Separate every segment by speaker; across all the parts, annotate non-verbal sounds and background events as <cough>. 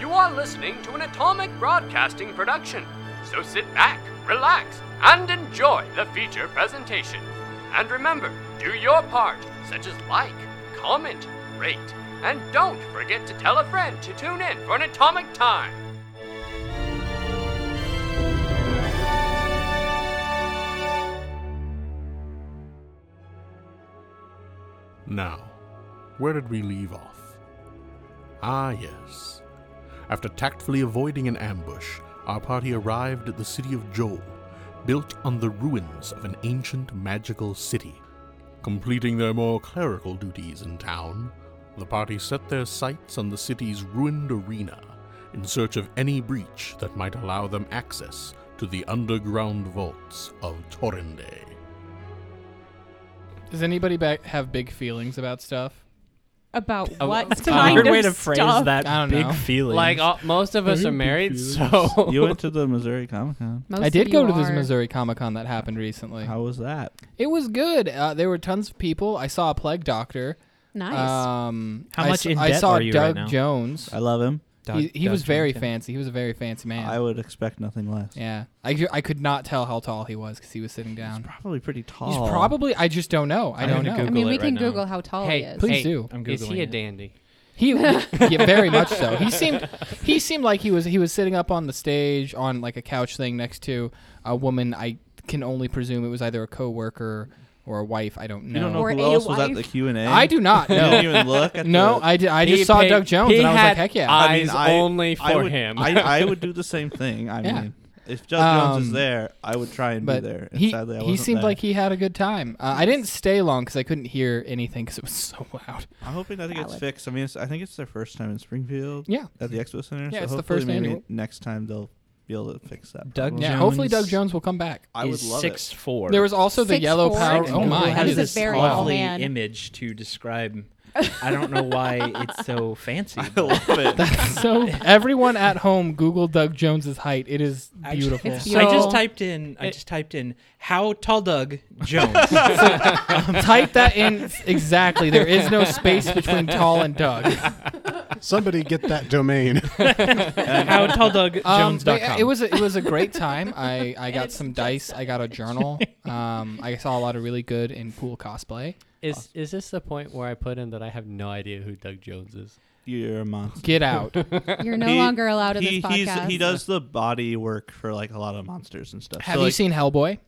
Speaker 1: now listening to an Atomic Broadcasting production. So sit back, relax, and enjoy the feature presentation. And remember, do your part, such as like, comment, rate, and don't forget to tell a friend to tune in for an Atomic Time.
Speaker 2: Now, where did we leave off? Ah, yes. After tactfully avoiding an ambush, our party arrived at the city of Joel, built on the ruins of an ancient magical city. Completing their more clerical duties in town, the party set their sights on the city's ruined arena in search of any breach that might allow them access to the underground vaults of Torrende.
Speaker 3: Does anybody back have big feelings about stuff?
Speaker 4: About
Speaker 5: A-
Speaker 4: what
Speaker 5: That's a
Speaker 4: kind
Speaker 5: weird
Speaker 4: of
Speaker 5: way to phrase
Speaker 4: stuff?
Speaker 5: that
Speaker 3: I don't
Speaker 5: big
Speaker 3: know.
Speaker 5: feeling.
Speaker 6: Like all, most of us are married, so
Speaker 7: <laughs> you went to the Missouri Comic Con.
Speaker 4: Most
Speaker 3: I
Speaker 4: of
Speaker 3: did
Speaker 4: you
Speaker 3: go to this
Speaker 4: are.
Speaker 3: Missouri Comic Con that happened recently.
Speaker 7: How was that?
Speaker 3: It was good. Uh, there were tons of people. I saw a plague doctor.
Speaker 4: Nice.
Speaker 3: Um,
Speaker 5: How
Speaker 3: I
Speaker 5: much
Speaker 3: s-
Speaker 5: in
Speaker 3: I
Speaker 5: debt
Speaker 3: saw
Speaker 5: are you right
Speaker 3: Doug
Speaker 5: now?
Speaker 3: Jones.
Speaker 7: I love him.
Speaker 5: Doug-
Speaker 3: he he
Speaker 5: Doug
Speaker 3: was very
Speaker 5: Johnson.
Speaker 3: fancy. He was a very fancy man.
Speaker 7: I would expect nothing less.
Speaker 3: yeah, I, ju- I could not tell how tall he was because he was sitting
Speaker 7: He's Oh.
Speaker 3: down.
Speaker 7: probably pretty tall.
Speaker 3: He's probably. I just don't know. I
Speaker 5: I'm
Speaker 3: don't
Speaker 5: gonna
Speaker 3: know.
Speaker 4: I
Speaker 5: Google
Speaker 4: mean,
Speaker 5: it
Speaker 4: we
Speaker 5: right
Speaker 4: can
Speaker 5: now.
Speaker 4: Google how tall Oh, he
Speaker 6: hey,
Speaker 4: is.
Speaker 3: please
Speaker 6: hey,
Speaker 3: do.
Speaker 5: I'm googling
Speaker 6: is he a
Speaker 5: it.
Speaker 6: dandy?
Speaker 3: He yeah, very much so. He seemed he seemed like he was he was sitting up on the stage on like a couch thing next to a woman. I can only presume it was either a coworker or a wife. I don't know.
Speaker 7: You don't know
Speaker 4: Or
Speaker 7: who
Speaker 4: a
Speaker 7: else was at
Speaker 4: wife.
Speaker 7: the Q and A.
Speaker 3: I do
Speaker 7: <laughs>
Speaker 3: not
Speaker 7: You didn't
Speaker 3: know.
Speaker 7: even look.
Speaker 3: <laughs>
Speaker 7: At
Speaker 3: no,
Speaker 7: the,
Speaker 3: I, did, I just
Speaker 6: He
Speaker 3: saw
Speaker 6: paid-
Speaker 3: Doug Jones
Speaker 6: he
Speaker 3: and I was
Speaker 6: had
Speaker 3: like, heck yeah.
Speaker 7: I
Speaker 6: Eyes
Speaker 7: mean, I-
Speaker 6: only for
Speaker 7: I would,
Speaker 6: him.
Speaker 7: I,
Speaker 3: <laughs>
Speaker 7: I would do the same thing. I
Speaker 3: Yeah.
Speaker 7: mean, if Judge Jones
Speaker 3: Um,
Speaker 7: is there, I would try and
Speaker 3: but
Speaker 7: be there. And
Speaker 3: he
Speaker 7: sadly, I
Speaker 3: he
Speaker 7: wasn't
Speaker 3: seemed
Speaker 7: there.
Speaker 3: like he had a good time. Uh, I didn't stay long because I couldn't hear anything because it was so loud.
Speaker 7: I'm hoping that it gets
Speaker 4: Valid.
Speaker 7: fixed. I mean, it's, I think it's their first time in Springfield
Speaker 3: Yeah,
Speaker 7: at the Expo Center.
Speaker 3: Yeah,
Speaker 7: so
Speaker 3: it's the
Speaker 7: hopefully
Speaker 3: first
Speaker 7: maybe
Speaker 3: annual.
Speaker 7: Next time they'll be able to fix that.
Speaker 5: Doug
Speaker 7: problem.
Speaker 3: yeah.
Speaker 5: Jones
Speaker 3: Hopefully, Doug Jones will come back.
Speaker 7: I would
Speaker 5: is
Speaker 7: love
Speaker 5: six
Speaker 7: it.
Speaker 5: four.
Speaker 3: There was also the
Speaker 4: Six
Speaker 3: yellow
Speaker 4: four.
Speaker 3: power.
Speaker 4: Six
Speaker 3: Oh
Speaker 4: four.
Speaker 3: my!
Speaker 4: That
Speaker 5: Has
Speaker 4: is a
Speaker 5: this
Speaker 4: very tall
Speaker 5: lovely
Speaker 4: man.
Speaker 5: image to describe. I don't know why it's so fancy.
Speaker 7: <laughs> I
Speaker 5: but
Speaker 7: love it. <laughs>
Speaker 3: so everyone at home Google Doug Jones's height. It is
Speaker 5: Actually,
Speaker 3: beautiful. <laughs>
Speaker 4: It's
Speaker 5: I
Speaker 4: beautiful.
Speaker 5: just typed in. I
Speaker 6: It-
Speaker 5: just typed in how tall Doug Jones.
Speaker 3: um, Type that in exactly. There is no space between tall and Doug.
Speaker 7: <laughs>
Speaker 8: Somebody get that domain.
Speaker 5: how tall Doug
Speaker 3: Um,
Speaker 5: Jones.
Speaker 3: but yeah, it was a, it was a great time. I, I got some dice. I got a journal. Um, I saw a lot of really good and cool cosplay.
Speaker 6: Is is this the point where I put in that I have no idea who Doug Jones is?
Speaker 7: You're a monster.
Speaker 3: Get
Speaker 7: <laughs>
Speaker 3: out.
Speaker 4: You're no
Speaker 7: He-
Speaker 4: longer allowed in
Speaker 7: He,
Speaker 4: this
Speaker 7: he's,
Speaker 4: podcast.
Speaker 7: he does the body work for like a lot of monsters and stuff.
Speaker 3: Have
Speaker 7: so,
Speaker 3: you
Speaker 7: like,
Speaker 3: seen Hellboy?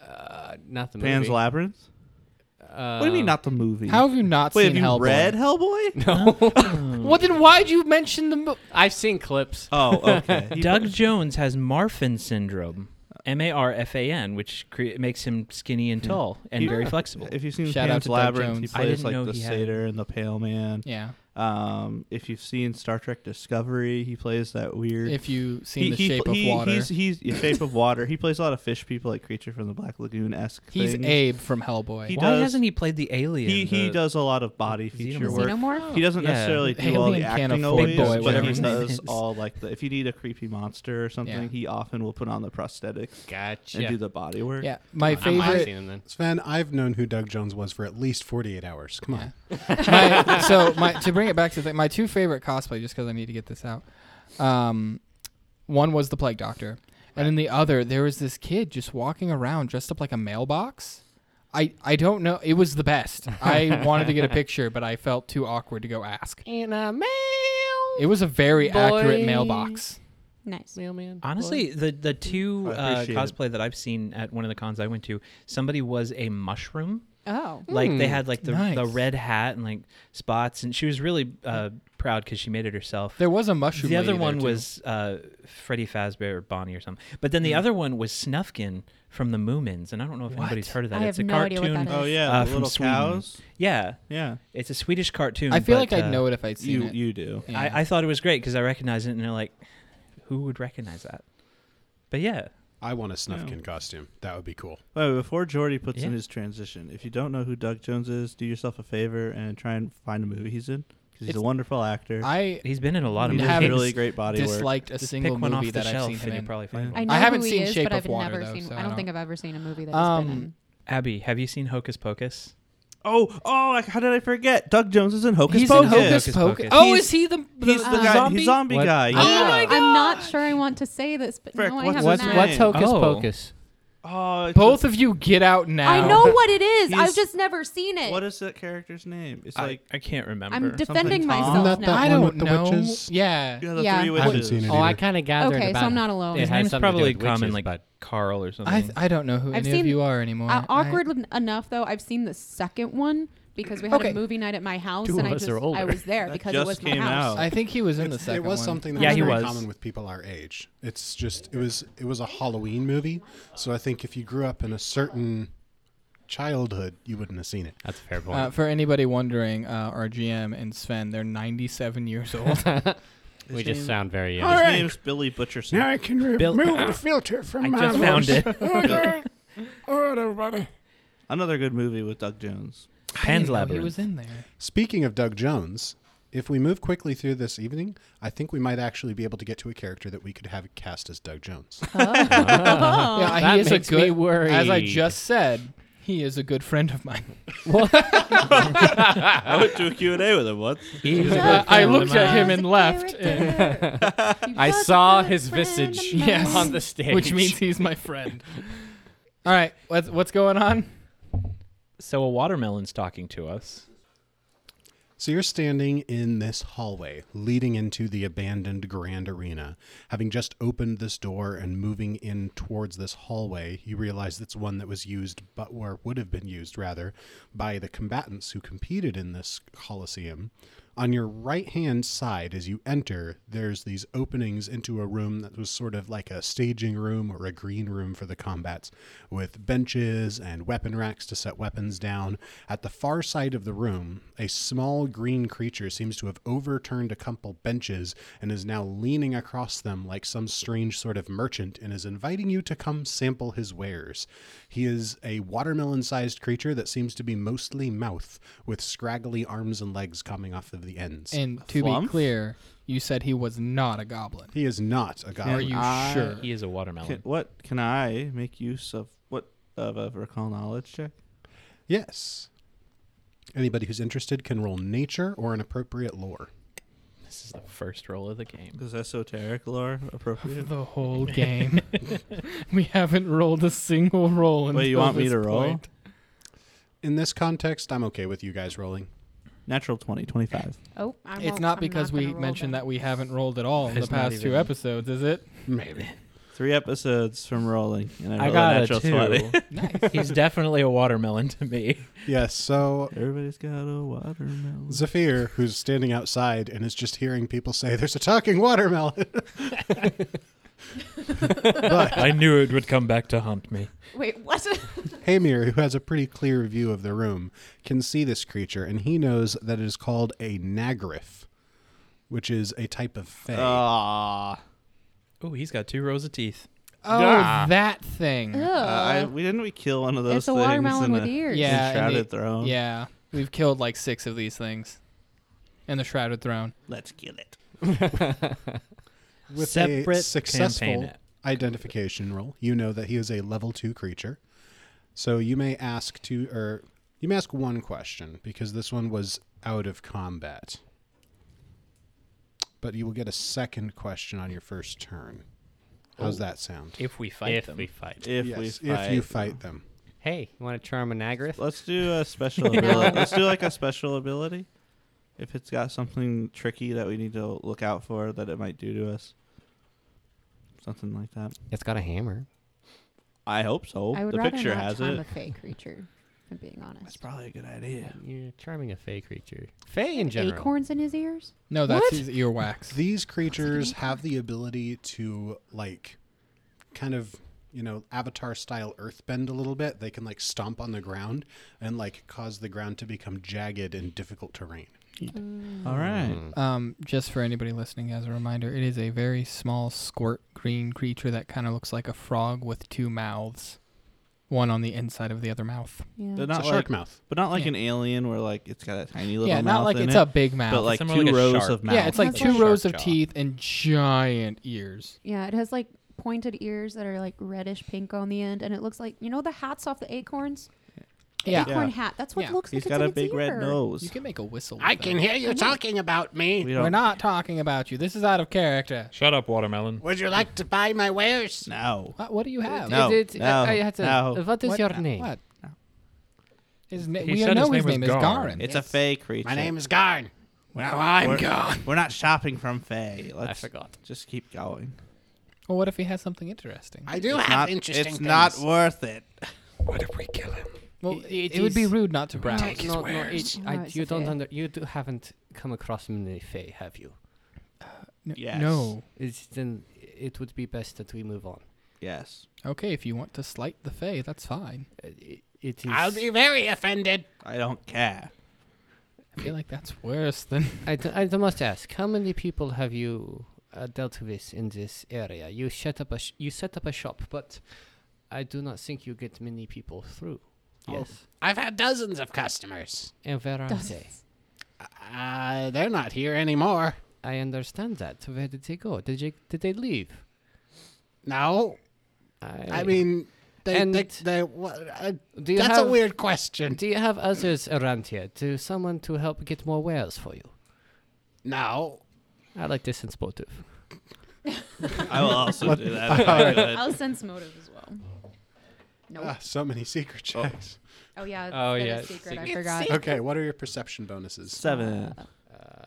Speaker 6: Uh, not the
Speaker 7: Pan's
Speaker 6: movie.
Speaker 7: Labyrinth?
Speaker 6: Uh,
Speaker 7: what do you mean, not the movie?
Speaker 3: How have you not
Speaker 7: Wait,
Speaker 3: seen
Speaker 7: have you
Speaker 3: Hellboy?
Speaker 7: read Hellboy?
Speaker 3: Well, then why'd you mention the? Mo-
Speaker 6: I've seen clips.
Speaker 3: <laughs>
Speaker 7: oh, okay. You-
Speaker 5: Doug Jones has Marfan syndrome, M A R F A N, which cre- makes him skinny
Speaker 7: Hmm.
Speaker 5: and tall and
Speaker 7: You-
Speaker 5: very flexible.
Speaker 7: If you've seen
Speaker 3: Shout out
Speaker 7: Pan's
Speaker 3: to Doug
Speaker 7: Labyrinth, he
Speaker 3: Jones.
Speaker 5: I
Speaker 7: plays
Speaker 5: didn't know
Speaker 7: like the
Speaker 5: he had-
Speaker 7: satyr and the pale man.
Speaker 3: yeah.
Speaker 7: Um, if you've seen Star Trek Discovery, he plays that weird.
Speaker 3: If you seen
Speaker 7: he,
Speaker 3: the
Speaker 7: he-
Speaker 3: Shape
Speaker 7: he-
Speaker 3: of Water,
Speaker 7: He's,
Speaker 3: he's,
Speaker 7: he's yeah, Shape of Water. He plays a lot of fish people, like Creature from the Black Lagoon esque.
Speaker 3: Abe from Hellboy.
Speaker 7: He
Speaker 5: Why
Speaker 7: does-
Speaker 5: hasn't he played the alien?
Speaker 7: He he
Speaker 5: the-
Speaker 7: does a lot lot of body feature
Speaker 5: Xenomorph.
Speaker 7: work.
Speaker 4: Xenomorph?
Speaker 7: He doesn't
Speaker 5: Yeah.
Speaker 7: necessily do
Speaker 3: Alien
Speaker 7: all the
Speaker 3: can't
Speaker 7: acting
Speaker 3: afford
Speaker 7: always,
Speaker 3: boy,
Speaker 7: but
Speaker 3: whatever
Speaker 7: he
Speaker 3: his <laughs>
Speaker 7: does
Speaker 5: name is.
Speaker 7: all like the. If you need a creepy monster or something,
Speaker 3: Yeah.
Speaker 7: he often will put on the prosthetics
Speaker 6: Gotcha.
Speaker 7: and do the body work.
Speaker 3: yeah, my
Speaker 6: I might have
Speaker 3: favorite.
Speaker 6: seen him then.
Speaker 8: Sven, I've known who Doug Jones was for at least 48 hours. Come on.
Speaker 3: my, so my to bring it back to the, my two favorite cosplay, just because I need to get this out. Um, one was the plague doctor, and then the other there was this kid just walking around dressed up like a mailbox. I, I don't know. It was the best. I wanted to get a picture, but I felt too awkward to go ask.
Speaker 6: In a mail.
Speaker 3: It was a very accurate
Speaker 6: Boy.
Speaker 3: mailbox.
Speaker 4: nice.
Speaker 6: Mailman.
Speaker 5: Honestly, the the two
Speaker 7: I
Speaker 5: uh,
Speaker 7: appreciate it.
Speaker 5: cosplay that I've seen at one of the cons I went to, somebody was a mushroom.
Speaker 4: Oh,
Speaker 5: Like they had like the
Speaker 3: Hmm, nice.
Speaker 5: the red hat and like spots, and she was really uh, proud because she made it herself.
Speaker 3: There was a mushroom.
Speaker 5: the other
Speaker 3: lady there,
Speaker 5: one
Speaker 3: too.
Speaker 5: was uh, Freddie Fazbear or Bonnie or something, but then the
Speaker 3: Hmm.
Speaker 5: other one was Snufkin from the Moomins, and I don't know if anybody's heard of that.
Speaker 4: I
Speaker 5: it's
Speaker 4: have
Speaker 5: a
Speaker 4: no idea
Speaker 5: cartoon.
Speaker 4: what that
Speaker 7: Oh
Speaker 4: is.
Speaker 7: yeah,
Speaker 5: Uh,
Speaker 7: the
Speaker 5: from
Speaker 7: little
Speaker 5: Sweden.
Speaker 7: cows.
Speaker 5: Yeah,
Speaker 7: Yeah,
Speaker 5: it's a Swedish cartoon.
Speaker 3: I feel
Speaker 5: but,
Speaker 3: like
Speaker 5: uh,
Speaker 3: I'd know it if I'd seen
Speaker 7: you
Speaker 3: it.
Speaker 7: you do.
Speaker 3: Yeah.
Speaker 5: I, I thought it was great because I recognized it, and they're like, "Who would recognize that?" But yeah,
Speaker 8: I want a Snufkin costume. That would be cool.
Speaker 7: Wait, before Jordy puts in
Speaker 5: Yeah.
Speaker 7: his transition, if you don't know who Doug Jones is, do yourself a favor and try and find a movie he's in because he's
Speaker 3: It's-
Speaker 7: a wonderful actor.
Speaker 3: I
Speaker 5: he's been in a lot
Speaker 7: he
Speaker 5: of movies.
Speaker 7: does
Speaker 5: <laughs>
Speaker 3: haven't
Speaker 7: really great body work.
Speaker 3: disliked a
Speaker 5: Just
Speaker 3: single
Speaker 5: pick one
Speaker 3: movie
Speaker 5: off the
Speaker 3: that I've
Speaker 5: shelf,
Speaker 3: seen
Speaker 5: and
Speaker 3: him
Speaker 5: you
Speaker 3: in.
Speaker 5: probably
Speaker 7: Yeah.
Speaker 5: find
Speaker 4: I
Speaker 5: one.
Speaker 4: know
Speaker 3: haven't
Speaker 4: who he
Speaker 3: seen
Speaker 4: is,
Speaker 3: Shape
Speaker 4: but
Speaker 3: of
Speaker 4: I've
Speaker 3: Water,
Speaker 4: never
Speaker 3: though,
Speaker 4: seen.
Speaker 3: so I Um,
Speaker 4: I don't
Speaker 3: don't-
Speaker 4: think I've ever seen a movie that he's
Speaker 3: Um,
Speaker 4: been in.
Speaker 5: Abby, have you seen Hocus Pocus?
Speaker 7: Oh, oh! I, how did I forget? Doug Jones is in Hocus
Speaker 3: He's in
Speaker 7: Pocus.
Speaker 3: Hocus
Speaker 5: Hocus
Speaker 3: Pocus.
Speaker 5: Pocus.
Speaker 3: Oh,
Speaker 7: He's-
Speaker 3: is he the, the,
Speaker 7: He's the guy.
Speaker 3: zombie?
Speaker 7: He's zombie
Speaker 6: What?
Speaker 7: guy.
Speaker 6: Oh,
Speaker 7: yeah.
Speaker 6: my
Speaker 4: I'm not sure I want to say this, but
Speaker 7: Frick,
Speaker 4: now I have
Speaker 7: what's his
Speaker 6: What's
Speaker 4: an
Speaker 7: name?
Speaker 4: axe.
Speaker 6: what's Hocus
Speaker 5: Oh.
Speaker 6: Pocus?
Speaker 7: Oh, it's
Speaker 3: Both of you get out now.
Speaker 4: I know what it is. I've
Speaker 7: He's-
Speaker 4: just never seen
Speaker 7: a-
Speaker 4: it.
Speaker 7: What is that character's name? It's
Speaker 5: I,
Speaker 7: like
Speaker 5: I can't remember.
Speaker 4: I'm defending
Speaker 7: Something-
Speaker 4: myself
Speaker 8: Isn't that
Speaker 4: now.
Speaker 3: I
Speaker 8: One
Speaker 3: don't
Speaker 8: with the
Speaker 3: know.
Speaker 8: witches?
Speaker 3: Yeah.
Speaker 7: yeah, the
Speaker 4: Yeah.
Speaker 7: three
Speaker 4: I
Speaker 7: witches.
Speaker 8: haven't seen it.
Speaker 6: Oh, I
Speaker 8: either.
Speaker 6: kind of
Speaker 3: Uh,
Speaker 6: gathered
Speaker 4: Okay, so
Speaker 6: about
Speaker 4: I'm not alone.
Speaker 6: It
Speaker 5: His
Speaker 6: has
Speaker 5: name's
Speaker 6: something to do
Speaker 5: probably
Speaker 6: with
Speaker 5: common,
Speaker 6: witches,
Speaker 5: like
Speaker 6: but
Speaker 5: Carl or something.
Speaker 3: I th- I don't know who
Speaker 4: I've
Speaker 3: any
Speaker 4: seen-
Speaker 3: of you are anymore.
Speaker 4: Uh,
Speaker 3: I-
Speaker 4: awkward en- enough though. I've seen the second one because we had
Speaker 3: Okay.
Speaker 4: a movie night at my house,
Speaker 6: Two
Speaker 4: and
Speaker 6: of
Speaker 4: I
Speaker 6: us
Speaker 4: just
Speaker 6: are older.
Speaker 4: I was there
Speaker 7: That
Speaker 4: because it
Speaker 7: just
Speaker 4: was my
Speaker 7: came
Speaker 4: house.
Speaker 7: out.
Speaker 3: I think he was in the
Speaker 8: It's-
Speaker 3: second
Speaker 8: it was
Speaker 3: one.
Speaker 8: something that
Speaker 5: Yeah,
Speaker 8: was
Speaker 5: he
Speaker 8: very
Speaker 5: was.
Speaker 8: common with people our age. It's just it was it was a Halloween movie, so I think if you grew up in a certain childhood, you wouldn't have seen it.
Speaker 6: that's a fair point.
Speaker 3: Uh, for anybody wondering, uh, our GM and Sven, they're 97 <laughs> years old.
Speaker 6: we just
Speaker 7: name-
Speaker 6: sound very
Speaker 7: His
Speaker 6: young.
Speaker 8: Alright.
Speaker 7: name's Billy Butcherson.
Speaker 8: I can remove
Speaker 5: Bill-
Speaker 8: the filter from
Speaker 5: I just found it.
Speaker 8: Okay. All right, everybody.
Speaker 7: Another good movie with Doug Jones.
Speaker 5: Pan's
Speaker 3: I didn't know He
Speaker 5: Labyrinth.
Speaker 3: was in there.
Speaker 8: Speaking of Doug Jones, if we move quickly through this evening, I think we might actually be able to get to a character that we could have cast as Doug Jones.
Speaker 3: yeah,
Speaker 6: that
Speaker 3: he is
Speaker 6: makes
Speaker 3: a good.
Speaker 6: me worried.
Speaker 3: As I just said, he is a good friend of mine. <laughs>
Speaker 7: I went to a Q&A with him once.
Speaker 3: I looked at him
Speaker 4: As a
Speaker 3: and
Speaker 4: <laughs>
Speaker 3: left,
Speaker 4: character,
Speaker 6: <laughs>
Speaker 4: he
Speaker 6: I
Speaker 4: was
Speaker 6: saw
Speaker 4: a
Speaker 6: his
Speaker 4: friend of
Speaker 6: visage
Speaker 3: <laughs>
Speaker 4: mine.
Speaker 3: Yes.
Speaker 6: on the stage,
Speaker 3: which means he's my friend. All right, what's, what's going on?
Speaker 5: So a watermelon's talking to us.
Speaker 8: So you're standing in this hallway leading into the abandoned grand arena. Having just opened this door and moving in towards this hallway, you realize it's one that was used, but or would have been used rather, by the combatants who competed in this coliseum. On your right hand side, as you enter, there's these openings into a room that was sort of like a staging room or a green room for the combats, with benches and weapon racks to set weapons down. At the far side of the room, a small green creature seems to have overturned a couple benches and is now leaning across them like some strange sort of merchant and is inviting you to come sample his wares. He is a watermelon sized creature that seems to be mostly mouth, with scraggly arms and legs coming off of the ends.
Speaker 3: And to be
Speaker 7: Flump?
Speaker 3: clear, you said he was not a goblin.
Speaker 8: he is not a
Speaker 3: Are
Speaker 8: goblin.
Speaker 3: you
Speaker 7: I-
Speaker 3: sure?
Speaker 5: He is a
Speaker 7: <laughs>
Speaker 5: watermelon.
Speaker 7: Can, what can I make use of? What of a recall knowledge check?
Speaker 8: Yes. Anybody who's interested can roll nature or an appropriate lore.
Speaker 5: This is the first roll of the game.
Speaker 7: Is esoteric lore
Speaker 4: <laughs>
Speaker 7: appropriate?
Speaker 3: The whole game. <laughs> we haven't rolled a single roll.
Speaker 7: Wait, you
Speaker 3: until
Speaker 7: want me
Speaker 3: this
Speaker 7: to roll?
Speaker 3: point.
Speaker 8: In this context, I'm okay with you guys rolling.
Speaker 7: Natural 20, 25.
Speaker 4: <laughs> Oh, I
Speaker 3: It's
Speaker 4: won't-
Speaker 3: not
Speaker 4: I'm
Speaker 3: because
Speaker 4: gonna
Speaker 3: we
Speaker 4: roll
Speaker 3: mentioned
Speaker 4: then.
Speaker 3: that we haven't rolled at all in the
Speaker 5: It's not
Speaker 3: past two
Speaker 5: even-
Speaker 3: episodes, is
Speaker 4: <laughs>
Speaker 3: it?
Speaker 8: Maybe.
Speaker 7: Three episodes from rolling. And I,
Speaker 5: I
Speaker 7: rolled
Speaker 5: got a
Speaker 7: natural
Speaker 5: two.
Speaker 7: 20.
Speaker 3: Nice.
Speaker 5: <laughs> He's definitely a watermelon to me.
Speaker 8: Yes, so
Speaker 7: Everybody's got a watermelon.
Speaker 8: Zafir, who's standing outside and is just hearing people say, There's a talking watermelon. but
Speaker 5: I knew it would come back to haunt me.
Speaker 4: Wait,
Speaker 7: Uh,
Speaker 4: what? <laughs>
Speaker 8: Hamir, who has a pretty clear view of the room, can see this creature and he knows that it is called a nagriff, which is a type of fey.
Speaker 7: Ah.
Speaker 5: Oh, he's got two rows of teeth.
Speaker 3: <laughs> Oh, that thing.
Speaker 7: Uh, I, we didn't we kill one of those
Speaker 4: it's a
Speaker 7: things
Speaker 4: watermelon
Speaker 7: in
Speaker 4: with
Speaker 7: the
Speaker 4: ears.
Speaker 3: Yeah. and
Speaker 7: Shrouded
Speaker 3: the-
Speaker 7: Throne?
Speaker 3: Yeah, we've killed like six of these things, and the Shrouded Throne.
Speaker 7: Let's kill it.
Speaker 8: With a
Speaker 5: Separate
Speaker 8: successful
Speaker 5: campaign.
Speaker 8: identification roll, you know that he is a level two creature. So you may ask two or you may ask one question because this one was out of combat. But you will get a second question on your first turn. How's that sound?
Speaker 5: If we fight
Speaker 6: if
Speaker 5: them.
Speaker 6: we fight.
Speaker 7: Oh. If
Speaker 8: Yes,
Speaker 7: we
Speaker 8: if you fight them.
Speaker 6: Hey, you want to charm a Nagrith?
Speaker 7: Let's do
Speaker 3: <laughs>
Speaker 7: a special ability. Let's do like a special ability. If it's got something tricky that we need to look out for that it might do to us. Something like that.
Speaker 6: It's got a hammer.
Speaker 7: I hope so.
Speaker 4: I would
Speaker 7: the
Speaker 4: rather
Speaker 7: picture
Speaker 4: not
Speaker 7: has
Speaker 4: charm
Speaker 7: it.
Speaker 4: a fey creature. If I'm being honest.
Speaker 7: That's probably a good idea.
Speaker 6: You're charming a fey creature. Fey in general.
Speaker 4: Acorns in his ears.
Speaker 3: No, that's
Speaker 4: What?
Speaker 3: his earwax.
Speaker 8: These creatures have the ability to like kind of you know avatar style earthbend a little bit they can like stomp on the ground and like cause the ground to become jagged and difficult terrain
Speaker 7: All right.
Speaker 6: Mm.
Speaker 3: Um, just for anybody listening, as a reminder, it is a very small squirt green creature that kind of looks like a frog with two mouths, one on the inside of the other mouth.
Speaker 4: Yeah.
Speaker 7: But
Speaker 8: it's a
Speaker 7: not
Speaker 8: shark
Speaker 7: like,
Speaker 8: mouth
Speaker 7: but not like
Speaker 3: Yeah.
Speaker 7: an alien where like it's got a tiny little
Speaker 3: yeah,
Speaker 7: mouth
Speaker 3: not like
Speaker 7: in
Speaker 3: it's
Speaker 7: it,
Speaker 3: a big mouth.
Speaker 7: but like two
Speaker 5: It's more like a
Speaker 7: rows
Speaker 5: shark.
Speaker 7: of mouth.
Speaker 3: yeah, it's like
Speaker 4: That's
Speaker 3: two
Speaker 4: like-
Speaker 3: rows of
Speaker 5: Shark jaw.
Speaker 3: teeth and giant ears.
Speaker 4: Yeah, it has like pointed ears that are like reddish pink on the end, and it looks like you know the hats off the acorns.
Speaker 3: Yeah.
Speaker 4: acorn
Speaker 7: Yeah.
Speaker 4: hat. That's what
Speaker 3: Yeah.
Speaker 4: it looks
Speaker 7: He's
Speaker 4: like. it's
Speaker 7: got a
Speaker 4: in its
Speaker 7: big red
Speaker 4: ear.
Speaker 7: nose.
Speaker 3: You can make a whistle.
Speaker 8: I
Speaker 3: with
Speaker 8: can <laughs>
Speaker 3: it.
Speaker 8: hear you talking about
Speaker 7: We
Speaker 8: me.
Speaker 7: don't
Speaker 3: We're not talking about you. This is out of character.
Speaker 9: Shut up, watermelon.
Speaker 8: Would you like to buy my wares?
Speaker 7: <laughs> know.
Speaker 3: Uh, What, what do you have?
Speaker 7: No,
Speaker 6: Is it-
Speaker 7: no,
Speaker 6: I- I had to-
Speaker 7: no.
Speaker 6: What is
Speaker 3: What-
Speaker 6: your name?
Speaker 3: What? No. His na-
Speaker 9: He
Speaker 3: we
Speaker 9: said
Speaker 3: know
Speaker 9: his name
Speaker 3: his
Speaker 9: was
Speaker 3: name is
Speaker 9: Garin.
Speaker 3: Garin.
Speaker 7: It's a fey creature.
Speaker 8: My name is Garn. Well, I'm
Speaker 7: We're-
Speaker 8: gone.
Speaker 7: We're not shopping from fey. Let's
Speaker 6: forgot.
Speaker 7: Just keep going.
Speaker 3: Well, what if he has something interesting?
Speaker 8: I do <laughs> have
Speaker 7: Not-
Speaker 8: interesting
Speaker 7: it's
Speaker 8: things.
Speaker 7: not worth it.
Speaker 8: What if we kill him?
Speaker 3: Well,
Speaker 6: It-
Speaker 3: it,
Speaker 6: it
Speaker 3: would be
Speaker 6: is-
Speaker 3: rude not to browse.
Speaker 6: No, no, no, it,
Speaker 4: No,
Speaker 6: I,
Speaker 4: it's
Speaker 6: you
Speaker 4: a
Speaker 6: don't
Speaker 4: fae.
Speaker 6: under, you do, haven't come across many fae, have you?
Speaker 3: N-
Speaker 7: Yes.
Speaker 3: No.
Speaker 6: It's, then it would be best that we move on.
Speaker 7: Yes.
Speaker 3: Okay, if you want to slight the Fae, that's fine.
Speaker 6: Uh, i- it is.
Speaker 8: I'll be very offended.
Speaker 7: I don't care.
Speaker 3: I feel like that's worse than. <laughs>
Speaker 6: I, d- I d- must ask, how many people have you uh, dealt with in this area? You set up a sh- you set up a shop, but I do not think you get many people through. Yes,
Speaker 8: I've had dozens of customers.
Speaker 6: and where are <laughs> they?
Speaker 4: Dozens.
Speaker 8: Uh, they're not here anymore.
Speaker 6: I understand that. Where did they go? Did they did they leave?
Speaker 8: No, I mean, they,
Speaker 6: And-
Speaker 8: they, they, wha- uh,
Speaker 6: do you
Speaker 8: that's
Speaker 6: have
Speaker 8: a weird question.
Speaker 6: do you have others around here? Do someone to help get more wares for you?
Speaker 8: No,
Speaker 6: I like this sense motive.
Speaker 7: I will also do that. if I could.
Speaker 4: I'll sense motive as well. No.
Speaker 8: Ah, so many secret checks.
Speaker 4: oh yeah. It's,
Speaker 6: Oh,
Speaker 4: it is
Speaker 6: yeah, it's
Speaker 4: Secret.
Speaker 6: secret.
Speaker 4: I forgot.
Speaker 8: Okay, what are your perception bonuses?
Speaker 7: Seven.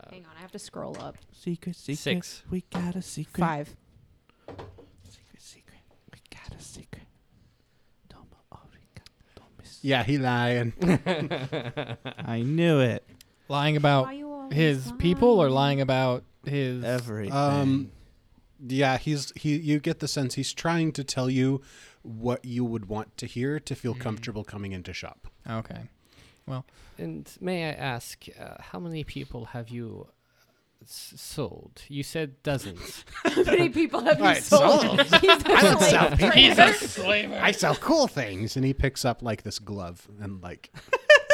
Speaker 4: Hang on. I have to scroll up.
Speaker 7: secret, secret.
Speaker 6: Six.
Speaker 7: We got a secret.
Speaker 4: Five.
Speaker 7: Secret, secret. We got a secret. Don't, oh, we got- don't miss.
Speaker 8: Yeah, he <laughs> lying.
Speaker 7: I knew it.
Speaker 3: Lying about
Speaker 4: you always
Speaker 3: his
Speaker 4: lying?
Speaker 3: people or lying about his.
Speaker 7: Everything.
Speaker 8: Um, yeah, he's he. You get the sense he's trying to tell you what you would want to hear to feel comfortable coming into shop.
Speaker 3: Okay.
Speaker 6: And may I ask, uh, how many people have you s- sold? You said dozens.
Speaker 4: How many people have you
Speaker 8: Alright,
Speaker 4: sold? <laughs>
Speaker 8: sold.
Speaker 4: He's the slave <laughs> trader.
Speaker 8: I sell cool things, and he picks up like this glove and like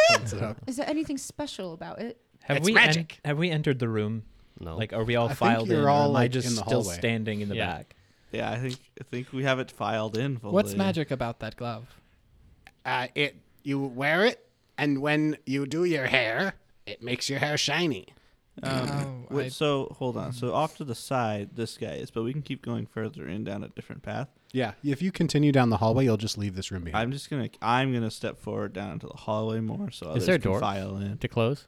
Speaker 8: holds it up.
Speaker 4: Is there anything special about it?
Speaker 5: Have
Speaker 8: It's
Speaker 5: we
Speaker 8: magic.
Speaker 5: have we entered the room?
Speaker 6: No.
Speaker 5: Like, are we all
Speaker 8: think
Speaker 5: filed in?
Speaker 8: you're
Speaker 5: or
Speaker 8: all,
Speaker 5: am I
Speaker 8: like,
Speaker 5: just
Speaker 8: in the
Speaker 5: still
Speaker 8: hallway.
Speaker 5: standing in the
Speaker 6: Yeah.
Speaker 5: back?
Speaker 7: yeah, I think I think we have it filed in fully.
Speaker 3: What's magic about that glove?
Speaker 8: <laughs> Uh, it you wear it, and when you do your hair, it makes your hair shiny.
Speaker 7: Um,
Speaker 3: Oh,
Speaker 7: wait,
Speaker 3: I-
Speaker 7: so hold on. So off to the side, this guy is, but we can keep going further in down a different path.
Speaker 8: Yeah, if you continue down the hallway, you'll just leave this room behind.
Speaker 7: I'm just gonna I'm gonna step forward down into the hallway more so others
Speaker 6: there a
Speaker 7: can
Speaker 6: door?
Speaker 7: file in.
Speaker 6: to close?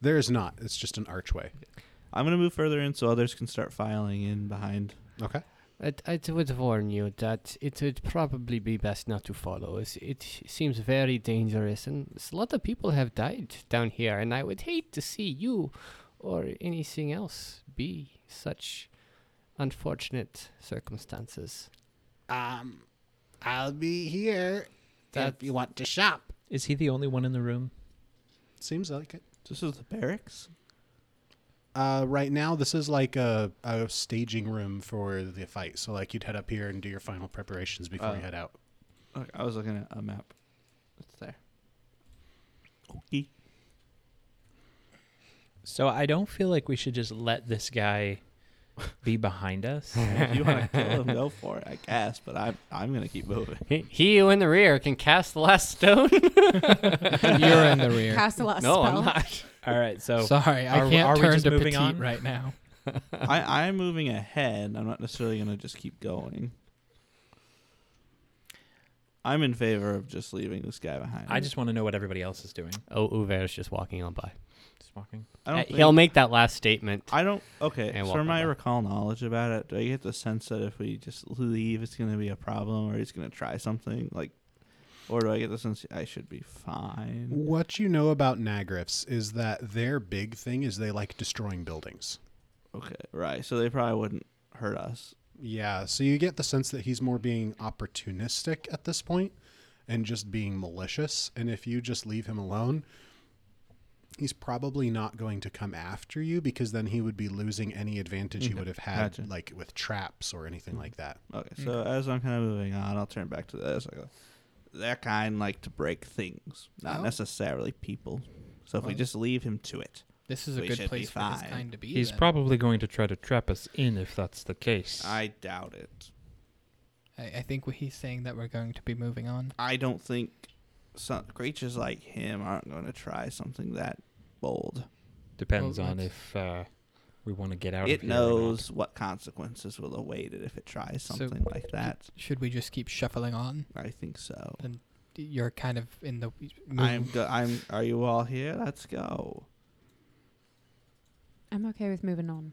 Speaker 8: There is not. It's just an archway.
Speaker 7: I'm gonna move further in so others can start filing in behind.
Speaker 8: Okay.
Speaker 6: I, I t- would warn you that it would probably be best not to follow. It, it seems very dangerous, and s- a lot of people have died down here, and I would hate to see you or anything else be such unfortunate circumstances.
Speaker 8: Um, I'll be here
Speaker 6: That's-
Speaker 8: if you want to shop.
Speaker 5: Is he the only one in the room?
Speaker 8: Seems like it.
Speaker 7: This is the barracks.
Speaker 8: Uh, right now, this is like a, a staging room for the fight. So, like, you'd head up here and do your final preparations before
Speaker 7: Oh.
Speaker 8: you head out.
Speaker 7: Okay, I was looking at a map. It's there. Okay.
Speaker 5: So I don't feel like we should just let this guy be behind <laughs> us.
Speaker 7: if you want to kill him, go for it. I guess, but I'm I'm gonna keep moving.
Speaker 6: He, he who in the rear can cast the last stone? <laughs>
Speaker 3: You're in the rear.
Speaker 4: Cast the last
Speaker 6: no,
Speaker 4: spell.
Speaker 6: I'm not.
Speaker 5: all right. So
Speaker 3: Sorry, I
Speaker 5: Are-
Speaker 3: can't
Speaker 5: are we
Speaker 3: turn
Speaker 5: just
Speaker 3: to
Speaker 5: moving
Speaker 3: petite
Speaker 5: on?
Speaker 3: right now.
Speaker 7: I I'm moving ahead. I'm not necessarily gonna just keep going. I'm in favor of just leaving this guy behind.
Speaker 5: I just want to know what everybody else is doing.
Speaker 6: Oh, Uver's just walking on by.
Speaker 5: Just walking.
Speaker 7: I don't
Speaker 6: Uh,
Speaker 7: think-
Speaker 6: he'll make that last statement.
Speaker 7: I don't. Okay,
Speaker 6: And
Speaker 7: so
Speaker 6: walk
Speaker 7: from my
Speaker 6: away.
Speaker 7: recall knowledge about it, do I get the sense that if we just leave, it's going to be a problem, or he's going to try something like, or do I get the sense I should be fine?
Speaker 8: What you know about Nagriffs is that their big thing is they like destroying buildings.
Speaker 7: Okay, right. So they probably wouldn't hurt us.
Speaker 8: Yeah, so you get the sense that he's more being opportunistic at this point and just being malicious. And if you just leave him alone, he's probably not going to come after you because then he would be losing any advantage he would have had,
Speaker 7: Gotcha.
Speaker 8: like with traps or anything like that.
Speaker 7: Okay, so as I'm kind of moving on, I'll turn back to this. I go, that kind like to break things, not
Speaker 3: Oh.
Speaker 7: necessarily people. So if we
Speaker 3: Well-
Speaker 7: just leave him to it,
Speaker 3: This is a
Speaker 7: We should
Speaker 3: good
Speaker 7: be
Speaker 3: place for this
Speaker 7: fine.
Speaker 3: kind to be.
Speaker 9: He's
Speaker 3: then.
Speaker 9: probably going to try to trap us in if that's the case.
Speaker 7: I doubt it.
Speaker 3: I, I think what he's saying that we're going to be moving on.
Speaker 7: I don't think some creatures like him aren't going to try something that bold.
Speaker 9: Depends
Speaker 3: Well,
Speaker 9: on
Speaker 3: that's-
Speaker 9: if uh, we want to get out of
Speaker 7: It
Speaker 9: here. or not.
Speaker 7: knows what consequences will await it if it tries
Speaker 3: So-
Speaker 7: something like that.
Speaker 3: Should we just keep shuffling on?
Speaker 7: I think so.
Speaker 3: You're kind of in the.
Speaker 7: I'm. Go- I'm. Are you all here? Let's go.
Speaker 4: I'm okay with moving on.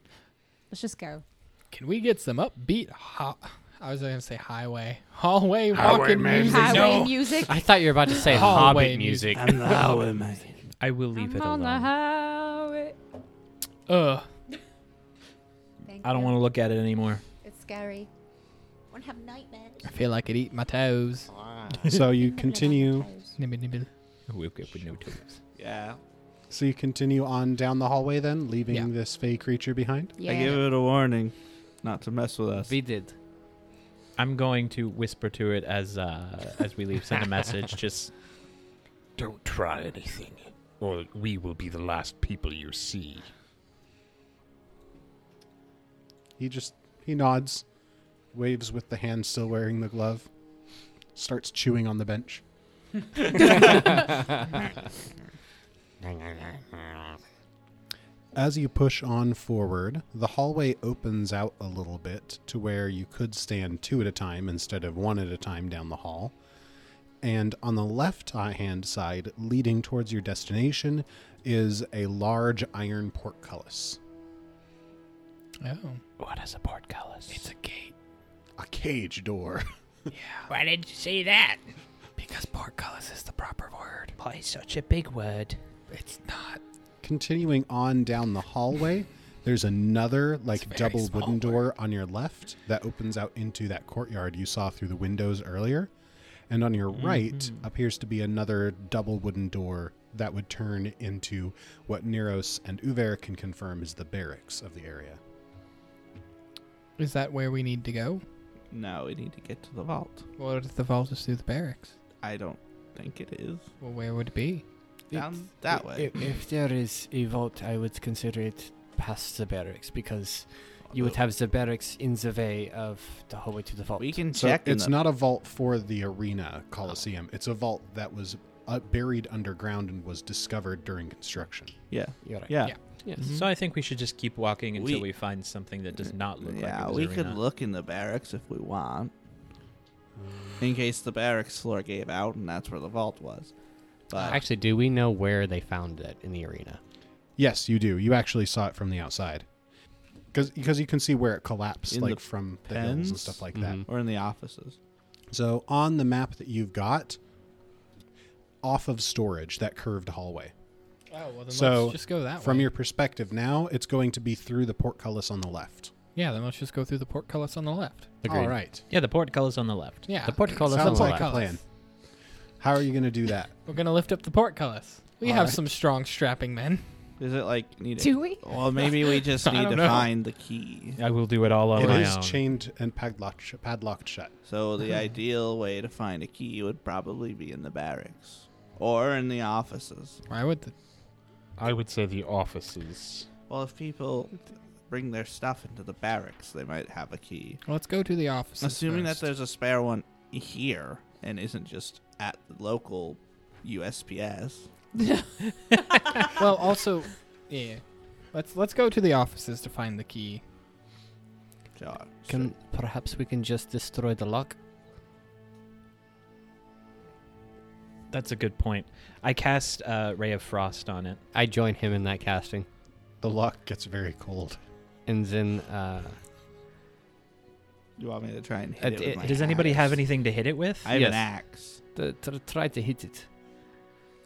Speaker 4: Let's just go.
Speaker 3: Can we get some upbeat? Ho- I was gonna say highway, <laughs> hallway,
Speaker 2: Highway
Speaker 3: walking
Speaker 2: man.
Speaker 3: music.
Speaker 4: Highway
Speaker 3: No.
Speaker 4: music.
Speaker 6: I thought you were about to say
Speaker 3: Hallway
Speaker 6: Hobbit music.
Speaker 7: I'm the <laughs> highwayman.
Speaker 5: I will leave
Speaker 4: I'm
Speaker 5: it
Speaker 4: on
Speaker 5: alone.
Speaker 4: the highway.
Speaker 3: Ugh.
Speaker 5: I don't want to look at it anymore.
Speaker 10: It's scary. Wanna have nightmares?
Speaker 3: I feel like it eat my toes.
Speaker 8: so you continue.
Speaker 3: Nibble, nibble.
Speaker 5: We'll get with no tubes.
Speaker 7: Yeah.
Speaker 8: So you continue on down the hallway, then leaving
Speaker 3: Yeah.
Speaker 8: this fey creature behind.
Speaker 4: Yeah.
Speaker 7: I gave it a warning, not to mess with us.
Speaker 6: We did.
Speaker 5: I'm going to whisper to it as uh, as we leave, send a
Speaker 7: <laughs>
Speaker 5: message. Just
Speaker 9: Don't try anything, or we will be the last people you see.
Speaker 8: He just he nods, waves with the hand still wearing the glove, starts chewing on the bench. As you push on forward, the hallway opens out a little bit to where you could stand two at a time instead of one at a time down the hall. And on the left uh, hand side, leading towards your destination, is a large iron portcullis.
Speaker 3: Oh,
Speaker 5: what is a portcullis? It's a gate.
Speaker 8: A cage door. <laughs>
Speaker 5: Why did you say that?
Speaker 3: because portcullis is the proper word.
Speaker 5: Why such a big word?
Speaker 3: It's not.
Speaker 8: Continuing on down the hallway, there's another like
Speaker 3: very
Speaker 8: double
Speaker 3: small
Speaker 8: wooden door on your left that opens out into that courtyard you saw through the windows earlier. And on your right
Speaker 3: Mm-hmm.
Speaker 8: appears to be another double wooden door that would turn into what Neros and Uver can confirm is the barracks of the area.
Speaker 3: Is that where we need to go?
Speaker 7: No, we need to get to the vault.
Speaker 3: What if the vault is through the barracks?
Speaker 7: I don't think it is
Speaker 3: Well, where would it be?
Speaker 7: down that
Speaker 6: i-
Speaker 7: way.
Speaker 6: i- If there is a vault, I would consider it past the barracks because you would have the barracks in the way of the hallway to the vault.
Speaker 7: we can
Speaker 8: So
Speaker 7: check. in
Speaker 8: it's
Speaker 7: the-
Speaker 8: not a vault for the arena coliseum. It's a vault that was uh, buried underground and was discovered during construction.
Speaker 7: Yeah.
Speaker 6: You're right.
Speaker 7: Yeah.
Speaker 3: Yeah.
Speaker 6: Yes.
Speaker 5: So I think we should just keep walking until
Speaker 7: Mm-hmm. We- Mm,
Speaker 5: we, find something that does not look
Speaker 7: yeah,
Speaker 5: like a
Speaker 7: we
Speaker 5: Vizarina.
Speaker 7: could look in the barracks if we want. In case the barracks floor gave out and that's where the vault was. But
Speaker 6: Actually, do we know where they found it in the arena?
Speaker 8: Yes, you do. You actually saw it from the outside. Because you can see where it collapsed,
Speaker 7: In
Speaker 8: like
Speaker 7: the
Speaker 8: from the hills and
Speaker 7: pens?
Speaker 8: stuff like
Speaker 6: Mhm.
Speaker 8: that.
Speaker 7: or in the offices.
Speaker 8: So on the map that you've got, off of storage, that curved hallway.
Speaker 3: Oh, well then
Speaker 8: So,
Speaker 3: let's just go that
Speaker 8: From
Speaker 3: way.
Speaker 8: your perspective now, it's going to be through the portcullis on the left.
Speaker 3: yeah, then let's just go through the portcullis on the left.
Speaker 8: All right.
Speaker 5: Yeah, the portcullis on the left.
Speaker 3: Yeah,
Speaker 6: The portcullis on
Speaker 8: Sounds
Speaker 6: the
Speaker 8: like
Speaker 6: left.
Speaker 8: a plan. How are you going to do that?
Speaker 3: We're gonna lift up the portcullis. We
Speaker 8: All
Speaker 3: have
Speaker 8: right.
Speaker 3: some strong strapping men.
Speaker 7: Is it like need
Speaker 4: Do we?
Speaker 7: Well, maybe we just
Speaker 3: I
Speaker 7: need
Speaker 3: don't
Speaker 7: to
Speaker 3: know.
Speaker 7: find the key.
Speaker 9: I will do it all on
Speaker 8: it
Speaker 9: my
Speaker 8: is
Speaker 9: own.
Speaker 8: chained and padlocked, padlocked shut.
Speaker 7: So the ideal way to find a key would probably be in the barracks or in the offices.
Speaker 3: Why would the
Speaker 9: I would say the offices.
Speaker 7: Well, if people bring their stuff into the barracks, they might have a key.
Speaker 3: Let's go to the office.
Speaker 7: Assuming that there's a spare one here and isn't just at the local USPS.
Speaker 3: well, also, yeah. Let's let's go to the offices to find the key.
Speaker 7: Sure.
Speaker 6: Can perhaps we can just destroy the lock?
Speaker 5: That's a good point. I cast uh, Ray of Frost on it.
Speaker 6: I join him in that casting,
Speaker 8: The lock gets very cold.
Speaker 6: and then uh,
Speaker 7: You want me to try and
Speaker 6: Uh,
Speaker 7: hit it?
Speaker 6: d-
Speaker 7: with my
Speaker 5: Does anybody have
Speaker 7: axe?
Speaker 5: anything to hit it with?
Speaker 7: I have
Speaker 6: Yes. <laughs>
Speaker 7: an axe.
Speaker 6: the, tr- try to hit it.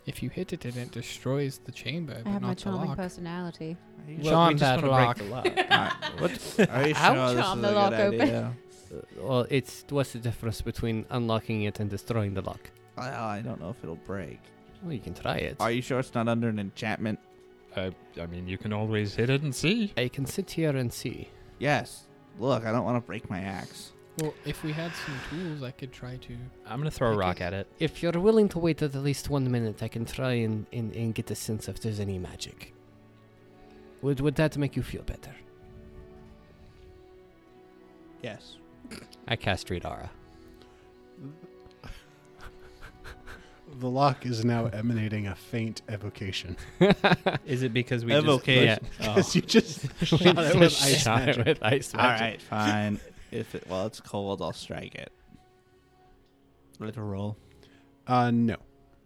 Speaker 3: If you hit it and it destroys the chamber,
Speaker 4: I
Speaker 3: but
Speaker 4: have
Speaker 3: not
Speaker 4: my
Speaker 3: the
Speaker 4: charming
Speaker 3: lock.
Speaker 4: personality.
Speaker 7: Are you,
Speaker 3: Well, Charm that
Speaker 5: wanna the lock.
Speaker 7: Alright, what- are you
Speaker 6: How
Speaker 7: sure this
Speaker 4: charm
Speaker 7: is
Speaker 4: the
Speaker 7: a
Speaker 4: lock
Speaker 7: good
Speaker 4: open?
Speaker 7: idea?
Speaker 6: Uh, well, it's what's the difference between unlocking it and destroying the lock?
Speaker 7: Well, I don't know if it'll break.
Speaker 6: Well, you can try it.
Speaker 7: Are you sure it's not under an enchantment?
Speaker 9: I, I mean, you can always hit it and see.
Speaker 6: I can sit here and see.
Speaker 7: Yes. Look, I don't want to break my axe.
Speaker 3: Well, if we had some tools, I could try to.
Speaker 5: I'm gonna throw a
Speaker 6: Okay.
Speaker 5: rock at it.
Speaker 6: If you're willing to wait at least one minute, I can try and, and, and get a sense if there's any magic. Would would that make you feel better?
Speaker 7: Yes.
Speaker 6: I cast Read Aura.
Speaker 8: The lock is now emanating a faint evocation. <laughs>
Speaker 5: Is it because
Speaker 7: <laughs>
Speaker 5: we <laughs>
Speaker 7: Evocation.
Speaker 5: just
Speaker 8: Yeah.
Speaker 7: <laughs>
Speaker 8: 'Cause you just shot it
Speaker 7: said
Speaker 8: with
Speaker 7: <laughs>
Speaker 8: ice
Speaker 7: shot it
Speaker 8: magic.
Speaker 7: with
Speaker 6: ice
Speaker 7: All
Speaker 6: magic.
Speaker 7: right, fine. If it, well, it's cold, I'll strike it. Let it roll.
Speaker 8: Uh, no.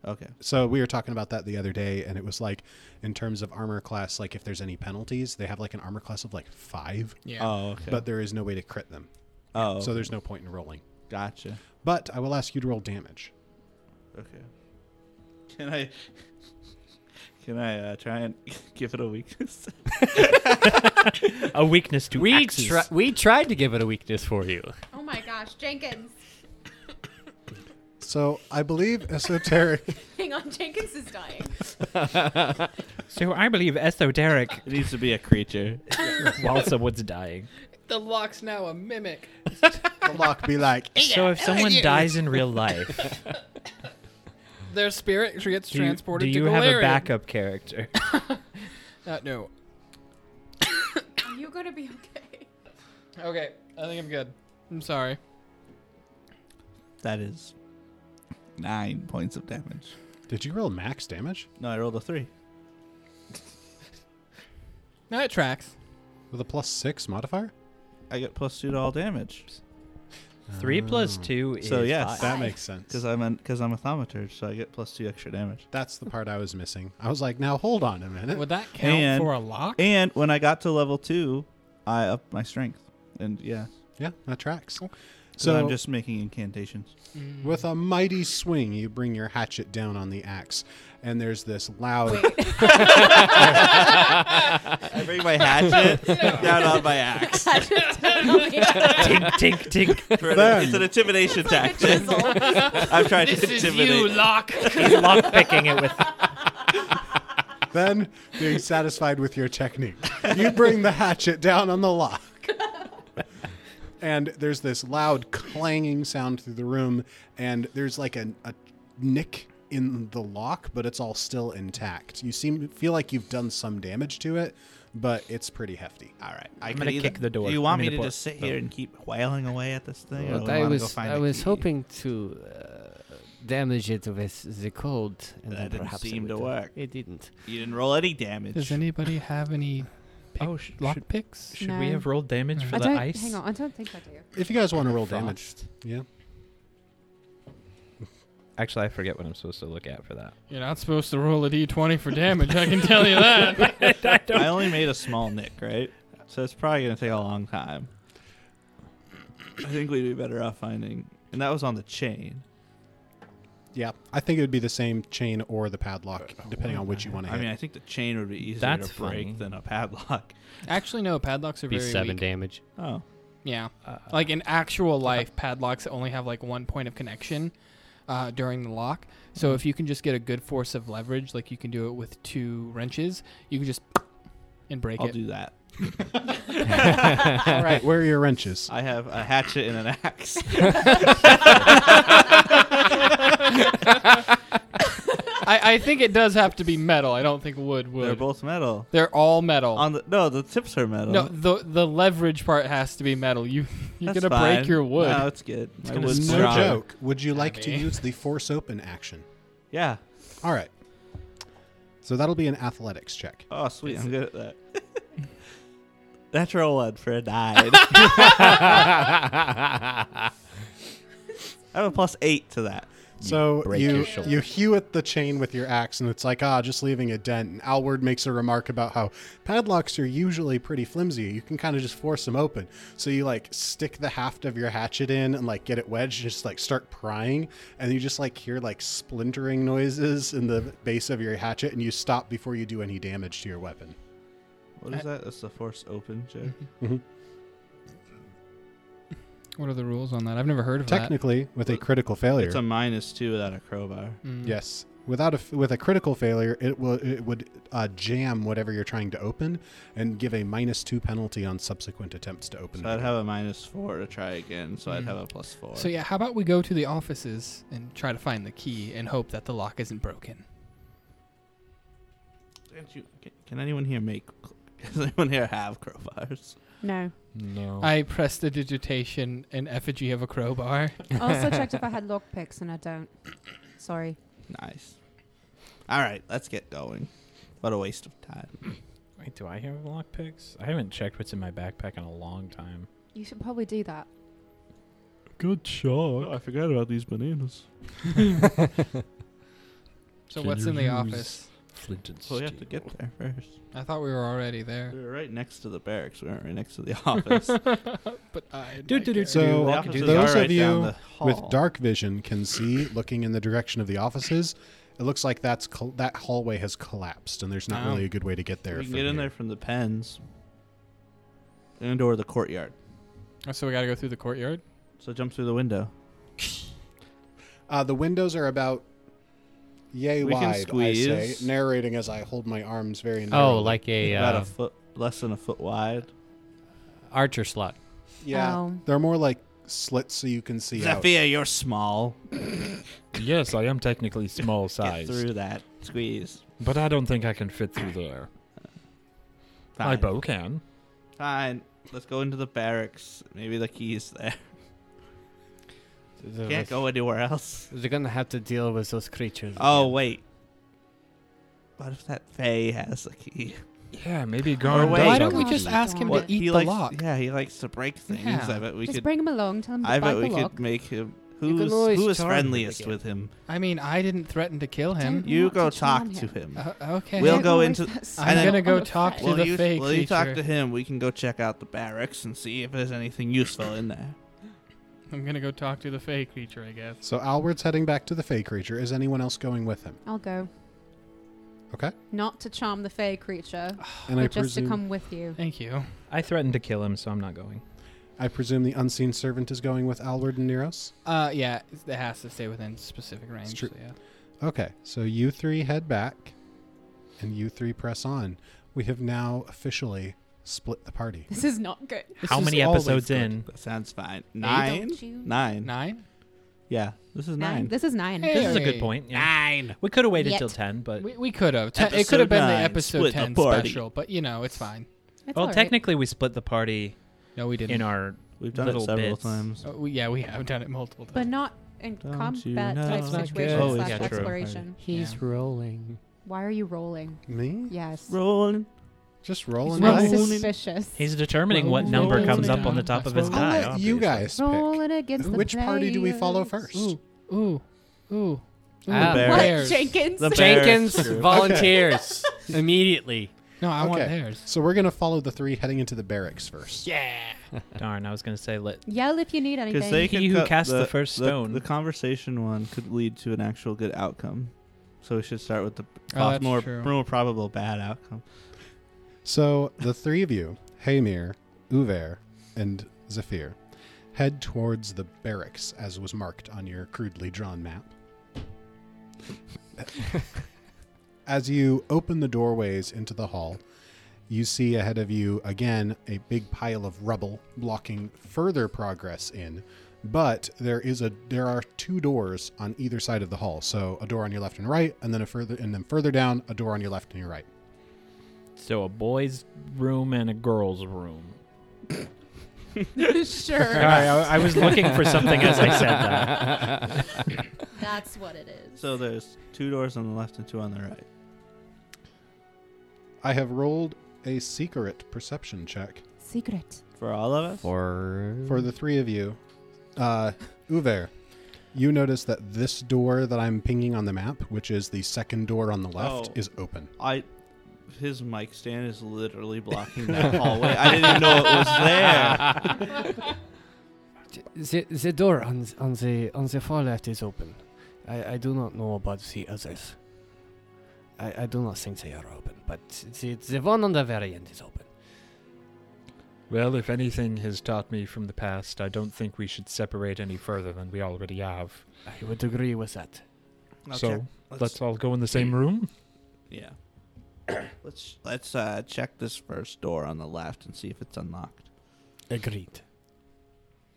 Speaker 7: Okay.
Speaker 8: So we were talking about that the other day, and it was like, in terms of armor class, like if there's any penalties, they have like an armor class of like five.
Speaker 3: Yeah.
Speaker 7: Oh, okay.
Speaker 8: But there is no way to crit them.
Speaker 7: Oh,
Speaker 8: So there's no point in rolling.
Speaker 7: Gotcha.
Speaker 8: But I will ask you to roll damage.
Speaker 7: Okay. Can I? <laughs> Can I uh, try and <laughs> give it a weakness? <laughs>
Speaker 5: a weakness to
Speaker 6: We
Speaker 5: axes?
Speaker 6: try- we tried to give it a weakness for you.
Speaker 4: Oh my gosh, Jenkins.
Speaker 8: So I believe esoteric.
Speaker 7: <laughs>
Speaker 4: Hang on, Jenkins is dying.
Speaker 5: so I believe esoteric
Speaker 7: it needs to be a creature.
Speaker 5: while someone's dying.
Speaker 3: The lock's now a mimic.
Speaker 8: the lock be like,
Speaker 5: So if someone dies in real life,
Speaker 3: Their spirit gets
Speaker 5: do you, do
Speaker 3: transported
Speaker 5: you
Speaker 3: to
Speaker 5: have a
Speaker 3: Galarian.
Speaker 5: backup character? <laughs>
Speaker 3: Uh, no.
Speaker 4: Are you gonna be
Speaker 10: <laughs>
Speaker 4: okay?
Speaker 3: Okay, I think I'm good. I'm sorry.
Speaker 7: That is nine points of damage.
Speaker 8: did you roll max damage
Speaker 7: No, I rolled a three.
Speaker 3: No, it tracks.
Speaker 8: with a plus six modifier?
Speaker 7: I get plus two to all damage
Speaker 5: Three plus two is
Speaker 7: So yes,
Speaker 5: five.
Speaker 8: That makes sense.
Speaker 7: because I'm because I'm a thaumaturge, so I get plus two extra damage.
Speaker 8: That's the part I was missing. I was like, now hold on a minute.
Speaker 3: Would that count
Speaker 7: And-
Speaker 3: for a lock?
Speaker 7: And when I got to level two, I upped my strength, and yeah,
Speaker 8: yeah, that tracks.
Speaker 7: so
Speaker 8: So
Speaker 7: I'm just making incantations.
Speaker 8: with a mighty swing, you bring your hatchet down on the axe, and there's this loud.
Speaker 7: I bring
Speaker 6: <laughs>
Speaker 7: my hatchet down on my
Speaker 4: <laughs>
Speaker 7: axe.
Speaker 5: tink tink tink.
Speaker 7: For an-
Speaker 8: Then-
Speaker 7: it's an intimidation tactic. I'm trying to intimidate.
Speaker 3: lock.
Speaker 5: He's lock picking it with.
Speaker 8: then, being satisfied with your technique, you bring the hatchet down on the lock. And there's this loud clanging sound through the room, and there's like a, a nick in the lock, but it's all still intact. You seem feel like you've done some damage to it, but it's pretty hefty.
Speaker 7: All right, I
Speaker 5: gonna kick the door.
Speaker 7: Do you want me
Speaker 5: I'm gonna
Speaker 7: to
Speaker 5: pour-
Speaker 7: just sit here and keep wailing away at this thing? or
Speaker 6: But
Speaker 7: do we
Speaker 6: I
Speaker 7: wanna go
Speaker 6: was
Speaker 7: find
Speaker 6: I
Speaker 7: a
Speaker 6: was
Speaker 7: key?
Speaker 6: hoping to uh, damage it with the cold, and
Speaker 7: That
Speaker 6: then
Speaker 7: didn't
Speaker 6: perhaps it
Speaker 7: seem
Speaker 6: would
Speaker 7: to
Speaker 6: do-
Speaker 7: work.
Speaker 6: It didn't.
Speaker 7: you didn't roll any damage.
Speaker 3: Does anybody have any
Speaker 5: Oh, sh-
Speaker 3: lock
Speaker 5: should,
Speaker 3: picks?
Speaker 5: should
Speaker 4: No.
Speaker 5: we have rolled damage for
Speaker 4: I
Speaker 5: the
Speaker 4: don't,
Speaker 5: ice?
Speaker 4: Hang on, I don't think I do.
Speaker 8: If you guys want to roll damage, yeah.
Speaker 5: Actually, I forget what I'm supposed to look at for that.
Speaker 3: You're not supposed to roll a d20 for damage. I can tell you that.
Speaker 7: I only made a small nick, right? So it's probably going to take a long time. I think we'd be better off finding. And that was on the chain.
Speaker 8: Yeah, I think it would be the same chain or the padlock, depending on which you want to
Speaker 7: I
Speaker 8: hit.
Speaker 7: mean, I think the chain would be easier
Speaker 5: That's
Speaker 7: to break
Speaker 5: funny.
Speaker 7: than a padlock.
Speaker 3: <laughs>
Speaker 7: <laughs>
Speaker 3: Actually, no. Padlocks are
Speaker 6: Be
Speaker 3: very
Speaker 6: seven
Speaker 3: weak.
Speaker 6: damage.
Speaker 7: Oh,
Speaker 3: Yeah.
Speaker 5: Uh,
Speaker 3: like in actual life, padlocks only have like one point of connection uh, during the lock. So
Speaker 5: Mm-hmm.
Speaker 3: if you can just get a good force of leverage, like you can do it with two wrenches, you can just and break
Speaker 7: I'll
Speaker 3: it.
Speaker 7: do that.
Speaker 8: All right, where are your wrenches?
Speaker 7: I have a hatchet and an axe.
Speaker 3: I, I think it does have to be metal. I don't think <laughs> wood would.
Speaker 7: They're both metal.
Speaker 3: They're all metal.
Speaker 7: On the no, the tips are metal.
Speaker 3: no, the the leverage part has to be metal. You you're
Speaker 7: That's
Speaker 3: gonna
Speaker 7: fine.
Speaker 3: break your wood.
Speaker 7: No, it's good. My
Speaker 5: gonna
Speaker 7: wood's
Speaker 8: no
Speaker 7: strong.
Speaker 8: joke. Would you like to
Speaker 3: Abby.
Speaker 8: use the force open action?
Speaker 7: Yeah.
Speaker 8: All right. So that'll be an athletics
Speaker 5: <laughs>
Speaker 8: check.
Speaker 7: Oh, sweet. I'm good at that.
Speaker 3: <laughs>
Speaker 7: <laughs> Natural one for a nine. I have a plus eight to that.
Speaker 8: so
Speaker 5: break your
Speaker 8: you
Speaker 5: shoulder.
Speaker 8: you hew at the chain with your axe, and it's like ah, just leaving a dent. And Alward makes a remark about how padlocks are usually pretty flimsy. You can kind of just force them open. So you like stick the haft of your hatchet in and like get it wedged, and just like start prying, and you just like hear like splintering noises in the base of your hatchet, and you stop before you do any damage to your weapon.
Speaker 7: What
Speaker 3: Uh,
Speaker 7: is that? That's the force open joke.
Speaker 3: what are the rules on that? I've never heard of that.
Speaker 8: Technically, with a critical failure,
Speaker 7: It's a minus two without a crowbar.
Speaker 3: Mm.
Speaker 8: Yes. Without a f- with a critical failure, it will it would uh, jam whatever you're trying to open and give a minus two penalty on subsequent attempts to open.
Speaker 7: So
Speaker 8: it.
Speaker 7: I'd have a minus four to try again. So I'd
Speaker 3: Mhm.
Speaker 7: have a plus four.
Speaker 3: So yeah, how about we go to the offices and try to find the key and hope that the lock isn't broken.
Speaker 7: Can't you- can- Can anyone here make? <laughs> Does anyone here have crowbars?
Speaker 4: No.
Speaker 7: Oh.
Speaker 5: No.
Speaker 3: I pressed the digitation an effigy of a crowbar.
Speaker 4: I also checked if I had lock picks and I don't. Sorry.
Speaker 3: Nice.
Speaker 7: All right, let's get going. What a waste of time.
Speaker 5: Wait, do I have lockpicks? I haven't checked what's in my backpack in a long time.
Speaker 4: You should probably do that.
Speaker 7: Good shot. I forgot about these bananas.
Speaker 3: So what's in the office?
Speaker 9: Flint and
Speaker 7: Well, we have to get there first.
Speaker 3: I thought we were already there.
Speaker 7: We were right next to the barracks. We weren't right next to the <laughs>
Speaker 8: <laughs>
Speaker 7: office.
Speaker 3: but I
Speaker 5: Do, do, do, do.
Speaker 7: The
Speaker 8: So,
Speaker 7: offices
Speaker 8: those
Speaker 7: are right
Speaker 8: of
Speaker 7: down
Speaker 8: you
Speaker 7: the
Speaker 8: with
Speaker 7: hall.
Speaker 8: dark vision can see, looking in the direction of the offices, it looks like that's col- that hallway has collapsed, and there's not
Speaker 3: Oh.
Speaker 8: really a good way to get there.
Speaker 7: we can
Speaker 8: from
Speaker 7: get in
Speaker 8: here.
Speaker 7: there from the pens and or the courtyard.
Speaker 3: Oh, so we got to go through the courtyard.
Speaker 7: So jump through the window.
Speaker 8: Uh, the windows are about yay
Speaker 7: We can
Speaker 8: wide. I
Speaker 7: squeeze.
Speaker 8: say, narrating as I hold my arms very narrowly.
Speaker 6: Oh, like a
Speaker 7: About
Speaker 6: uh,
Speaker 7: a foot, less than a foot wide.
Speaker 6: archer slot.
Speaker 8: yeah,
Speaker 4: Oh.
Speaker 8: they're more like slits so you can see out.
Speaker 7: Zephyr, you're small.
Speaker 9: Yes, I am technically small
Speaker 7: Get
Speaker 9: size,
Speaker 7: through that. Squeeze.
Speaker 9: but I don't think I can fit through there. My
Speaker 7: Fine.
Speaker 9: bow can.
Speaker 7: Fine. Let's go into the barracks. Maybe the key's there. Can't go anywhere else.
Speaker 6: They're gonna have to deal with those creatures.
Speaker 7: Oh
Speaker 6: again.
Speaker 7: wait. What if that Fae has the key?
Speaker 9: Yeah, maybe Garn.
Speaker 7: wait.
Speaker 9: does
Speaker 3: Why don't
Speaker 9: have
Speaker 3: we
Speaker 9: a
Speaker 3: just
Speaker 9: key.
Speaker 3: ask him
Speaker 7: What
Speaker 3: to eat
Speaker 7: he
Speaker 3: the
Speaker 7: likes,
Speaker 3: lock?
Speaker 7: Yeah, he likes to break things.
Speaker 3: Yeah.
Speaker 7: I bet we
Speaker 4: Just
Speaker 7: could.
Speaker 4: bring him along. Tell him to
Speaker 7: I
Speaker 4: bite
Speaker 7: bet
Speaker 4: the
Speaker 7: we
Speaker 4: lock.
Speaker 7: could make him.
Speaker 6: can
Speaker 7: Who's
Speaker 6: always
Speaker 7: who is
Speaker 6: charm him
Speaker 7: friendliest
Speaker 6: again.
Speaker 7: with him?
Speaker 3: I mean, I didn't threaten to kill him.
Speaker 4: Don't-
Speaker 7: You
Speaker 4: want
Speaker 7: go
Speaker 4: to
Speaker 7: talk
Speaker 4: charm
Speaker 7: to
Speaker 4: him.
Speaker 7: him.
Speaker 3: Uh, okay.
Speaker 7: We'll
Speaker 4: Can't
Speaker 7: go
Speaker 4: always
Speaker 7: into-
Speaker 4: have
Speaker 7: I'm
Speaker 4: someone
Speaker 7: gonna
Speaker 4: on
Speaker 3: go
Speaker 4: the
Speaker 3: talk
Speaker 4: fence.
Speaker 3: to
Speaker 7: While
Speaker 3: the
Speaker 7: you,
Speaker 3: fake
Speaker 7: while you talk
Speaker 3: creature.
Speaker 7: to him, we can go check out the barracks and see if there's anything useful in there.
Speaker 3: I'm gonna go talk to the fake creature, I guess.
Speaker 8: So Alward's heading back to the Fey creature. Is anyone else going with him?
Speaker 4: I'll go. <sighs>
Speaker 8: Okay.
Speaker 4: Not to charm the fae creature,
Speaker 8: And
Speaker 4: but
Speaker 8: I
Speaker 4: just
Speaker 8: presume
Speaker 4: to come with you.
Speaker 3: Thank you.
Speaker 5: I threatened to kill him, so I'm not going.
Speaker 8: I presume the unseen servant is going with Alward and Neros.
Speaker 3: Uh, yeah, it has to stay within specific range.
Speaker 8: true.
Speaker 3: so yeah.
Speaker 8: Okay, so you three head back, and you three press on. We have now officially split the party.
Speaker 4: This is not good.
Speaker 5: How many episodes in?
Speaker 7: That sounds fine. Nine?
Speaker 10: Don't you-
Speaker 7: Nine.
Speaker 3: Nine.
Speaker 7: Yeah, this is nine.
Speaker 4: This is nine.
Speaker 3: Hey.
Speaker 5: This is a good point. Yeah.
Speaker 7: Nine.
Speaker 5: We could have waited
Speaker 10: Yet.
Speaker 5: till ten, but
Speaker 3: Uh, We, we could have. Te- it
Speaker 7: Episode
Speaker 3: could have been the
Speaker 7: nine,
Speaker 3: episode
Speaker 7: split the
Speaker 3: ten
Speaker 7: party.
Speaker 3: special, but you know it's fine.
Speaker 4: It's
Speaker 5: well,
Speaker 4: all right.
Speaker 5: technically we split the party
Speaker 3: No, we didn't.
Speaker 5: in our.
Speaker 7: We've done it
Speaker 5: Little
Speaker 7: several
Speaker 5: bits.
Speaker 7: times.
Speaker 3: Uh, we, yeah, we have done it multiple
Speaker 4: But
Speaker 3: times.
Speaker 4: not in
Speaker 7: Don't you
Speaker 4: combat
Speaker 7: know?
Speaker 4: type
Speaker 7: That's
Speaker 6: not
Speaker 4: situation
Speaker 6: good.
Speaker 4: slash
Speaker 5: Yeah, true.
Speaker 4: exploration.
Speaker 6: He's
Speaker 3: Yeah.
Speaker 6: rolling.
Speaker 4: Why are you rolling?
Speaker 8: Me?
Speaker 4: Yes.
Speaker 7: Rolling.
Speaker 8: Just rolling
Speaker 4: It's
Speaker 3: Roll
Speaker 8: dice.
Speaker 3: rolling.
Speaker 4: suspicious.
Speaker 5: He's determining what
Speaker 3: Roll
Speaker 5: number
Speaker 3: it
Speaker 5: comes up
Speaker 3: down.
Speaker 5: on the top of his
Speaker 3: Roll
Speaker 8: I'll
Speaker 5: die.
Speaker 8: let you guys pick.
Speaker 4: Rolling against the
Speaker 8: Which party do we follow
Speaker 4: players.
Speaker 8: first?
Speaker 3: Ooh, ooh, ooh.
Speaker 6: Ah,
Speaker 3: Ooh,
Speaker 7: bear.
Speaker 4: What,
Speaker 3: bears.
Speaker 4: Jenkins?
Speaker 7: The
Speaker 6: Jenkins
Speaker 7: barracks group.
Speaker 6: volunteers immediately.
Speaker 3: No, I want
Speaker 8: Okay.
Speaker 3: theirs.
Speaker 8: So we're gonna follow the three heading into the barracks first.
Speaker 3: Yeah.
Speaker 5: <laughs> Darn, I was gonna say
Speaker 4: <laughs>
Speaker 5: let.
Speaker 4: Yell if you need anything. <laughs>
Speaker 7: Because they
Speaker 5: He
Speaker 7: can
Speaker 5: who
Speaker 7: cut
Speaker 5: cast the first stone.
Speaker 7: The, conversation one could lead to an actual good outcome. So we should start with the
Speaker 3: Oh, that's
Speaker 7: more,
Speaker 3: true.
Speaker 7: more probable bad outcome.
Speaker 8: So the three of you, Hamir, Uver, and Zephyr, head towards the barracks as was marked on your crudely drawn map. as you open the doorways into the hall, you see ahead of you again a big pile of rubble blocking further progress in. But there is a there are two doors on either side of the hall. So a door on your left and right, and then a further and then further down, a door on your left and your right.
Speaker 5: So a boys' room and a girls' room. Sorry,
Speaker 4: sure.
Speaker 5: I, I
Speaker 4: <laughs>
Speaker 5: was looking for something as I said <laughs> that.
Speaker 10: That's what it is.
Speaker 7: So there's two doors on the left and two on the right.
Speaker 8: I have rolled a secret perception check
Speaker 4: Secret.
Speaker 7: For all of us?
Speaker 6: For
Speaker 8: for the three of you. Uh, Uver, you notice that this door that I'm pinging on the map, which is the second door on the left,
Speaker 7: Oh.
Speaker 8: is open.
Speaker 7: I his mic stand is literally blocking that hallway. I didn't even know it was
Speaker 6: <laughs>
Speaker 7: there.
Speaker 6: the, the door on th- on the on the far left is open. I, I do not know about the others. I, I do not think they are open, but the the one on the very end is open.
Speaker 9: Well, if anything has taught me from the past, I don't think we should separate any further than we already have.
Speaker 6: I would agree with that.
Speaker 7: I'll
Speaker 9: so
Speaker 7: check.
Speaker 9: let's, all go in the same room.
Speaker 7: yeah. <coughs> let's let's uh, check this first door on the left and see if it's unlocked.
Speaker 6: Agreed.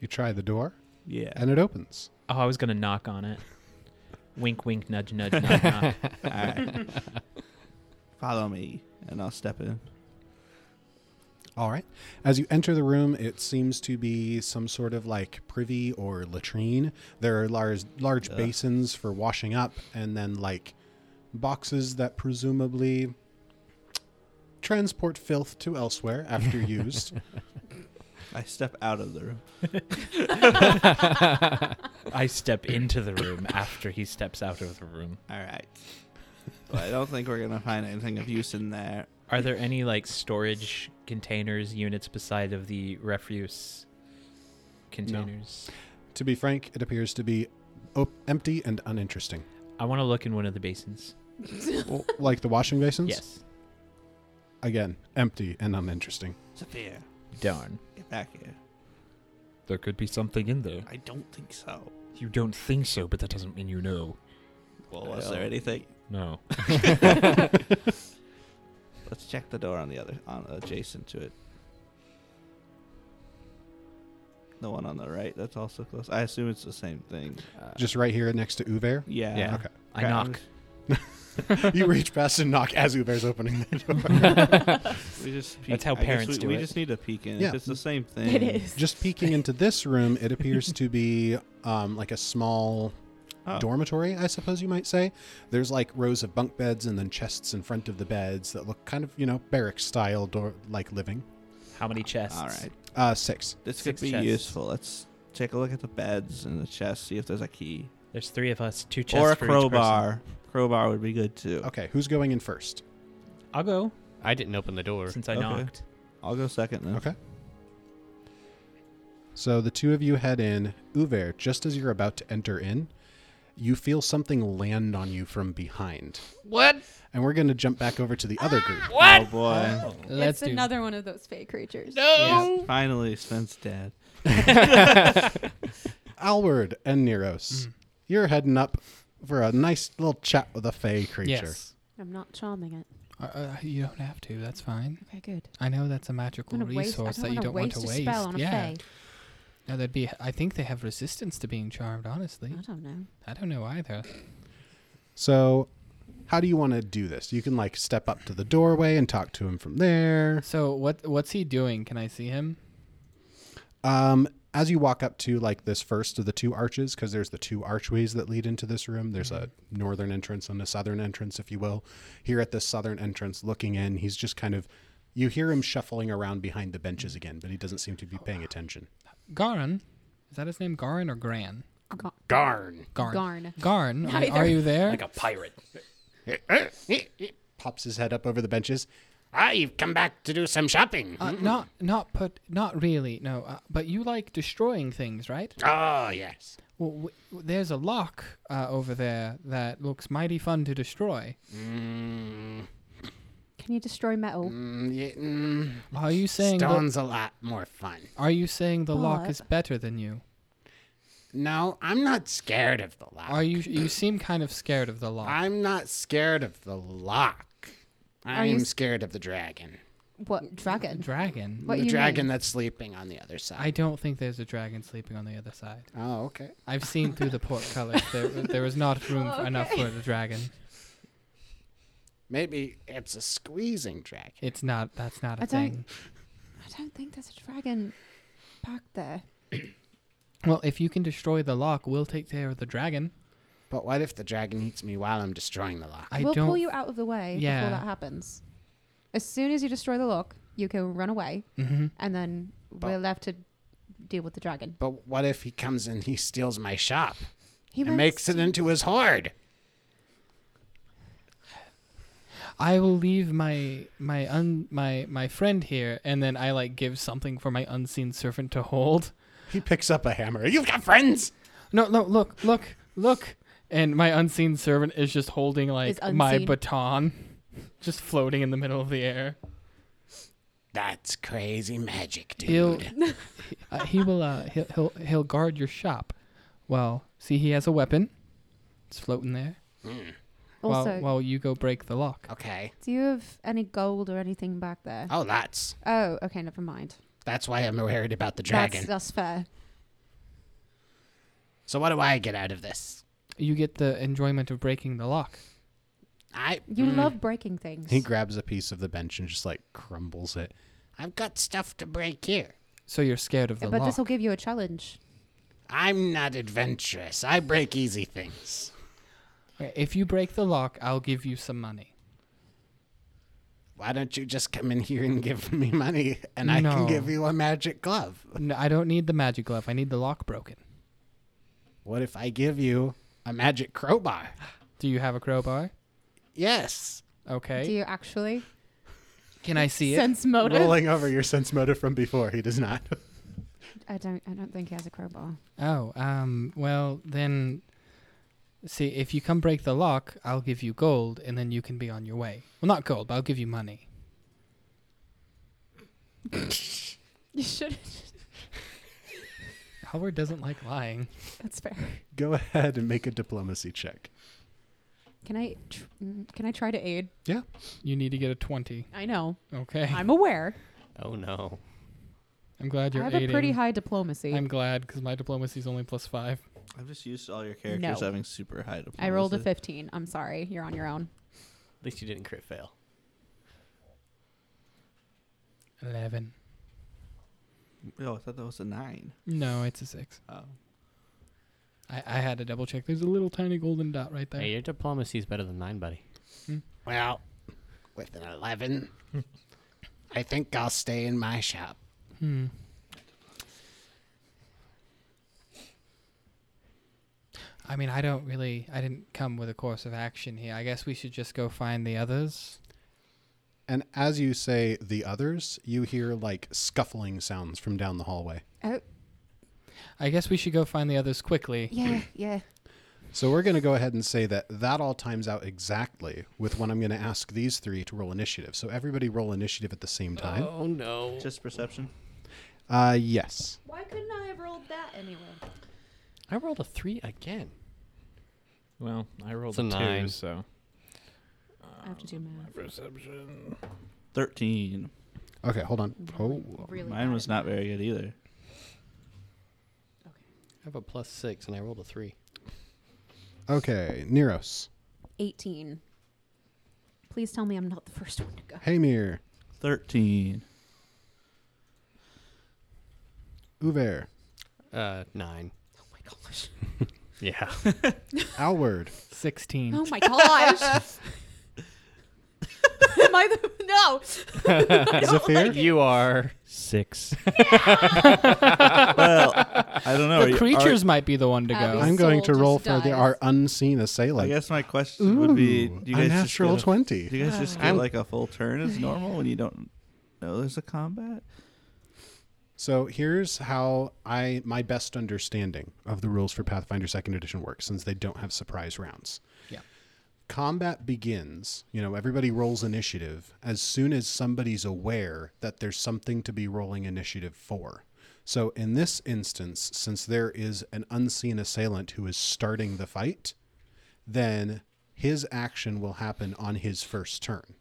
Speaker 8: You try the door,
Speaker 7: Yeah.
Speaker 8: and it opens.
Speaker 5: Oh, I was gonna knock on it. Wink, wink, nudge,
Speaker 9: <laughs>
Speaker 5: nudge, knock, knock.
Speaker 7: all <laughs> right. Follow me, and I'll step in.
Speaker 8: All right. As you enter the room, it seems to be some sort of like privy or latrine. There are large, large basins for washing up, and then like boxes that presumably transport filth to elsewhere after used.
Speaker 7: I step out of the room.
Speaker 5: I step into the room after he steps out of the room.
Speaker 7: All right. Well, I don't think we're gonna find anything of use in there.
Speaker 5: Are there any like storage containers, units beside of the refuse containers?
Speaker 8: to be frank, it appears to be op- empty and
Speaker 7: <laughs>
Speaker 8: uninteresting.
Speaker 5: I want to look in one of the basins.
Speaker 8: Well, like the washing basins?
Speaker 5: Yes.
Speaker 8: Again, empty and uninteresting.
Speaker 7: Sophia,
Speaker 5: Darn.
Speaker 7: get back here.
Speaker 9: There could be something in there.
Speaker 7: I don't think so.
Speaker 9: You don't think so, but that doesn't mean you know.
Speaker 7: Well, was there anything?
Speaker 9: No.
Speaker 7: Let's check the door on the other, on adjacent to it. The one on the right that's also close. I assume it's the same thing. Uh,
Speaker 8: Just right here next
Speaker 7: <laughs>
Speaker 8: to Uver.
Speaker 7: yeah.
Speaker 5: Yeah.
Speaker 8: Okay.
Speaker 5: I
Speaker 7: Okay,
Speaker 5: knock.
Speaker 8: you reach past and knock as Uber's opening the
Speaker 7: <laughs>
Speaker 8: door.
Speaker 7: <laughs> We just peek.
Speaker 5: That's how
Speaker 7: I guess
Speaker 5: parents
Speaker 7: we,
Speaker 5: do
Speaker 7: we
Speaker 5: it.
Speaker 7: just need to peek in.
Speaker 8: Yeah.
Speaker 7: If it's the same thing.
Speaker 4: It is.
Speaker 8: Just peeking into this room, it appears to be um, like a small
Speaker 7: Oh.
Speaker 8: dormitory, I suppose you might say. There's like rows of bunk beds and then chests in front of the beds that look kind of, you know, barrack style door like living.
Speaker 5: How many chests?
Speaker 7: All right.
Speaker 8: Uh, six.
Speaker 7: This
Speaker 5: Six
Speaker 7: could be
Speaker 5: chests.
Speaker 7: useful. Let's take a look at the beds and the chest. See if there's a key
Speaker 5: There's three of us. Two chests
Speaker 7: or a
Speaker 5: for each person.
Speaker 7: crowbar. Crowbar would be good too.
Speaker 8: Okay, who's going in first?
Speaker 5: I'll go
Speaker 6: I didn't open the door.
Speaker 5: since I
Speaker 7: Okay.
Speaker 5: knocked.
Speaker 7: I'll go second then.
Speaker 8: Okay. So the two of you head in. Uver, just as you're about to enter in, you feel something land on you from behind.
Speaker 6: What?
Speaker 8: And we're going to jump back over to the other group.
Speaker 7: Oh boy!
Speaker 3: Let's
Speaker 10: it's
Speaker 3: do.
Speaker 10: another one of those fake creatures.
Speaker 1: Oh.
Speaker 6: No.
Speaker 7: Finally, Sven's dead.
Speaker 8: Alward and Neros, you're heading up for a nice little chat with a fey creature.
Speaker 3: Yes.
Speaker 4: I'm not charming it.
Speaker 3: Uh, uh, you don't have to. That's fine.
Speaker 4: Okay, good.
Speaker 3: I know that's a magical
Speaker 4: I'm gonna waste, I
Speaker 3: resource
Speaker 4: don't
Speaker 3: that you
Speaker 4: wanna
Speaker 3: don't
Speaker 4: waste
Speaker 3: want to
Speaker 4: a
Speaker 3: waste.
Speaker 4: spell on
Speaker 3: yeah.
Speaker 4: a fae.
Speaker 3: No, that'd be. I think they have resistance to being charmed. Honestly,
Speaker 4: I don't know.
Speaker 3: I don't know either.
Speaker 8: So, how do you want to do this? You can like step up to the doorway and talk to him from there.
Speaker 3: So what? What's he doing? Can I see him?
Speaker 8: Um, as you walk up to like this first of the two arches, because there's the two archways that lead into this room. There's
Speaker 11: Mm-hmm.
Speaker 8: a northern entrance and a southern entrance, if you will. Here at this southern entrance, looking in, he's just kind of. You hear him shuffling around behind the benches again, but he doesn't seem to
Speaker 11: Oh,
Speaker 8: be paying attention.
Speaker 3: Garan. Is that his name? Garan or Gran?
Speaker 4: Ga-
Speaker 8: Garn
Speaker 3: Garn.
Speaker 4: Garn.
Speaker 3: Garn. Are,
Speaker 4: Neither.
Speaker 3: are you there?
Speaker 5: a pirate.
Speaker 8: pops his head up over the benches. Ah, you've come back to do some shopping.
Speaker 3: Uh, not, not put, not really. No, uh, but you like destroying things, right?
Speaker 11: Mm,
Speaker 8: Oh, yes.
Speaker 3: Well, w- w- there's a lock uh, over there that looks mighty fun to destroy.
Speaker 4: Can you destroy metal?
Speaker 11: Mm.
Speaker 3: Are you saying? The,
Speaker 11: Stone's a lot more fun.
Speaker 3: are you saying the lock
Speaker 4: But-
Speaker 3: is better than you?
Speaker 11: No, I'm not scared of the lock.
Speaker 3: Are you? You seem kind of scared of the lock.
Speaker 11: I'm not scared of the lock.
Speaker 4: Are you
Speaker 11: I'm
Speaker 4: s-
Speaker 11: scared of the dragon.
Speaker 4: What dragon?
Speaker 3: dragon.
Speaker 4: What
Speaker 11: the
Speaker 4: you
Speaker 11: dragon
Speaker 4: mean?
Speaker 11: that's sleeping on the other
Speaker 3: I
Speaker 11: side.
Speaker 3: don't think there's a dragon sleeping on the other side.
Speaker 11: oh, okay.
Speaker 3: I've seen through the
Speaker 4: <laughs>
Speaker 3: portcullis. There, there was not room
Speaker 4: Oh,
Speaker 3: enough
Speaker 4: okay.
Speaker 3: for the dragon.
Speaker 11: Maybe it's a squeezing dragon.
Speaker 3: It's not. That's not a
Speaker 4: I don't-
Speaker 3: thing.
Speaker 4: I don't think there's a dragon back there.
Speaker 3: Well, if you can destroy the lock, we'll take care of the dragon.
Speaker 11: But what if the dragon eats me while I'm destroying the lock?
Speaker 3: I
Speaker 4: we'll
Speaker 3: don't.
Speaker 4: pull you out of the way
Speaker 3: Yeah.
Speaker 4: before that happens. As soon as you destroy the lock, you can run away,
Speaker 3: Mhm.
Speaker 4: and then we're left to deal with the dragon.
Speaker 11: But what if he comes and he steals my shop
Speaker 4: He
Speaker 11: and makes it into his hoard?
Speaker 3: I will leave my my un my my friend here, and then I like give something for my unseen servant to hold.
Speaker 8: He picks up a hammer. You
Speaker 11: You've got friends!
Speaker 3: No, no, look, look, look, and my unseen servant is just holding like
Speaker 4: Is
Speaker 3: my
Speaker 4: unseen.
Speaker 3: baton, <laughs> just floating in the middle of the air.
Speaker 11: That's crazy magic, dude.
Speaker 3: He'll <laughs> uh, he will uh he'll, he'll he'll guard your shop. Well, see, he has a weapon. It's floating there.
Speaker 4: also,
Speaker 3: while while you go break the lock.
Speaker 11: Okay.
Speaker 4: do you have any gold or anything back there?
Speaker 11: Oh, that's
Speaker 4: Oh, okay, never mind.
Speaker 11: that's why I'm worried about the dragon.
Speaker 4: That's that's fair.
Speaker 11: so what do I get out of this?
Speaker 3: You get the enjoyment of breaking the lock.
Speaker 11: I Mm.
Speaker 4: You love breaking things.
Speaker 8: He grabs a piece of the bench and just like crumbles it.
Speaker 11: I've got stuff to break here.
Speaker 3: So you're scared of the
Speaker 11: But
Speaker 3: lock.
Speaker 11: this
Speaker 10: This will give you a challenge.
Speaker 11: I'm not adventurous. I break easy things.
Speaker 3: Okay, If you break the lock, I'll give you some money.
Speaker 11: Why don't you just come in here and give me money and I
Speaker 3: No.
Speaker 11: can give you a magic glove?
Speaker 3: No, I don't need the magic glove. I need the lock broken.
Speaker 11: What if I give you a magic crowbar?
Speaker 3: Do you have a crowbar?
Speaker 11: Yes.
Speaker 3: Okay.
Speaker 10: Do you actually?
Speaker 3: Can I see
Speaker 10: Sense motive?
Speaker 8: Rolling over your sense motive from before. He does not. <laughs>
Speaker 10: I don't. I don't think he has a crowbar.
Speaker 3: Oh, um, well, then. See, if you come break the lock, I'll give you gold, and then you can be on your way. Well, not gold, but I'll give you money.
Speaker 10: <laughs> You should.
Speaker 3: Howard doesn't like lying.
Speaker 10: That's fair.
Speaker 8: Go ahead and make a diplomacy check.
Speaker 10: Can I? Tr- mm, can I try to aid?
Speaker 8: Yeah.
Speaker 3: You need to get a 20.
Speaker 10: I
Speaker 3: <laughs>
Speaker 10: know.
Speaker 3: Okay.
Speaker 10: I'm aware.
Speaker 6: Oh no.
Speaker 3: I'm glad
Speaker 10: I
Speaker 3: you're
Speaker 10: have a pretty
Speaker 3: aiding.
Speaker 10: high diplomacy.
Speaker 3: I'm glad, because my diplomacy is only plus five.
Speaker 7: I've just used all your characters
Speaker 10: No.
Speaker 7: having super high diplomacy.
Speaker 10: I rolled a 15. I'm sorry. You're on your own.
Speaker 6: At least you didn't crit fail.
Speaker 3: 11.
Speaker 7: Oh, I thought that was a nine.
Speaker 3: No, it's a six.
Speaker 7: Oh.
Speaker 3: I, I had to double check. There's a little tiny golden dot right there.
Speaker 6: Hey, your diplomacy is better than mine, buddy.
Speaker 11: Well, with an 11, I think I'll stay in my shop.
Speaker 3: Hmm. I mean, I don't really. I didn't come with a course of action here. I guess we should just go find the others.
Speaker 8: And as you say the others, you hear like scuffling sounds from down the hallway.
Speaker 10: Oh,
Speaker 3: I guess we should go find the others quickly.
Speaker 10: <clears throat> yeah, yeah.
Speaker 8: So we're going to go ahead and say that that all times out exactly with when I'm going to ask these three to roll initiative. So everybody roll initiative at the same time.
Speaker 6: Oh no.
Speaker 7: Just perception.
Speaker 8: Uh, yes.
Speaker 10: Why couldn't I have rolled that anyway?
Speaker 6: I rolled a three again.
Speaker 5: Well, I rolled
Speaker 6: It's a
Speaker 5: a,
Speaker 6: nine.
Speaker 5: two, so
Speaker 10: I have to
Speaker 3: Oh,
Speaker 10: do math.
Speaker 5: perception.
Speaker 7: 13.
Speaker 8: Okay, hold on. Oh,
Speaker 10: Really?
Speaker 7: Mine was not very good either.
Speaker 6: I have a plus six and I rolled a three.
Speaker 8: okay. Neros,
Speaker 10: 18. Please tell me I'm not the first one to
Speaker 3: <laughs>
Speaker 10: go.
Speaker 8: Hamir,
Speaker 10: <laughs>
Speaker 7: 13.
Speaker 8: Uver,
Speaker 6: Uh, nine.
Speaker 10: Oh my gosh.
Speaker 6: <laughs> Yeah.
Speaker 8: Alward,
Speaker 3: Sixteen.
Speaker 10: Oh my gosh. <laughs> Am I the. No. I <laughs> don't
Speaker 8: Zephyr?
Speaker 10: like it.
Speaker 6: you are.
Speaker 5: Six.
Speaker 7: well, I don't know. are
Speaker 3: the
Speaker 7: you- are-
Speaker 3: creatures might be the one to
Speaker 10: Abby's-
Speaker 3: go.
Speaker 8: I'm going to
Speaker 10: soul
Speaker 8: roll
Speaker 10: just
Speaker 8: for the
Speaker 10: dies.
Speaker 8: our unseen
Speaker 7: I
Speaker 8: assailant.
Speaker 7: guess my question would be:
Speaker 8: Ooh,
Speaker 7: do you
Speaker 8: a
Speaker 7: guys just
Speaker 8: natural
Speaker 7: get a-
Speaker 8: 20.
Speaker 7: Do you guys just
Speaker 3: <sighs>
Speaker 7: get
Speaker 6: I'm-
Speaker 7: like a full turn <sighs> as normal when you don't know there's a combat?
Speaker 8: So here's how I my best understanding of the rules for Pathfinder Second Edition works, since they don't have surprise rounds.
Speaker 3: Yeah.
Speaker 8: Combat begins. You know, everybody rolls initiative as soon as somebody's aware that there's something to be rolling initiative for. So in this instance, since there is an unseen assailant who is starting the fight, then his action will happen on his first turn.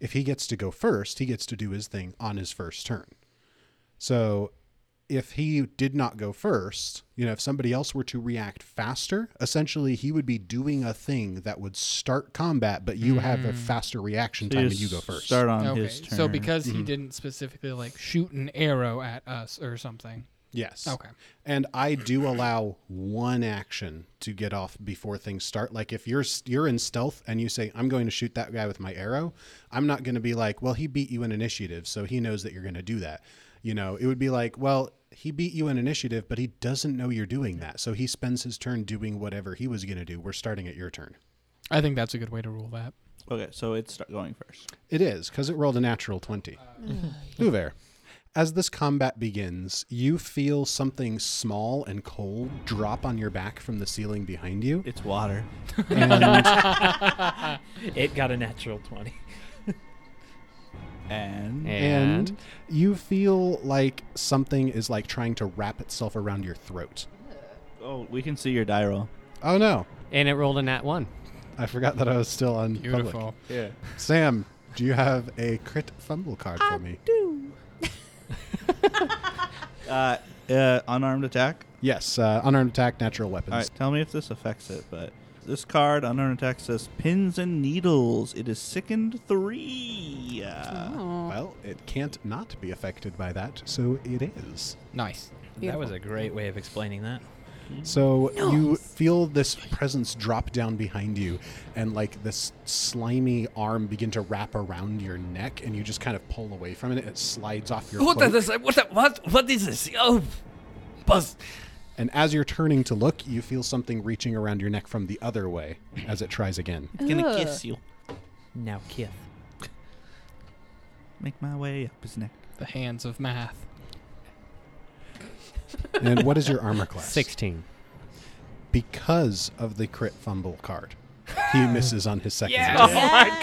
Speaker 8: If he gets to go first, he gets to do his thing on his first turn. So if he did not go first, you know, if somebody else were to react faster, essentially he would be doing a thing that would start combat, but you have a faster reaction time when you go first.
Speaker 7: Start on
Speaker 3: okay.
Speaker 7: his turn. Mm-hmm.
Speaker 3: So because he didn't specifically like shoot an arrow at us or something.
Speaker 8: Yes.
Speaker 3: Okay.
Speaker 8: And I do allow one action to get off before things start. Like if you're you're in stealth and you say I'm going to shoot that guy with my arrow, I'm not going to be like, well, he beat you in initiative, so he knows that you're going to do that. You know, it would be like, well, he beat you in initiative, but he doesn't know you're doing that, so he spends his turn doing whatever he was going to do. We're starting at your turn.
Speaker 3: I think that's a good way to rule that.
Speaker 7: okay, so it's start going first.
Speaker 8: It is, because it rolled a natural 20. Uver, as this combat begins, you feel something small and cold drop on your back from the ceiling behind you.
Speaker 7: <laughs> It's water.
Speaker 8: And
Speaker 5: <laughs> It got a natural <laughs> twenty.
Speaker 7: And
Speaker 8: and you feel like something is like trying to wrap itself around your throat.
Speaker 7: oh, we can see your die roll.
Speaker 8: Oh no.
Speaker 6: And it rolled a nat one.
Speaker 8: I forgot that I was still on public.
Speaker 3: Beautiful.
Speaker 7: Yeah.
Speaker 8: Sam, do you have a crit fumble card for me?
Speaker 7: Uh, uh, unarmed attack.
Speaker 8: Yes, uh, unarmed attack, natural weapons.
Speaker 7: All right, tell me if this affects it, but this card unarmed attack says pins and needles. It is sickened three.
Speaker 10: Oh.
Speaker 8: Well, it can't not be affected by that, so it is.
Speaker 3: Nice.
Speaker 5: That was a great way of explaining that.
Speaker 8: So you feel this presence drop down behind you, and like this slimy arm begin to wrap around your neck, and you just kind of pull away from it. It slides off your.
Speaker 12: What
Speaker 8: cloak.
Speaker 12: is this? What? What? What is this? Oh, buzz.
Speaker 8: And as you're turning to look, you feel something reaching around your neck from the other way as it tries again.
Speaker 7: It's gonna Ugh. kiss you.
Speaker 5: Now kiss.
Speaker 7: Make my way up his neck.
Speaker 3: The hands of math.
Speaker 8: And what is your armor class?
Speaker 6: 16.
Speaker 8: Because of the crit fumble card, he misses on his second.
Speaker 7: Oh
Speaker 8: attack.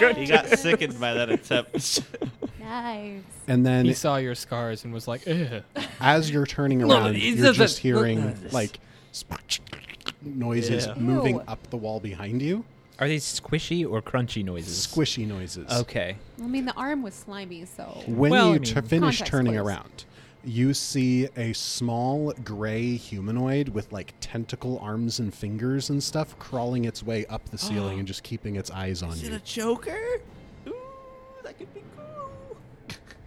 Speaker 7: my goodness. He <laughs> got sickened by that attempt.
Speaker 10: Nice.
Speaker 8: And then
Speaker 3: he saw your scars and was like, <laughs> Ugh.
Speaker 8: as you're turning
Speaker 3: No,
Speaker 8: around,
Speaker 3: it's
Speaker 8: you're
Speaker 3: just
Speaker 8: just
Speaker 3: that-
Speaker 8: hearing
Speaker 3: Look.
Speaker 8: like splash noises
Speaker 5: Yeah.
Speaker 8: moving
Speaker 5: Ew.
Speaker 8: up the wall behind you.
Speaker 5: Are these squishy or crunchy noises?
Speaker 8: Squishy noises.
Speaker 5: Okay.
Speaker 4: I mean, the arm was slimy, so.
Speaker 3: <laughs>
Speaker 8: When you t- finish
Speaker 4: Context
Speaker 8: turning
Speaker 4: clues.
Speaker 8: around, you see a small gray humanoid with like tentacle arms and fingers and stuff crawling its way up the ceiling and just keeping its eyes on
Speaker 7: Is it
Speaker 8: you.
Speaker 7: a Joker?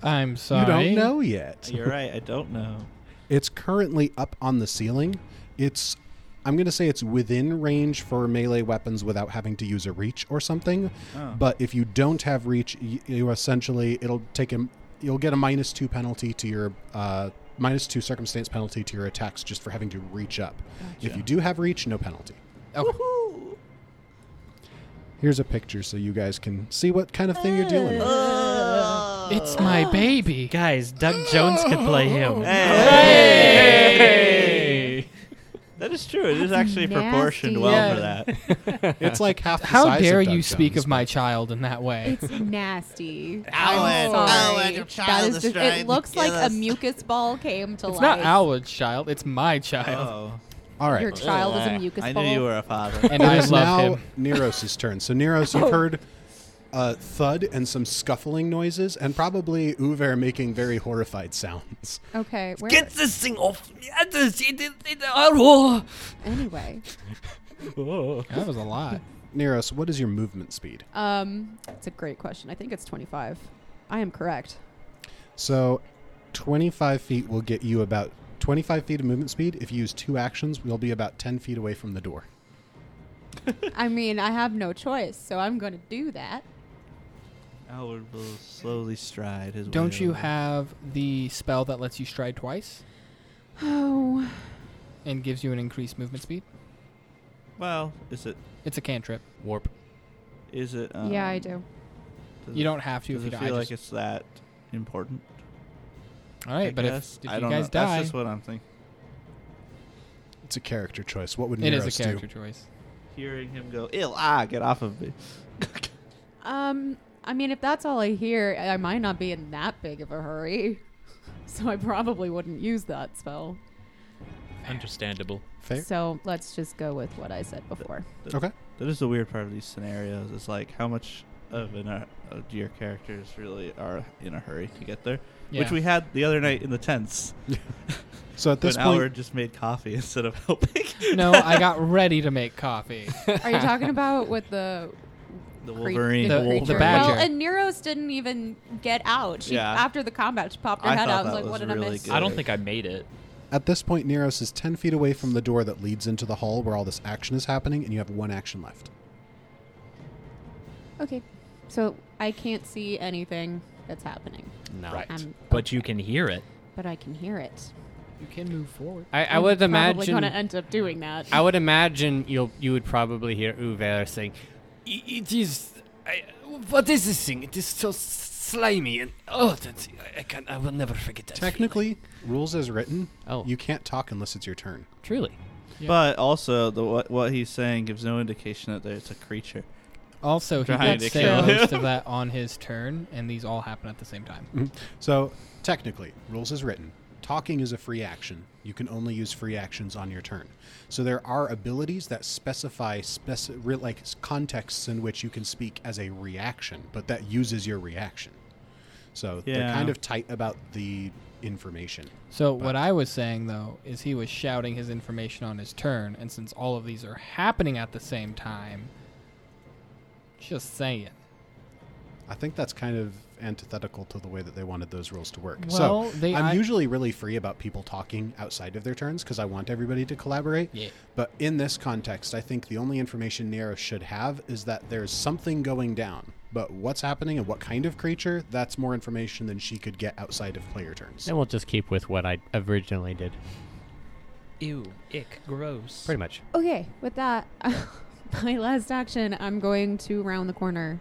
Speaker 3: I'm
Speaker 8: You
Speaker 3: sorry.
Speaker 8: don't know yet.
Speaker 7: You're right. I don't know.
Speaker 8: It's currently up on the ceiling. It's I'm going to say it's within range for melee weapons without having to use a reach or something.
Speaker 7: Oh.
Speaker 8: But if you don't have reach, y- you essentially it'll take him. You'll get a minus two penalty to your uh, minus two circumstance penalty to your attacks just for having to reach up. If
Speaker 3: Gotcha.
Speaker 8: you do have reach, no penalty.
Speaker 3: Okay.
Speaker 8: Here's a picture so you guys can see what kind of thing you're dealing with.
Speaker 3: It's my
Speaker 7: <gasps>
Speaker 3: baby.
Speaker 5: Guys, Doug Jones could <laughs> play him.
Speaker 7: Hey! That is true. It is actually proportioned well for that.
Speaker 8: It's like half the
Speaker 3: How
Speaker 8: size of
Speaker 3: dare you
Speaker 8: Doug
Speaker 3: speak
Speaker 8: Jones,
Speaker 3: of my child in that way?
Speaker 4: It's nasty. I'm
Speaker 7: Alan,
Speaker 4: sorry.
Speaker 7: Alan, oh, your
Speaker 4: that
Speaker 7: child
Speaker 4: is
Speaker 7: is
Speaker 4: just,
Speaker 7: trying
Speaker 4: it
Speaker 7: to
Speaker 4: looks like
Speaker 7: kill
Speaker 4: a
Speaker 7: us.
Speaker 4: mucus ball came to
Speaker 3: It's
Speaker 4: life.
Speaker 3: not our child. It's my child.
Speaker 8: All right.
Speaker 4: Your child is a mucus
Speaker 7: Oh. I
Speaker 4: ball.
Speaker 7: knew you were a father.
Speaker 3: <laughs> And I
Speaker 8: it is
Speaker 3: love
Speaker 8: now
Speaker 3: him.
Speaker 8: Neros' turn. So Neros, you've
Speaker 3: Oh.
Speaker 8: heard a thud and some scuffling noises, and probably Uver making very horrified sounds.
Speaker 4: Okay, where?
Speaker 12: Get this thing off me! It is- it is- it- oh.
Speaker 4: Anyway,
Speaker 3: That was a lot.
Speaker 8: Neros, what is your movement speed?
Speaker 4: um, it's a great question. I think it's 25. I am correct.
Speaker 8: So, 25 feet will get you about 25 feet of movement speed. If you use two actions, we'll be about 10 feet away from the door.
Speaker 4: I mean, I have no choice, so I'm going to do that.
Speaker 7: Howard will slowly stride his way
Speaker 3: Don't you
Speaker 7: over.
Speaker 3: have the spell that lets you stride twice
Speaker 4: <sighs> Oh,
Speaker 3: and gives you an increased movement speed?
Speaker 7: Well, is it?
Speaker 3: It's a cantrip.
Speaker 5: Warp.
Speaker 7: Is it? Um,
Speaker 4: yeah, I do.
Speaker 7: does
Speaker 3: You
Speaker 7: it-
Speaker 3: don't have to
Speaker 7: Does
Speaker 3: if you
Speaker 7: it
Speaker 3: don't- I
Speaker 7: feel like
Speaker 3: just-
Speaker 7: it's that important?
Speaker 3: All right,
Speaker 7: I
Speaker 3: but
Speaker 7: guess.
Speaker 3: if, if
Speaker 7: I
Speaker 3: you
Speaker 7: don't
Speaker 3: guys
Speaker 7: know.
Speaker 3: die,
Speaker 7: that's just what I'm thinking.
Speaker 8: It's a character choice. What would
Speaker 3: It is
Speaker 8: Neros
Speaker 3: a character
Speaker 8: do?
Speaker 3: choice.
Speaker 7: Hearing him go, ill ah, get off of me.
Speaker 4: Um, I mean, if that's all I hear, I I might not be in that big of a hurry. <laughs> So I probably wouldn't use that spell.
Speaker 5: Understandable.
Speaker 8: Fair.
Speaker 4: So let's just go with what I said before.
Speaker 7: Th-
Speaker 8: Okay.
Speaker 7: That is the weird part of these scenarios. Is like how much of an uh, of your characters really are in a hurry to get there, which
Speaker 3: Yeah.
Speaker 7: we had the other night in the tents.
Speaker 8: So at this
Speaker 7: when
Speaker 8: point-
Speaker 7: Howard just made coffee <laughs> instead of helping.
Speaker 3: <laughs> no, I got ready to make <laughs> coffee.
Speaker 4: Are you talking about with the
Speaker 7: The
Speaker 4: cre-
Speaker 7: Wolverine.
Speaker 3: The- the
Speaker 4: creature?
Speaker 3: badger.
Speaker 4: Well, and Neros didn't even get out. She
Speaker 5: Yeah.
Speaker 4: after the combat, she popped her
Speaker 5: I
Speaker 4: head
Speaker 5: thought
Speaker 4: out. I was
Speaker 5: that
Speaker 4: like,
Speaker 5: was
Speaker 4: "What did I
Speaker 5: really
Speaker 4: miss?"
Speaker 5: good. I don't think I made it.
Speaker 8: At this point, Neros is 10 feet away from the door that leads into the hall where all this action is happening, and you have one action left.
Speaker 4: Okay, so I can't see anything that's happening.
Speaker 5: No.
Speaker 10: Um,
Speaker 4: I'm-
Speaker 5: But you can hear it.
Speaker 4: but I can hear it.
Speaker 3: You can move forward.
Speaker 6: I, I would
Speaker 4: Probably
Speaker 6: imagine.
Speaker 4: gonna end up doing that.
Speaker 6: I would imagine you'll you would probably hear Uver saying,
Speaker 12: I- It is. I, what is this thing? It is so slimy and oh, that's, I, I can I will never forget that.
Speaker 8: Technically, rules as written, oh. you can't talk unless it's your turn.
Speaker 6: Truly.
Speaker 7: But also, the what, what he's saying gives no indication that there- it's a creature.
Speaker 3: Also, he
Speaker 7: Trying
Speaker 3: did
Speaker 7: to
Speaker 3: say
Speaker 7: kill him.
Speaker 3: most of that on his turn, and these all happen at the same time.
Speaker 8: Mhm. So technically, rules as written, talking is a free action. You can only use free actions on your turn. So there are abilities that specify speci- re- like s- contexts in which you can speak as a reaction, but that uses your reaction. So they're
Speaker 3: Yeah.
Speaker 8: kind of tight about the information.
Speaker 3: So what I was saying though is he was shouting his information on his turn, and since all of these are happening at the same time, just saying.
Speaker 8: I think that's kind of antithetical to the way that they wanted those rules to work.
Speaker 3: Well,
Speaker 8: so
Speaker 3: they-
Speaker 8: I'm
Speaker 3: I-
Speaker 8: usually really free about people talking outside of their turns because I want everybody to collaborate.
Speaker 3: Yeah.
Speaker 8: But in this context, I think the only information Nero should have is that there's something going down. But what's happening and what kind of creature, that's more information than she could get outside of player turns.
Speaker 6: Then we'll just keep with what I originally did.
Speaker 5: Ew, ick, gross.
Speaker 6: Pretty much.
Speaker 10: Okay, with that, <laughs> my last action, I'm going to round the corner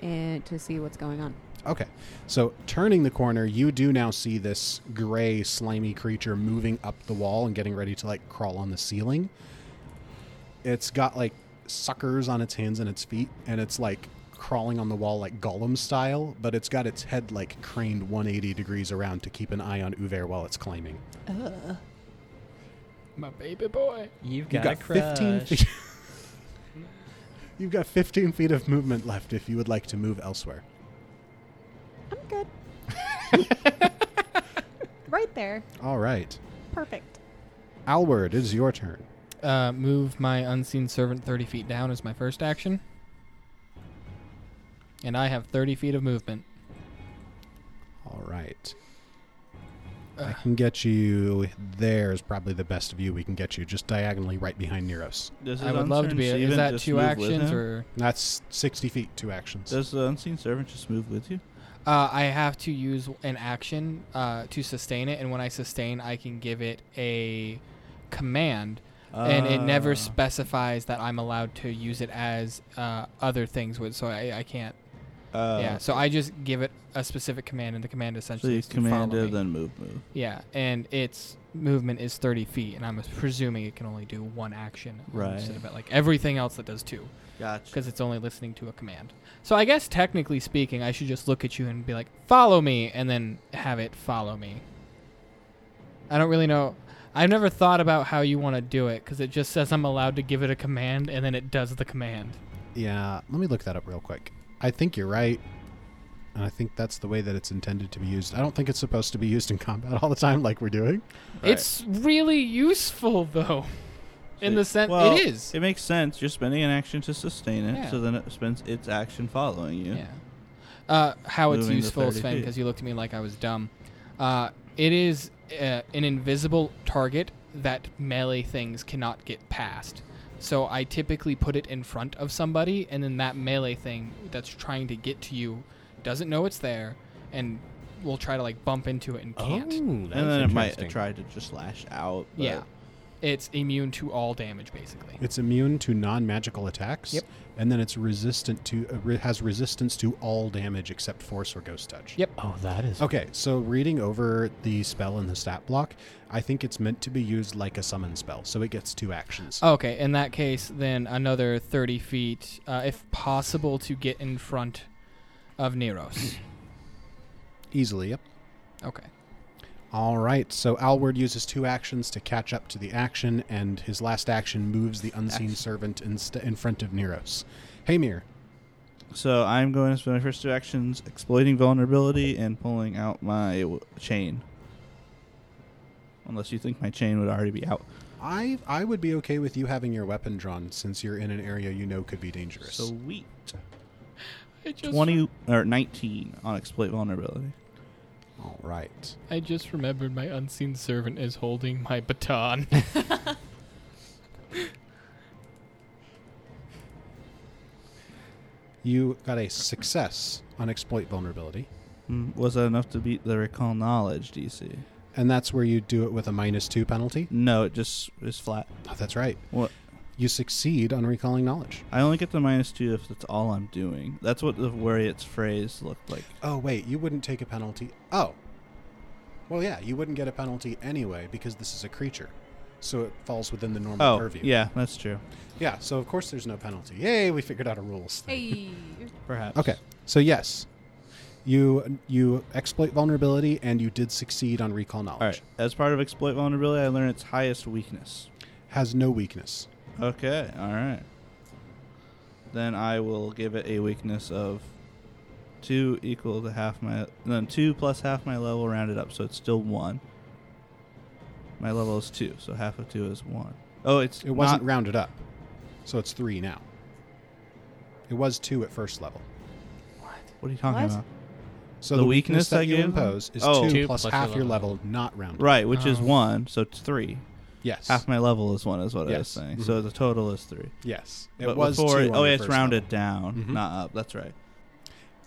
Speaker 10: and to see what's going on.
Speaker 8: Okay. So turning the corner, you do now see this gray, slimy creature moving up the wall and getting ready to like crawl on the ceiling. It's got like suckers on its hands and its feet, and it's like crawling on the wall like golem style, but it's got its head like craned 180 degrees around to keep an eye on Uver while it's climbing.
Speaker 3: Ugh. My baby boy.
Speaker 5: You've
Speaker 8: You've got 15 feet. <laughs> You've got 15 feet of movement left if you would like to move elsewhere.
Speaker 5: <laughs>
Speaker 10: Right there.
Speaker 8: All right.
Speaker 10: Perfect.
Speaker 8: Alward, it is your turn.
Speaker 3: Uh, move my unseen servant 30 feet down is my first action. And I have 30 feet of movement.
Speaker 8: All right. I can get you. There's probably the best view we can get you, just diagonally right behind Neros.
Speaker 7: Does
Speaker 3: I
Speaker 7: his
Speaker 3: would love to
Speaker 7: unseen
Speaker 3: be- is
Speaker 7: servant
Speaker 3: that
Speaker 7: just
Speaker 3: two
Speaker 7: move with
Speaker 3: actions
Speaker 7: him?
Speaker 3: or-
Speaker 8: That's 60 feet, two actions.
Speaker 7: Does the unseen servant just move with you?
Speaker 3: Uh, I have to use an action uh, to sustain it, and when I sustain, I can give it a command, and it
Speaker 7: Ah.
Speaker 3: never specifies that I'm allowed to use it as uh, other things would. So I, I can't.
Speaker 7: Oh,
Speaker 3: yeah. So I just give it a specific command, and the command
Speaker 7: So
Speaker 3: essentially
Speaker 7: you
Speaker 3: is to follow
Speaker 7: command it,
Speaker 3: me.
Speaker 7: then move, move.
Speaker 3: Yeah, and its movement is 30 feet, and I'm presuming it can only do one action
Speaker 7: Right.
Speaker 3: instead of it, like everything else that does two.
Speaker 7: Gotcha.
Speaker 3: Because it's only listening to a command. So I guess technically speaking, I should just look at you and be like, "Follow me," and then have it follow me. I don't really know. I've never thought about how you want to do it because it just says I'm allowed to give it a command, and then it does the command.
Speaker 8: Yeah, let me look that up real quick. I think you're right. And I think that's the way that it's intended to be used. I don't think it's supposed to be used in combat all the time like we're doing.
Speaker 3: It's really useful though, in the sense
Speaker 7: Well,
Speaker 3: it is.
Speaker 7: It makes sense. You're spending an action to sustain it,
Speaker 3: Yeah.
Speaker 7: so then it spends its action following you.
Speaker 3: Yeah. Uh, how it's
Speaker 7: Moving the
Speaker 3: useful,
Speaker 7: 30
Speaker 3: Sven,
Speaker 7: feet.
Speaker 3: because you looked at me like I was dumb. Uh, it is uh, an invisible target that melee things cannot get past. So I typically put it in front of somebody, and then that melee thing that's trying to get to you doesn't know it's there, and will try to like bump into it and
Speaker 6: Oh,
Speaker 3: can't.
Speaker 7: and then it might try to just lash out. but-
Speaker 3: yeah, it's immune to all damage basically.
Speaker 8: It's immune to non-magical attacks.
Speaker 3: Yep.
Speaker 8: And then it's resistant to uh, re- has resistance to all damage except force or ghost touch.
Speaker 3: Yep.
Speaker 6: Oh, that is.
Speaker 8: Okay, so reading over the spell in the stat block, I think it's meant to be used like a summon spell, so it gets two actions.
Speaker 3: Okay, in that case, then another 30 feet, uh, if possible, to get in front of <clears throat> Neros.
Speaker 8: Easily, yep.
Speaker 3: Okay.
Speaker 8: All right, so Alward uses two actions to catch up to the action, and his last action moves the unseen servant in, st- in front of Neros. Hamir,
Speaker 7: So I'm going to spend my first two actions exploiting vulnerability and pulling out my w- chain. Unless you think my chain would already be out.
Speaker 8: I I would be okay with you having your weapon drawn since you're in an area you know could be dangerous.
Speaker 7: Sweet. 20 or 19 on exploit vulnerability.
Speaker 8: All right.
Speaker 3: I just remembered my unseen servant is holding my <laughs> baton.
Speaker 8: You got a success on exploit vulnerability,
Speaker 7: Mm, Was that enough to beat the recall knowledge DC?
Speaker 8: and that's where you do it with a minus two penalty.
Speaker 7: No, it just is flat.
Speaker 8: Oh, that's right.
Speaker 7: What?
Speaker 8: You succeed on recalling knowledge.
Speaker 7: I only get the minus two if that's all I'm doing. That's what the worry it's phrase looked like.
Speaker 8: Oh wait, you wouldn't take a penalty. Oh. Well, yeah, you wouldn't get a penalty anyway because this is a creature, so it falls within the normal
Speaker 7: Oh,
Speaker 8: purview.
Speaker 7: yeah, that's true.
Speaker 8: Yeah, so of course there's no penalty. Yay, we figured out a rules thing.
Speaker 4: Hey.
Speaker 7: Perhaps.
Speaker 8: Okay, so yes, you you exploit vulnerability and you did succeed on recall knowledge.
Speaker 7: All right. As part of exploit vulnerability, I learn its highest weakness.
Speaker 8: Has no weakness.
Speaker 7: Okay. All right. Then I will give it a weakness of two equal to half my then two plus half my level rounded up, so it's still one. My level is two, so half of two is one. Oh, it's
Speaker 8: It wasn't
Speaker 7: not-
Speaker 8: rounded up, so it's three now. It was two at first level.
Speaker 7: What are you talking
Speaker 8: What?
Speaker 7: about?
Speaker 8: So the weakness that you
Speaker 7: gave
Speaker 8: impose is
Speaker 7: Oh.
Speaker 8: two Two plus plus half your your level, level. not rounded.
Speaker 7: Right, which is
Speaker 8: Oh.
Speaker 7: one, so it's three.
Speaker 8: Yes.
Speaker 7: Half my level is one, is what I was
Speaker 8: Yes.
Speaker 7: saying.
Speaker 8: Mhm.
Speaker 7: So the total is three.
Speaker 8: Yes. It
Speaker 7: But
Speaker 8: was
Speaker 7: before
Speaker 8: two
Speaker 7: it-
Speaker 8: on
Speaker 7: oh,
Speaker 8: the
Speaker 7: yeah, it's
Speaker 8: first
Speaker 7: rounded
Speaker 8: level.
Speaker 7: down,
Speaker 8: Mhm.
Speaker 7: not up. That's right.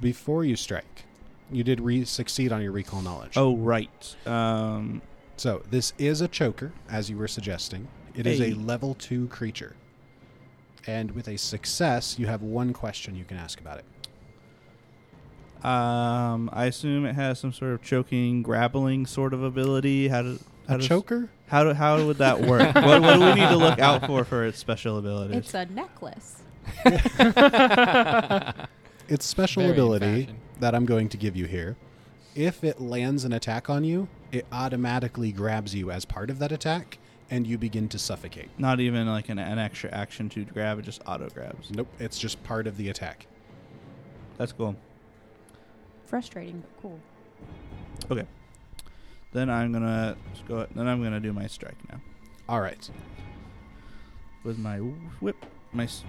Speaker 8: Before you strike, you did re- succeed on your recall knowledge.
Speaker 7: Oh, right. Um,
Speaker 8: so this is a choker, as you were suggesting. It is
Speaker 7: Hey.
Speaker 8: a level two creature, and with a success, you have one question you can ask about it.
Speaker 7: Um, I assume it has some sort of choking, grappling sort of ability. How do how
Speaker 8: A
Speaker 7: does-
Speaker 8: choker?
Speaker 7: How do, how would that work? what, what do we need to look out for for its special abilities?
Speaker 10: It's a necklace.
Speaker 8: Its special
Speaker 10: Very in
Speaker 8: ability that I'm going to give you here, if it lands an attack on you, it automatically grabs you as part of that attack, and you begin to suffocate.
Speaker 7: Not even like an, an extra action to grab. It just auto grabs.
Speaker 8: Nope, it's just part of the attack.
Speaker 7: That's cool.
Speaker 10: Frustrating, but cool.
Speaker 7: Okay. Then I'm gonna just go. Then I'm gonna do my strike now.
Speaker 8: All right.
Speaker 7: With my whip, my s-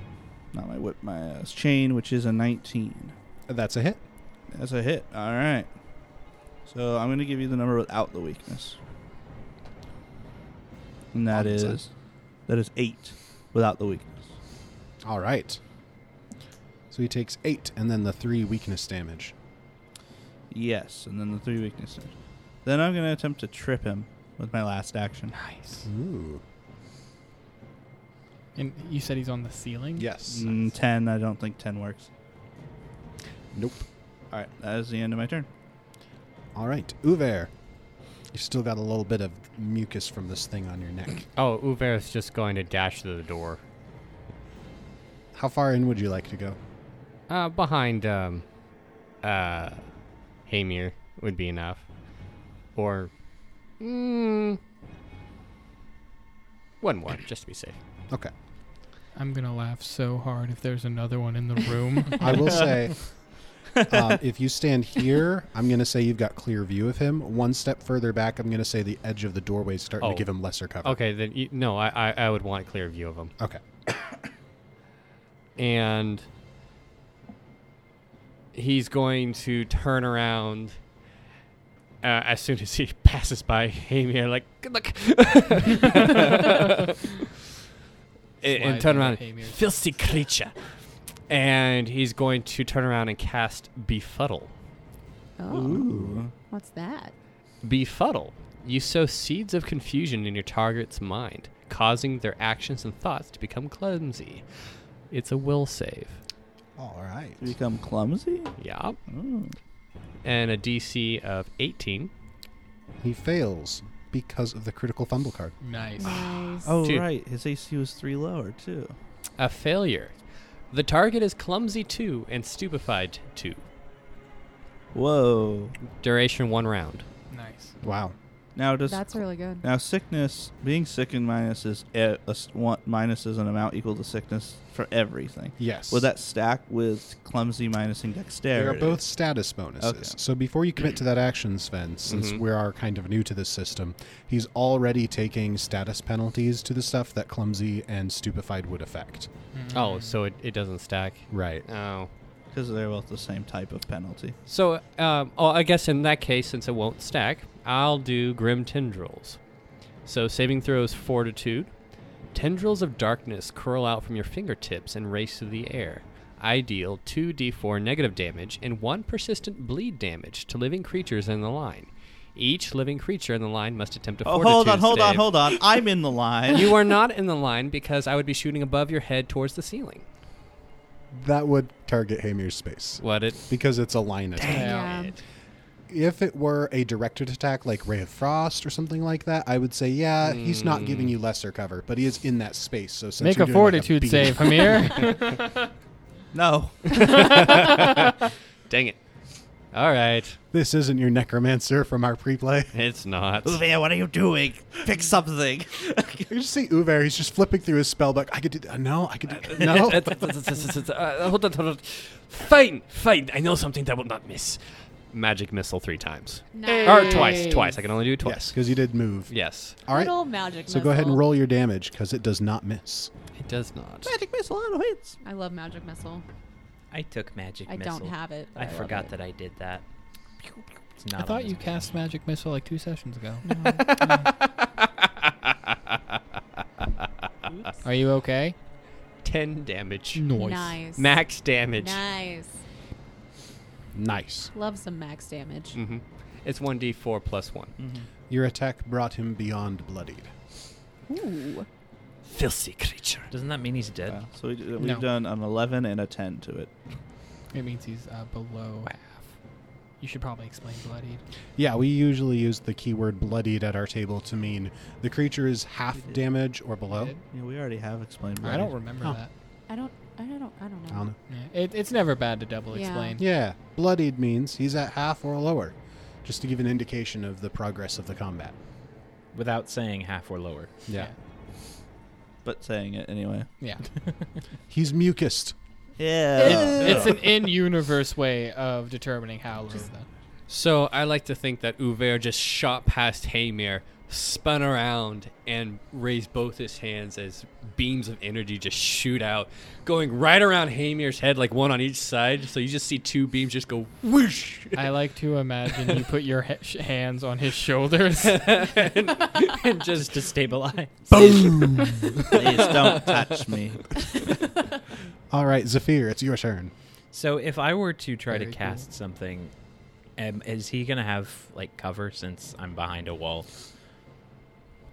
Speaker 7: not my whip, my uh, chain, which is a 19.
Speaker 8: That's a hit.
Speaker 7: That's a hit. All right. So I'm gonna give you the number without the weakness, and that is
Speaker 8: Opposite.
Speaker 7: that is eight without the weakness.
Speaker 8: All right. So he takes eight, and then the three weakness damage.
Speaker 7: Yes, and then the three weaknesses. Then I'm gonna attempt to trip him with my last action. Nice.
Speaker 8: Ooh.
Speaker 3: And you said he's on the ceiling.
Speaker 8: Yes.
Speaker 7: Mm, ten. I don't think ten works.
Speaker 8: Nope.
Speaker 7: All right. That is the end of my turn.
Speaker 8: All right, Uver. You've still got a little bit of mucus from this thing on your neck.
Speaker 6: Oh, Uver is just going to dash to the door.
Speaker 8: How far in would you like to go?
Speaker 6: Uh, behind, um, uh, Hamir would be enough. Or, mm, one more, just to be safe.
Speaker 8: Okay.
Speaker 3: I'm gonna laugh so hard if there's another one in the <laughs> room.
Speaker 6: <laughs>
Speaker 8: I will say, um, if you stand here, I'm going to say you've got clear view of him. One step further back, I'm going to say the edge of the doorway is starting
Speaker 6: Oh.
Speaker 8: to give him lesser cover.
Speaker 6: Okay, then, you, no, I, I, I would want a clear view of him.
Speaker 8: Okay.
Speaker 6: and he's going to turn around uh, as soon as he <laughs> passes by Hamir, like
Speaker 12: <laughs>
Speaker 6: good luck, and, and turn
Speaker 12: Slide
Speaker 6: around,
Speaker 12: into Hamir's-
Speaker 6: filthy creature, and he's going to turn around and cast befuddle.
Speaker 10: Oh. What's that?
Speaker 6: Befuddle. You sow seeds of confusion in your target's mind, causing their actions and thoughts to become clumsy. It's a will save.
Speaker 8: All right.
Speaker 7: Become clumsy.
Speaker 6: Yeah.
Speaker 7: Ooh.
Speaker 6: And a DC of 18.
Speaker 8: He fails because of the critical fumble card.
Speaker 3: Nice.
Speaker 7: Oh
Speaker 6: Dude.
Speaker 7: right, his AC was three lower too.
Speaker 6: A failure. The target is clumsy 2 and stupefied 2.
Speaker 7: Whoa.
Speaker 6: Duration 1 round.
Speaker 3: Nice.
Speaker 8: Wow.
Speaker 7: Now does
Speaker 10: That's really good.
Speaker 7: Now sickness being sick and minus is e- a s- one minus is an amount equal to sickness for everything.
Speaker 8: Yes.
Speaker 7: Would that stack with clumsy minus and dexterity?
Speaker 8: They are both status bonuses. So before you commit to that action,
Speaker 6: Mm-hmm.
Speaker 8: Sven, since
Speaker 7: Mhm.
Speaker 8: we are kind of new to this system, he's already taking status penalties to the stuff that clumsy and stupefied would affect.
Speaker 6: Oh, so it, it doesn't stack.
Speaker 8: Right.
Speaker 6: Oh.
Speaker 7: Because they're both the same type of penalty.
Speaker 6: So, um, oh, I guess in that case, since it won't stack, I'll do Grim Tendrils. So, saving throws Fortitude. Tendrils of darkness curl out from your fingertips and race through the air. I deal 2d4 negative damage and 1 persistent bleed damage to living creatures in the line. Each living creature in the line must attempt a
Speaker 7: Oh,
Speaker 6: fortitude
Speaker 7: hold on, hold on,
Speaker 6: save.
Speaker 7: hold on. I'm in the line.
Speaker 6: You are not in the line because I would be shooting above your head towards the ceiling.
Speaker 8: That would target Hamir's space.
Speaker 6: What it?
Speaker 8: Because it's a line attack.
Speaker 10: Yeah.
Speaker 8: If it were a directed attack like Ray of Frost or something like that, I would say, yeah, he's not giving you lesser cover, but he is in that space. So since
Speaker 3: Hmm. Make
Speaker 8: you're
Speaker 3: a
Speaker 8: doing like
Speaker 3: fortitude
Speaker 8: beat-
Speaker 3: save, Hamir.
Speaker 7: <laughs> No.
Speaker 6: Dang it. All right.
Speaker 8: <laughs> this isn't your necromancer from our pre-play. <laughs>
Speaker 6: It's not.
Speaker 7: Uwe, what are you doing? Pick something.
Speaker 8: You just see Uver. He's just flipping through his spell book. I could do that. No, I could do that.
Speaker 6: <laughs>
Speaker 3: <laughs>
Speaker 8: No.
Speaker 6: Uh, hold on, hold on. Fine, fine. I know something that will not miss. Magic missile three times. Or twice,
Speaker 8: Nice.
Speaker 6: twice. I can only do it twice.
Speaker 8: Yes, because you did move.
Speaker 6: Yes.
Speaker 8: All right.
Speaker 10: Good old magic
Speaker 8: So go ahead and
Speaker 10: missile.
Speaker 8: roll your damage because it does not miss.
Speaker 6: It does not.
Speaker 10: Magic
Speaker 7: missile auto hits.
Speaker 10: I love magic missile.
Speaker 5: I took magic
Speaker 4: I don't
Speaker 5: missile.
Speaker 4: have it, but
Speaker 5: I,
Speaker 4: I love
Speaker 5: forgot
Speaker 4: it.
Speaker 5: that I did that. It's
Speaker 3: I
Speaker 5: not on
Speaker 3: thought
Speaker 5: this
Speaker 3: you
Speaker 5: one.
Speaker 3: cast magic missile like two sessions <laughs> ago. Are you okay?
Speaker 6: Ten damage.
Speaker 3: Nice.
Speaker 4: Nice.
Speaker 6: Max damage.
Speaker 4: Nice.
Speaker 8: Nice.
Speaker 4: Love some max damage.
Speaker 6: hmm It's one d four plus one.
Speaker 8: Your attack brought him beyond bloodied.
Speaker 4: Ooh.
Speaker 6: Filthy creature.
Speaker 5: Doesn't that mean he's dead?
Speaker 7: Yeah, so we, d- uh, we've
Speaker 3: No.
Speaker 7: done an 11 and a 10 to it.
Speaker 3: It means he's uh, below half. You should probably explain bloodied.
Speaker 8: Yeah, we usually use the keyword bloodied at our table to mean the creature is half damage or below.
Speaker 7: Yeah, we already have explained.
Speaker 3: I don't
Speaker 7: bloodied.
Speaker 3: remember
Speaker 8: Oh.
Speaker 3: that.
Speaker 4: I don't. I don't. I don't know.
Speaker 8: I don't know.
Speaker 3: Yeah, It, it's never bad to double
Speaker 4: Yeah.
Speaker 3: explain.
Speaker 8: Yeah, bloodied means he's at half or lower, just to give an indication of the progress of the combat.
Speaker 5: Without saying half or lower.
Speaker 8: Yeah.
Speaker 7: But saying it anyway.
Speaker 3: Yeah.
Speaker 8: He's mucused.
Speaker 7: Yeah.
Speaker 3: It's an in-universe way of determining how low. though.
Speaker 12: So I like to think that Uver just shot past Hamir, spun around, and raised both his hands as beams of energy just shoot out, going right around Hamir's head, like one on each side. So you just see two beams just go whoosh.
Speaker 3: I like to imagine you put your he- sh- hands on his shoulders.
Speaker 12: and, and
Speaker 5: <laughs> Just
Speaker 12: just
Speaker 5: to stabilize.
Speaker 8: Boom!
Speaker 7: Please don't touch me.
Speaker 8: <laughs> All right, Zephyr, it's your turn.
Speaker 5: So if I were to try
Speaker 3: Very
Speaker 5: to
Speaker 3: cool.
Speaker 5: cast something, um, is he gonna have like cover since I'm behind a wall?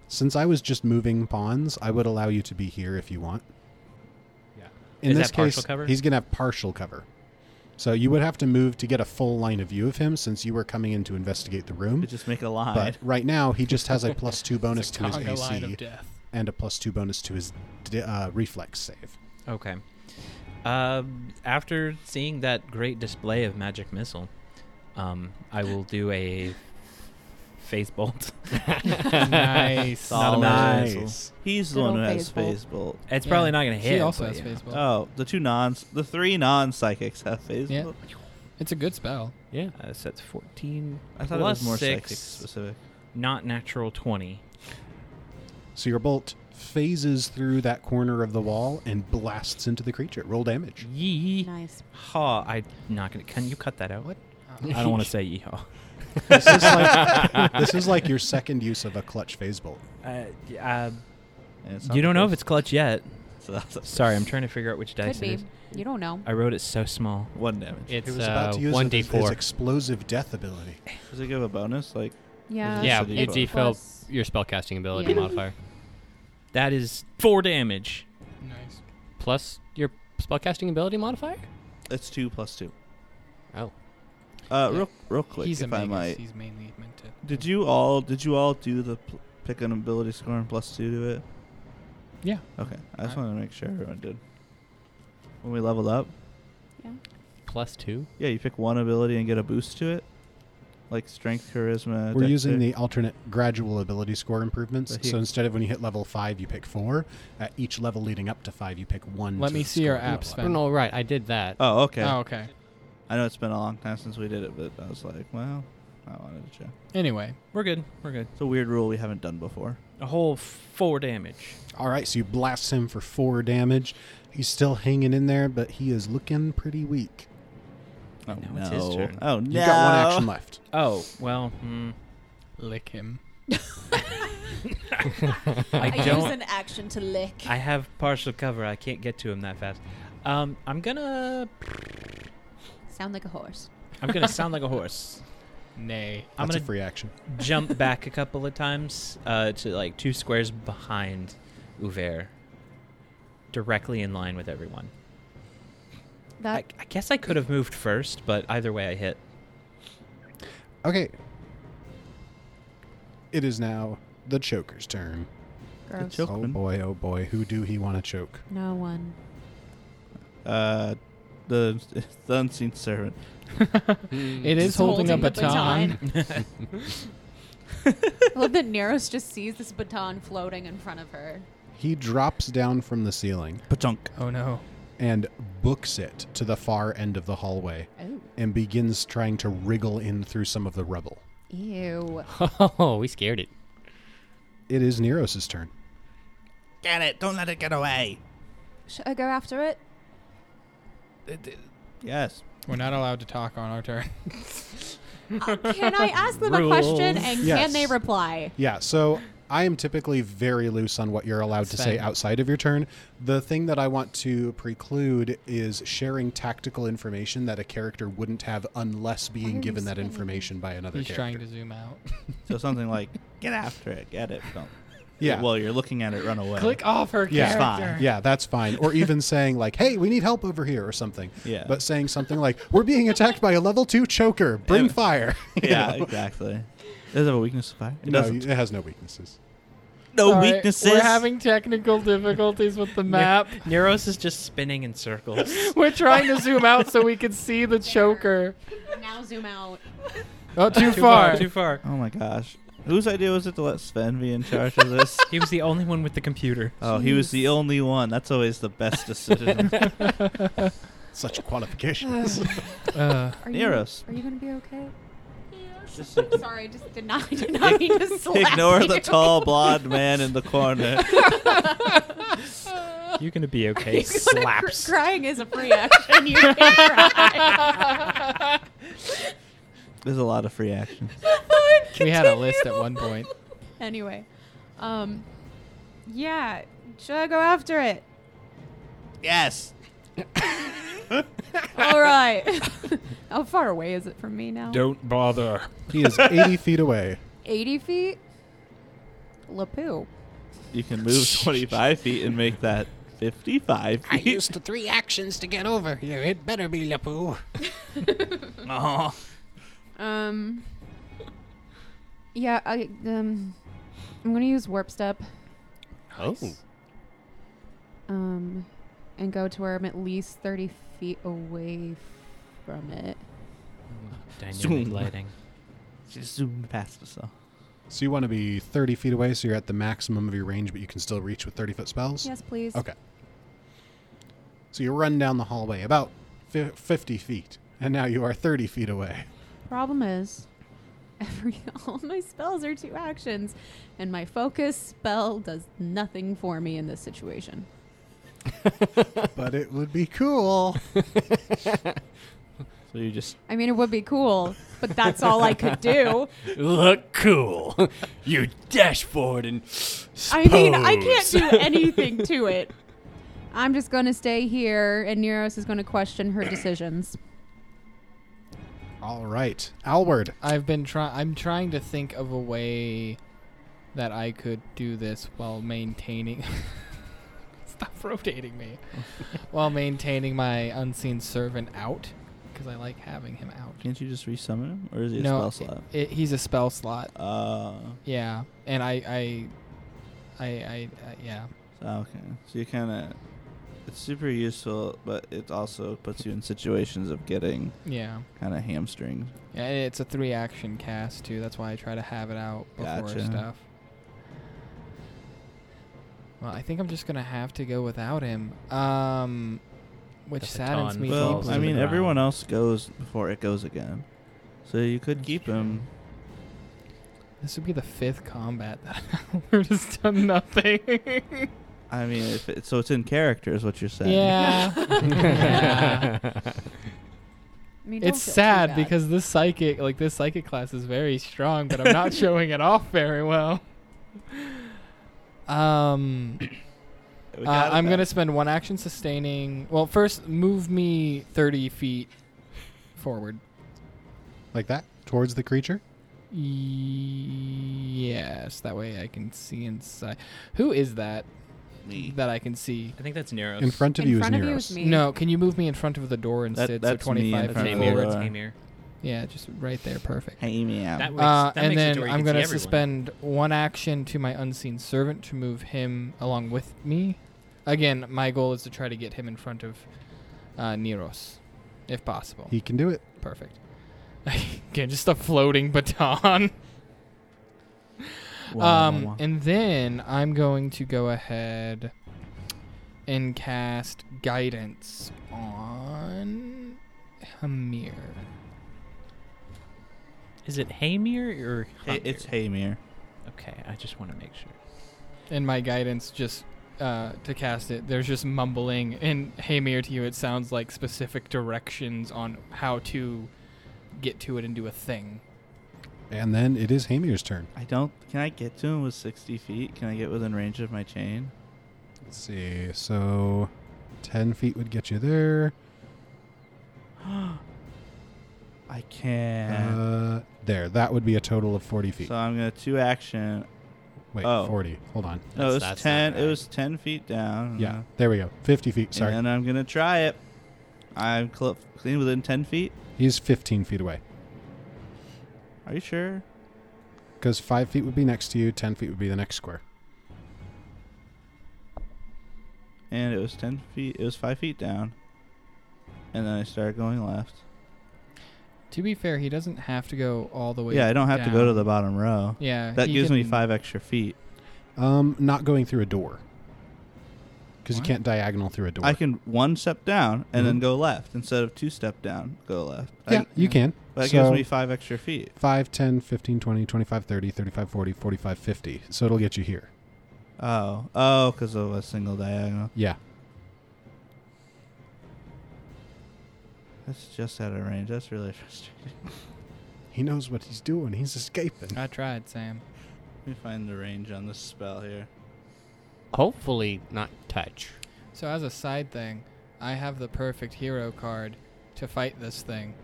Speaker 8: Since I was just moving pawns, I would allow you to be here if you want.
Speaker 5: Yeah.
Speaker 8: In
Speaker 5: is
Speaker 8: this
Speaker 5: that partial
Speaker 8: case,
Speaker 5: cover?
Speaker 8: he's going to have partial cover. So you would have to move to get a full line of view of him since you were coming in to investigate the room.
Speaker 7: Could just make a line.
Speaker 8: But right now, he just has a
Speaker 5: <laughs>
Speaker 8: plus two bonus to his
Speaker 3: Conga line of
Speaker 8: AC
Speaker 3: death.
Speaker 8: and a plus two bonus to his d- uh, reflex save.
Speaker 5: Okay. Um, after seeing that great display of magic missile, um, I will do a phase bolt. <laughs>
Speaker 3: nice.
Speaker 7: Solid.
Speaker 8: Nice.
Speaker 7: He's the
Speaker 4: Good
Speaker 7: one who
Speaker 4: old
Speaker 7: has
Speaker 4: phase bolt.
Speaker 7: phase bolt.
Speaker 5: It's
Speaker 3: Yeah.
Speaker 5: probably not gonna
Speaker 3: She
Speaker 5: hit.
Speaker 3: also
Speaker 5: but,
Speaker 3: has
Speaker 5: you know.
Speaker 3: phase bolt.
Speaker 7: Oh, the two non, the three non psychics have phase
Speaker 3: Yeah.
Speaker 7: bolt.
Speaker 3: It's a good spell.
Speaker 6: Yeah.
Speaker 5: Uh, so that's fourteen.
Speaker 7: I thought
Speaker 5: plus
Speaker 7: it was more psychic
Speaker 5: six,
Speaker 7: specific.
Speaker 5: not natural twenty.
Speaker 8: So your bolt phases through that corner of the wall and blasts into the creature. Roll damage.
Speaker 5: Yee
Speaker 4: Nice.
Speaker 5: haw! I'm not gonna. Can you cut that out?
Speaker 3: What?
Speaker 5: I
Speaker 7: <laughs>
Speaker 5: don't want to say yee haw.
Speaker 8: This
Speaker 3: <laughs>
Speaker 8: is like, this is like your second use of a clutch phase bolt.
Speaker 5: Uh, y- uh,
Speaker 7: And it's
Speaker 5: you
Speaker 7: not
Speaker 5: don't know if
Speaker 7: phase-
Speaker 5: it's clutch yet.
Speaker 7: <laughs> so that's
Speaker 5: Sorry, I'm trying to figure out which dice
Speaker 4: Could
Speaker 5: it
Speaker 4: be.
Speaker 5: is.
Speaker 4: You don't know.
Speaker 5: I wrote it so small.
Speaker 7: one damage.
Speaker 8: He
Speaker 12: it's uh,
Speaker 8: was about
Speaker 3: Uh,
Speaker 8: to use
Speaker 12: one
Speaker 8: it
Speaker 12: d
Speaker 8: as his
Speaker 12: four.
Speaker 8: explosive death ability.
Speaker 7: Does it give a bonus? Like
Speaker 4: Yeah.
Speaker 7: Yeah,
Speaker 12: Yeah,
Speaker 7: it's
Speaker 12: it
Speaker 7: a
Speaker 12: default
Speaker 4: plus-
Speaker 12: your spellcasting ability
Speaker 4: Yeah.
Speaker 12: modifier
Speaker 5: That is four damage.
Speaker 3: Nice.
Speaker 12: plus your spellcasting ability modifier.
Speaker 7: it's two plus two.
Speaker 12: Oh.
Speaker 7: Uh,
Speaker 3: Yeah.
Speaker 7: real real quick,
Speaker 3: He's a
Speaker 7: if I
Speaker 3: magus.
Speaker 7: might.
Speaker 3: He's mainly meant to.
Speaker 7: Did you all did you all do the pl- pick an ability score and plus two to it?
Speaker 3: Yeah.
Speaker 7: Okay, I
Speaker 3: Alright.
Speaker 7: just wanted to make sure everyone did. When we leveled up,
Speaker 6: Plus two.
Speaker 7: yeah, you pick one ability and get a boost to it, like strength, charisma.
Speaker 8: We're using
Speaker 7: dexter-
Speaker 8: the alternate gradual ability score improvements.
Speaker 7: But he-
Speaker 8: So instead of when you hit level five, you pick four. At each level leading up to five, you pick one.
Speaker 3: Let
Speaker 8: to
Speaker 3: me see
Speaker 8: score
Speaker 3: your
Speaker 8: the
Speaker 3: app
Speaker 8: level.
Speaker 3: spend.
Speaker 6: no, right. I did
Speaker 5: <laughs>
Speaker 6: that.
Speaker 7: Oh, okay.
Speaker 3: Oh, okay.
Speaker 7: I know it's been a long time since we did it, but I was like, well, I wanted to check.
Speaker 3: Anyway,
Speaker 5: We're good. We're good.
Speaker 7: It's a weird rule we haven't done before.
Speaker 5: A whole four damage.
Speaker 8: All right, so you blast him for four damage. He's still hanging in there, but he is looking pretty weak.
Speaker 7: Oh
Speaker 5: now
Speaker 7: no!
Speaker 5: it's his turn.
Speaker 7: Oh no!
Speaker 8: You got one action left.
Speaker 5: Oh well. Hmm.
Speaker 3: lick him.
Speaker 5: I
Speaker 10: use
Speaker 5: don't.
Speaker 10: an action to lick.
Speaker 5: I have partial cover. I can't get to him that fast. Um, I'm gonna.
Speaker 10: Sound like a horse.
Speaker 5: I'm gonna sound like a horse.
Speaker 3: Nay.
Speaker 5: I'm
Speaker 8: That's a
Speaker 5: gonna
Speaker 8: free action.
Speaker 5: jump back a couple of times uh, to like two squares behind Uver, directly in line with everyone. I,
Speaker 4: Uh,
Speaker 10: That
Speaker 5: I guess I could have moved first, but either way, I hit.
Speaker 8: Okay. It is now the choker's turn.
Speaker 4: Gross.
Speaker 7: choke-
Speaker 8: Oh
Speaker 7: Chokeman.
Speaker 8: boy, oh boy, who do he want to choke?
Speaker 4: No one.
Speaker 7: Uh, the, <laughs> the unseen servant.
Speaker 3: It is
Speaker 10: Just
Speaker 3: holding,
Speaker 10: holding
Speaker 3: a
Speaker 10: the
Speaker 3: baton.
Speaker 10: I love that Neros just sees this baton floating in front of her.
Speaker 8: He drops down from the ceiling
Speaker 7: Pachunk.
Speaker 3: <laughs> Oh no.
Speaker 8: and books it to the far end of the hallway
Speaker 10: Oh,
Speaker 8: and begins trying to wriggle in through some of the rubble.
Speaker 10: ew.
Speaker 6: Oh, we scared it.
Speaker 8: It is Neros' turn.
Speaker 7: Get it! Don't let it get away.
Speaker 10: Should I go after it?
Speaker 7: Yes.
Speaker 3: We're not allowed to talk on our turn.
Speaker 4: Can I ask them a question and can
Speaker 8: Yes.
Speaker 4: they reply?
Speaker 8: Yeah, so I am typically very loose on what you're allowed to say
Speaker 4: Same.
Speaker 8: outside of your turn. The thing that I want to preclude is sharing tactical information that a character wouldn't have unless being
Speaker 3: are
Speaker 8: given
Speaker 3: you
Speaker 8: that
Speaker 3: spinning?
Speaker 8: information by another
Speaker 3: He's trying
Speaker 8: character.
Speaker 3: to zoom out.
Speaker 7: So something like <laughs> get after it, get it. Don't.
Speaker 8: Yeah.
Speaker 7: Well, you're looking at it, run away.
Speaker 3: Click off her
Speaker 8: yeah,
Speaker 7: It's fine.
Speaker 8: yeah, that's fine.
Speaker 7: <laughs>
Speaker 8: Or even saying like, "Hey, we need help over here" or something.
Speaker 7: Yeah.
Speaker 8: But saying something like, "We're being attacked by a level two choker. Bring fire." <laughs>
Speaker 7: <laughs>
Speaker 8: You
Speaker 7: Yeah,
Speaker 8: know?
Speaker 7: exactly. Does it have a weakness to fire? It
Speaker 8: no,
Speaker 7: doesn't.
Speaker 8: it has no weaknesses.
Speaker 7: No
Speaker 3: Sorry,
Speaker 7: weaknesses.
Speaker 3: We're having technical difficulties with the map.
Speaker 5: Neuros is just spinning in circles.
Speaker 3: We're trying to zoom out so we can see the choker.
Speaker 4: Now zoom out.
Speaker 3: Oh, too,
Speaker 5: Too
Speaker 3: far.
Speaker 5: far, too far.
Speaker 7: Oh my gosh. Whose idea was it to let Sven be in charge of
Speaker 8: <laughs>
Speaker 7: this?
Speaker 5: He was the only one with the computer.
Speaker 7: oh, he was the only one. That's always the
Speaker 3: <laughs>
Speaker 7: best decision.
Speaker 8: Such qualifications.
Speaker 3: Uh,
Speaker 4: Are
Speaker 7: Neros.
Speaker 4: You, are you going to be okay?
Speaker 7: Just
Speaker 4: I'm sorry, I just did not, did not
Speaker 3: <laughs>
Speaker 4: mean to slap
Speaker 7: <laughs> Ignore
Speaker 4: you.
Speaker 7: the tall
Speaker 4: <laughs>
Speaker 7: blonde man in the corner.
Speaker 5: You're gonna be okay.
Speaker 4: Gonna cr-
Speaker 5: Slaps.
Speaker 4: crying is a free action. You can
Speaker 3: <laughs>
Speaker 4: cry.
Speaker 7: There's a lot of free action.
Speaker 3: we had a list at one point.
Speaker 4: anyway, um,
Speaker 10: Yeah, should I go after it?
Speaker 7: Yes.
Speaker 10: All right. <laughs> How far away is it from me now?
Speaker 9: <laughs> Don't bother.
Speaker 8: he is eighty feet away.
Speaker 10: 80 feet? Lapoo.
Speaker 7: You can move 25 feet and make that 55
Speaker 11: I
Speaker 7: feet.
Speaker 11: used three actions to get over here. It better be Lapu.
Speaker 7: Aw.
Speaker 10: Um. Yeah, I um, I'm gonna use warp step.
Speaker 6: Oh.
Speaker 10: Um, and go to where I'm at least thirty feet away from it.
Speaker 5: Dynamic
Speaker 7: <laughs> Zoom.
Speaker 5: lighting.
Speaker 7: Just zoom past us all.
Speaker 8: So you want to be 30 feet away, so you're at the maximum of your range, but you can still reach with 30 foot spells?
Speaker 10: Yes, please.
Speaker 8: Okay. So you run down the hallway about fi 50 feet, and now you are 30 feet away. <laughs>
Speaker 10: Problem is, <laughs>
Speaker 4: every all my spells are two actions, and my focus spell does nothing for me in this situation.
Speaker 8: but it would
Speaker 7: <laughs>
Speaker 8: be cool.
Speaker 7: So you just
Speaker 4: I mean, it would be cool, but that's all I could do.
Speaker 12: Look cool. <laughs> you dash forward and.
Speaker 4: I mean, I can't
Speaker 12: pose.
Speaker 4: do anything
Speaker 8: <laughs>
Speaker 4: to it.
Speaker 10: I'm just gonna stay here, and Neros is gonna question her decisions.
Speaker 8: All right. Alward.
Speaker 3: I've been trying. I'm trying to think of a way that I could do this while maintaining. <laughs> Stop rotating
Speaker 7: <laughs>
Speaker 3: me. while maintaining my unseen servant out, because I like having him out.
Speaker 7: can't you just resummon him, or is he a
Speaker 3: no,
Speaker 7: spell slot?
Speaker 3: i- i- he's a spell slot.
Speaker 7: Uh,
Speaker 3: Yeah, and I, I, I, I uh, yeah.
Speaker 7: oh, Okay. So you kind of. It's super useful, but it also puts you in situations of getting
Speaker 3: Yeah.
Speaker 7: kind of hamstringed.
Speaker 3: Yeah, and it's a three action cast too. That's why I try to have it out before
Speaker 7: Gotcha.
Speaker 3: stuff. Well, I think I'm just gonna have to go without him. Um, which
Speaker 5: That's a
Speaker 3: saddens
Speaker 5: ton.
Speaker 3: me
Speaker 5: Well,
Speaker 3: deeply.
Speaker 7: I
Speaker 5: to the
Speaker 7: mean,
Speaker 5: ground.
Speaker 7: everyone else goes before it goes again. So you could keep him.
Speaker 3: this would be the fifth combat that <laughs> Howard has done nothing.
Speaker 7: I mean, if it, so it's in character, is what you're saying. <laughs>
Speaker 3: yeah. Yeah.
Speaker 10: I mean, don't
Speaker 3: It's
Speaker 10: feel too
Speaker 3: sad
Speaker 10: bad.
Speaker 3: because this psychic, like this psychic class, is very strong, but
Speaker 10: <laughs>
Speaker 3: I'm not showing it off very well. Um,
Speaker 7: We
Speaker 3: Uh,
Speaker 7: got it
Speaker 3: I'm
Speaker 7: now.
Speaker 3: gonna spend one action sustaining. Well, first move me 30 feet forward.
Speaker 8: Like that? Towards the creature?
Speaker 3: Yes, that way I can see inside. Who is that
Speaker 7: Me.
Speaker 3: that I can see?
Speaker 5: I think that's Neros.
Speaker 8: In front of
Speaker 10: in
Speaker 8: you
Speaker 10: front
Speaker 8: is
Speaker 10: of you
Speaker 8: Neros.
Speaker 10: is me.
Speaker 3: No, can you move me in front of the door
Speaker 7: That-
Speaker 3: instead?
Speaker 7: that's
Speaker 3: so
Speaker 7: me in
Speaker 3: 25
Speaker 7: front
Speaker 5: That's
Speaker 3: feet
Speaker 7: of the
Speaker 5: Amir.
Speaker 3: forward.
Speaker 5: That's
Speaker 7: door.
Speaker 5: Amir.
Speaker 3: Yeah, just right there, perfect.
Speaker 7: Hey, me out.
Speaker 5: That, makes,
Speaker 3: Uh,
Speaker 5: that
Speaker 3: and
Speaker 5: makes it
Speaker 3: then
Speaker 5: to where you
Speaker 3: I'm
Speaker 5: can
Speaker 3: gonna
Speaker 5: see everyone.
Speaker 3: suspend one action to my unseen servant to move him along with me. Again, my goal is to try to get him in front of uh, Neros, if possible.
Speaker 8: He can do it.
Speaker 3: Perfect. <laughs> Again, just a floating baton.
Speaker 7: Wah, wah,
Speaker 3: um,
Speaker 7: wah.
Speaker 3: and then I'm going to go ahead and cast guidance on Hamir.
Speaker 5: Is it Hamir or
Speaker 7: Hey, it's
Speaker 5: Hamir?
Speaker 7: Hamir.
Speaker 5: Okay, I just want to make sure.
Speaker 3: And my guidance just uh, to cast it, there's just mumbling. And Hamir to you, it sounds like specific directions on how to get to it and do a thing.
Speaker 8: And then it is Hamir's turn.
Speaker 7: I don't. Can I get to him with 60 feet? Can I get within range of my chain?
Speaker 8: Let's see. So, 10 feet would get you there.
Speaker 7: I can.
Speaker 8: Uh, there. That would be a total of 40 feet.
Speaker 7: so I'm gonna two action.
Speaker 8: Wait,
Speaker 7: oh.
Speaker 8: 40. Hold on.
Speaker 7: No, it was
Speaker 8: That's- that's
Speaker 7: ten.
Speaker 8: not
Speaker 7: It was ten feet down.
Speaker 8: Yeah, there we go. 50 feet. Sorry.
Speaker 7: And I'm gonna try it. I'm cl- clean within ten feet.
Speaker 8: He's 15 feet away.
Speaker 7: Are you sure?
Speaker 8: Because 5 feet would be next to you, 10 feet would be the next square.
Speaker 7: And it was ten feet. It was five feet down. And then I started going left.
Speaker 3: To be fair, he doesn't have to go all the way.
Speaker 7: yeah, I don't have to go
Speaker 3: down.
Speaker 7: to the bottom row.
Speaker 3: Yeah,
Speaker 7: That
Speaker 3: he
Speaker 7: gives me
Speaker 3: can-
Speaker 7: five extra feet.
Speaker 8: Um, Not going through a door. Because you
Speaker 7: What?
Speaker 8: can't diagonal through a door.
Speaker 7: I can one step down and then
Speaker 8: Mhm.
Speaker 7: go left instead of two step down. Go left.
Speaker 8: Yeah,
Speaker 7: I-
Speaker 8: you can.
Speaker 7: That
Speaker 8: So-
Speaker 7: gives me five extra feet.
Speaker 8: 5, 10, 15, 20, 25, 30, 35, 40, 45, 50. So it'll get you here.
Speaker 7: Oh, oh, because of a single diagonal.
Speaker 8: Yeah.
Speaker 7: That's just out of range. That's really <laughs> frustrating.
Speaker 8: He knows what he's doing. He's escaping.
Speaker 3: I tried, Sam.
Speaker 7: Let me find the range on this spell here.
Speaker 6: Hopefully, not touch.
Speaker 3: So as a side thing, I have the perfect hero card to fight this thing.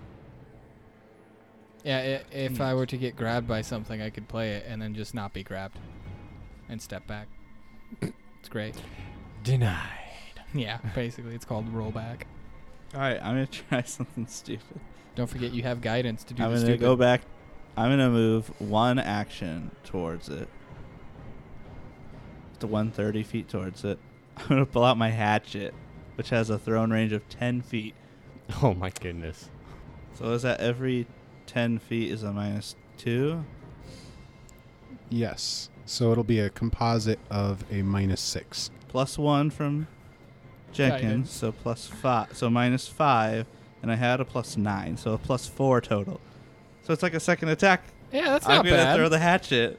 Speaker 3: Yeah, i- if I were to get grabbed by something, I could play it and then just not be grabbed, and step
Speaker 7: <coughs>
Speaker 3: back. it's great.
Speaker 6: Deny.
Speaker 3: <laughs> Yeah, basically, it's called rollback.
Speaker 7: All right, I'm gonna <laughs> try something stupid.
Speaker 3: Don't forget you have guidance to do.
Speaker 7: I'm
Speaker 3: the
Speaker 7: gonna
Speaker 3: stupid.
Speaker 7: go back. I'm gonna move one action towards it. To 130 feet towards it. <laughs> I'm gonna pull out my hatchet, which has a thrown range of 10 feet.
Speaker 6: <laughs> Oh my goodness.
Speaker 7: So is that every 10 feet is a minus two?
Speaker 8: Yes. So it'll be a composite of a minus 6.
Speaker 7: Plus one from Jenkins,
Speaker 8: Guidance.
Speaker 7: so plus five, so minus five, and I had a plus nine, so a plus four total. So it's like a second attack.
Speaker 3: Yeah, that's
Speaker 7: I'm
Speaker 3: not
Speaker 7: gonna
Speaker 3: bad.
Speaker 7: throw the hatchet.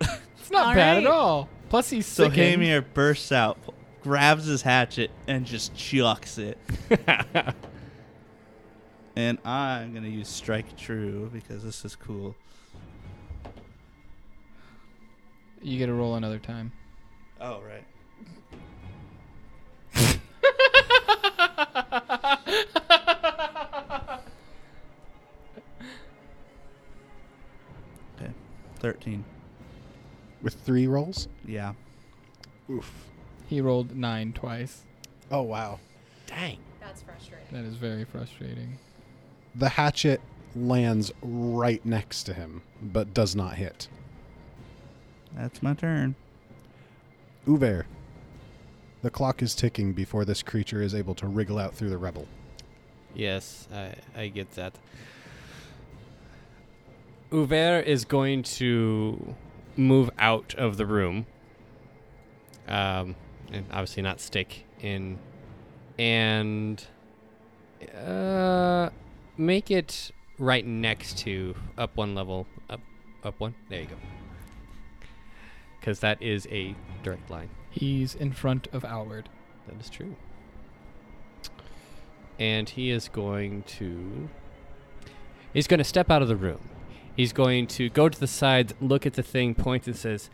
Speaker 3: It's not
Speaker 4: All
Speaker 3: bad at
Speaker 4: right.
Speaker 3: all. Plus he's
Speaker 7: So
Speaker 3: sickened.
Speaker 7: Hamir bursts out, p- grabs his hatchet, and just
Speaker 3: <laughs>
Speaker 7: chucks it. and I'm gonna use strike true because this is cool.
Speaker 3: You get to roll another time.
Speaker 7: Oh right. <laughs> Okay, thirteen.
Speaker 8: With three rolls?
Speaker 7: Yeah.
Speaker 8: Oof.
Speaker 3: He rolled nine twice.
Speaker 8: Oh, wow.
Speaker 6: Dang.
Speaker 4: That's frustrating.
Speaker 3: That is very frustrating.
Speaker 8: The hatchet lands right next to him, but does not hit.
Speaker 7: That's my turn.
Speaker 8: Uber. The clock is ticking before this creature is able to wriggle out through the rubble.
Speaker 6: Yes, I, I get that.
Speaker 12: Uver is going to
Speaker 6: move out of the room. Um, and obviously not stick in, and uh, make it right next to up one level, up, up one. There you go. Because that is a direct line.
Speaker 3: He's in front of Alward.
Speaker 6: That is true. And he is going to. He's going to step out of the room. He's going to go to the side, look at the thing, point, and says,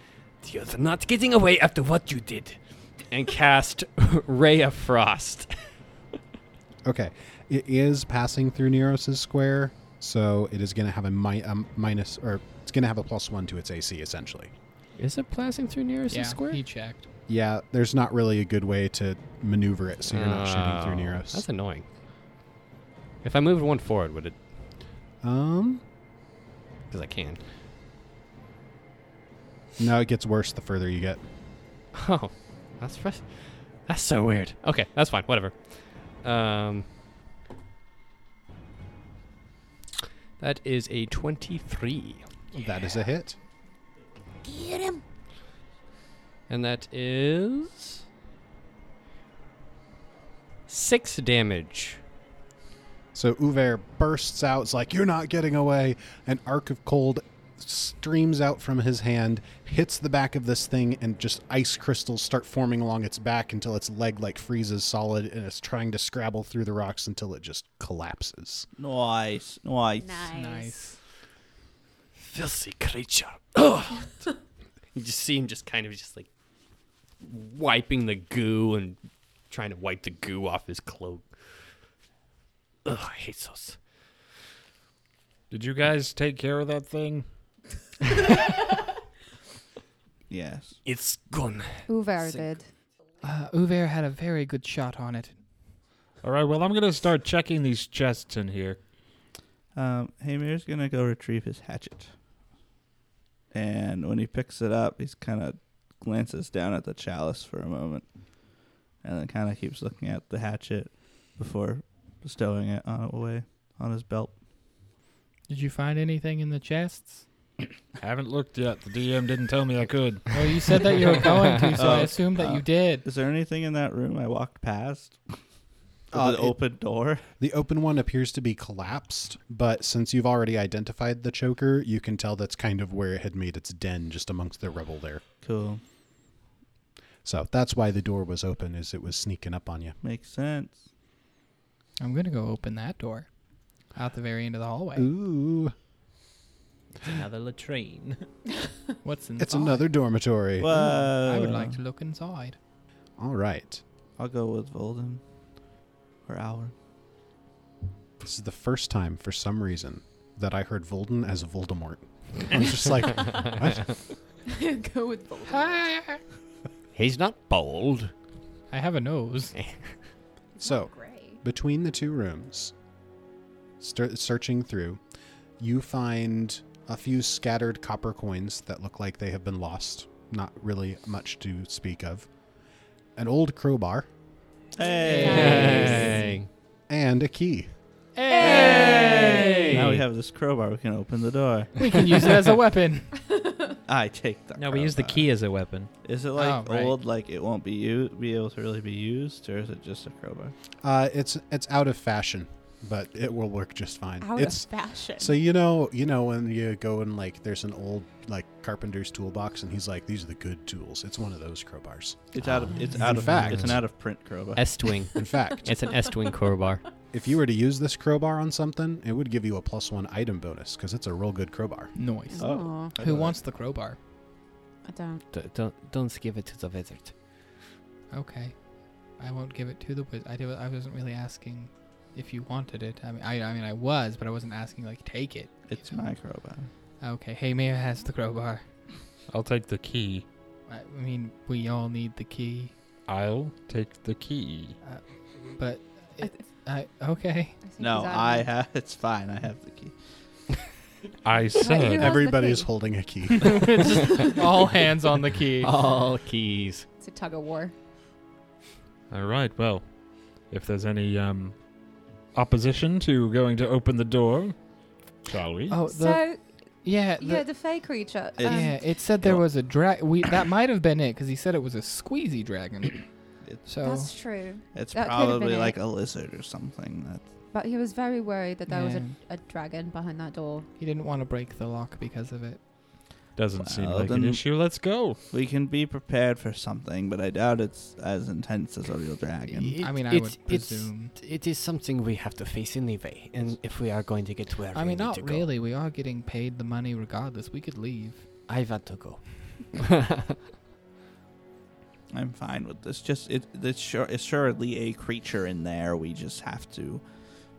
Speaker 6: "You're not getting away after what you did,"
Speaker 3: <laughs>
Speaker 6: and cast <laughs> Ray of Frost.
Speaker 8: Okay. It is passing through Neros' square, so it is going to have a mi- um, minus, or it's going to have a plus one to its AC, essentially.
Speaker 6: Is it passing through nearest
Speaker 3: yeah,
Speaker 6: square?
Speaker 3: he checked.
Speaker 8: Yeah, there's not really a good way to maneuver it, so you're not shooting through
Speaker 6: Oh,
Speaker 8: Neros.
Speaker 6: That's annoying. If I moved one forward, would it?
Speaker 8: Um,
Speaker 6: Because I can.
Speaker 8: no, it gets worse the further you get.
Speaker 6: Oh, that's fresh. That's so weird. Okay, that's fine. Whatever. Um, that is a twenty-three,
Speaker 8: That is a hit.
Speaker 11: Get him.
Speaker 6: and that is six damage.
Speaker 8: So Uver bursts out, it's like, You're not getting away. An arc of cold streams out from his hand, hits the back of this thing, and just ice crystals start forming along its back until its leg like freezes solid, and it's trying to scrabble through the rocks until it just collapses.
Speaker 7: Nice, nice,
Speaker 3: Nice.
Speaker 12: Filthy
Speaker 6: <laughs>
Speaker 12: creature. Ugh. you just see him just kind of just like wiping the goo and trying to wipe the goo off his cloak. Ugh, I hate those.
Speaker 9: Did you guys take care of that thing?
Speaker 7: Yes.
Speaker 12: It's gone.
Speaker 10: Uvar
Speaker 8: <laughs>
Speaker 10: did.
Speaker 3: Uh, Uver had a very good shot on it.
Speaker 9: All right, well, I'm going to start checking these chests in here.
Speaker 7: Um, Hamir's gonna go retrieve his hatchet, and when he picks it up, he's kind of glances down at the chalice for a moment, and then kind of keeps looking at the hatchet before bestowing it on away on his belt.
Speaker 3: Did you find anything in the chests?
Speaker 9: Haven't looked yet. The DM didn't tell me I could.
Speaker 3: Well, you said that you were going to, so I
Speaker 7: Oh,
Speaker 3: assumed that
Speaker 7: uh,
Speaker 3: you did.
Speaker 7: Is there anything in that room I walked past? <laughs> With
Speaker 8: Uh,
Speaker 7: an
Speaker 8: it-
Speaker 7: open door.
Speaker 8: The open one appears to be collapsed, but since you've already identified the choker, you can tell that's kind of where it had made its den, just amongst the rubble there.
Speaker 7: Cool.
Speaker 8: So that's why the door was open, is it was sneaking up on you.
Speaker 7: Makes sense.
Speaker 3: I'm going to go open that door out the very end of the hallway.
Speaker 8: Ooh.
Speaker 5: <laughs> It's another <laughs> latrine.
Speaker 3: What's inside?
Speaker 8: It's another dormitory.
Speaker 3: I would
Speaker 7: Whoa.
Speaker 3: like to look inside.
Speaker 8: All right.
Speaker 7: I'll go with Volden or Alwyn.
Speaker 8: This is the first time, for some reason, that I heard Volden as Voldemort. I was just like, what?
Speaker 10: <laughs> Go with the
Speaker 6: He's not bold.
Speaker 3: I have a nose.
Speaker 8: So, between the two rooms, stir- searching through, you find a few scattered copper coins that look like they have been lost. Not really much to speak of. An old crowbar
Speaker 12: Hey.
Speaker 8: and a key.
Speaker 7: Now we have this crowbar. We can open the door.
Speaker 3: we can use it as a weapon.
Speaker 7: I take the.
Speaker 5: No, we use the
Speaker 7: crowbar.
Speaker 5: key as a weapon.
Speaker 7: Is it like
Speaker 3: Oh, right.
Speaker 7: old, like it won't be u- be able to really be used, or is it just a crowbar?
Speaker 8: Uh, it's it's out of fashion, but it will work just fine.
Speaker 10: Out
Speaker 8: it's
Speaker 10: of fashion.
Speaker 8: so you know you know when you go and like there's an old like carpenter's toolbox and he's like these are the good tools. It's one of those crowbars.
Speaker 7: It's out of it's
Speaker 8: In
Speaker 7: out of
Speaker 8: fact-
Speaker 7: it's an out of print crowbar.
Speaker 6: S twing.
Speaker 10: <laughs>
Speaker 8: In fact,
Speaker 6: it's an S twing crowbar.
Speaker 8: if you were to use this crowbar on something, it would give you a plus one item bonus because it's a real good crowbar.
Speaker 3: Noise.
Speaker 7: Oh. I
Speaker 3: Who
Speaker 7: love
Speaker 3: wants the crowbar?
Speaker 10: I don't.
Speaker 6: <laughs> D- don't don't give it to the <laughs> wizard.
Speaker 3: Okay. I won't give it to the wizard. I, do- I wasn't really asking if you wanted it. I mean, I, I mean, I was, but I wasn't asking like take it.
Speaker 7: it. It's my crowbar.
Speaker 3: Okay. Hey, Mayor has the crowbar.
Speaker 9: I'll take the key.
Speaker 3: I, I mean, we all need the key,
Speaker 9: I'll take the key.
Speaker 3: but
Speaker 10: I,
Speaker 3: it, I okay.
Speaker 10: I think
Speaker 7: No,
Speaker 10: he's out of
Speaker 7: I
Speaker 10: it.
Speaker 7: have. <laughs> It's fine. I have the key.
Speaker 9: I
Speaker 10: you
Speaker 9: said,
Speaker 10: have-
Speaker 8: Everybody's
Speaker 10: key?
Speaker 8: holding a key.
Speaker 6: <laughs>
Speaker 7: <laughs>
Speaker 3: all hands on the key.
Speaker 6: All keys.
Speaker 10: It's a tug of war.
Speaker 9: all right, well, if there's any um, opposition to going to open the door, shall we?
Speaker 3: Oh, the
Speaker 10: so
Speaker 3: yeah, the,
Speaker 10: yeah, the fey creature.
Speaker 7: It-
Speaker 10: um,
Speaker 3: yeah. It said there was a drag. We that might have been it because he said it was a squeezy
Speaker 6: <coughs>
Speaker 3: dragon.
Speaker 7: It's-
Speaker 3: so
Speaker 10: That's true.
Speaker 7: It's
Speaker 10: That could've
Speaker 7: probably
Speaker 10: been
Speaker 7: like
Speaker 10: it.
Speaker 7: a lizard or something. That
Speaker 10: But he was very worried that there was
Speaker 3: Yeah.
Speaker 10: a, a dragon behind that door.
Speaker 3: <laughs> he didn't want to break the lock because of it.
Speaker 9: Doesn't seem
Speaker 7: Well,
Speaker 9: like an
Speaker 7: then-
Speaker 9: issue. Let's go.
Speaker 7: we can be prepared for something, but I doubt it's as intense as a real dragon.
Speaker 3: I
Speaker 6: It-
Speaker 3: mean, I
Speaker 6: it's-
Speaker 3: would
Speaker 6: it's-
Speaker 3: presume.
Speaker 6: It is something we have to face anyway, and if we are going to get to
Speaker 3: I
Speaker 6: where we
Speaker 3: mean,
Speaker 6: need
Speaker 3: not
Speaker 6: to go,
Speaker 3: really. We are getting paid the money regardless. We could leave.
Speaker 6: I want to
Speaker 3: <laughs>
Speaker 6: go.
Speaker 7: I'm fine with this. Just it, it's sure, assuredly a creature in there. We just have to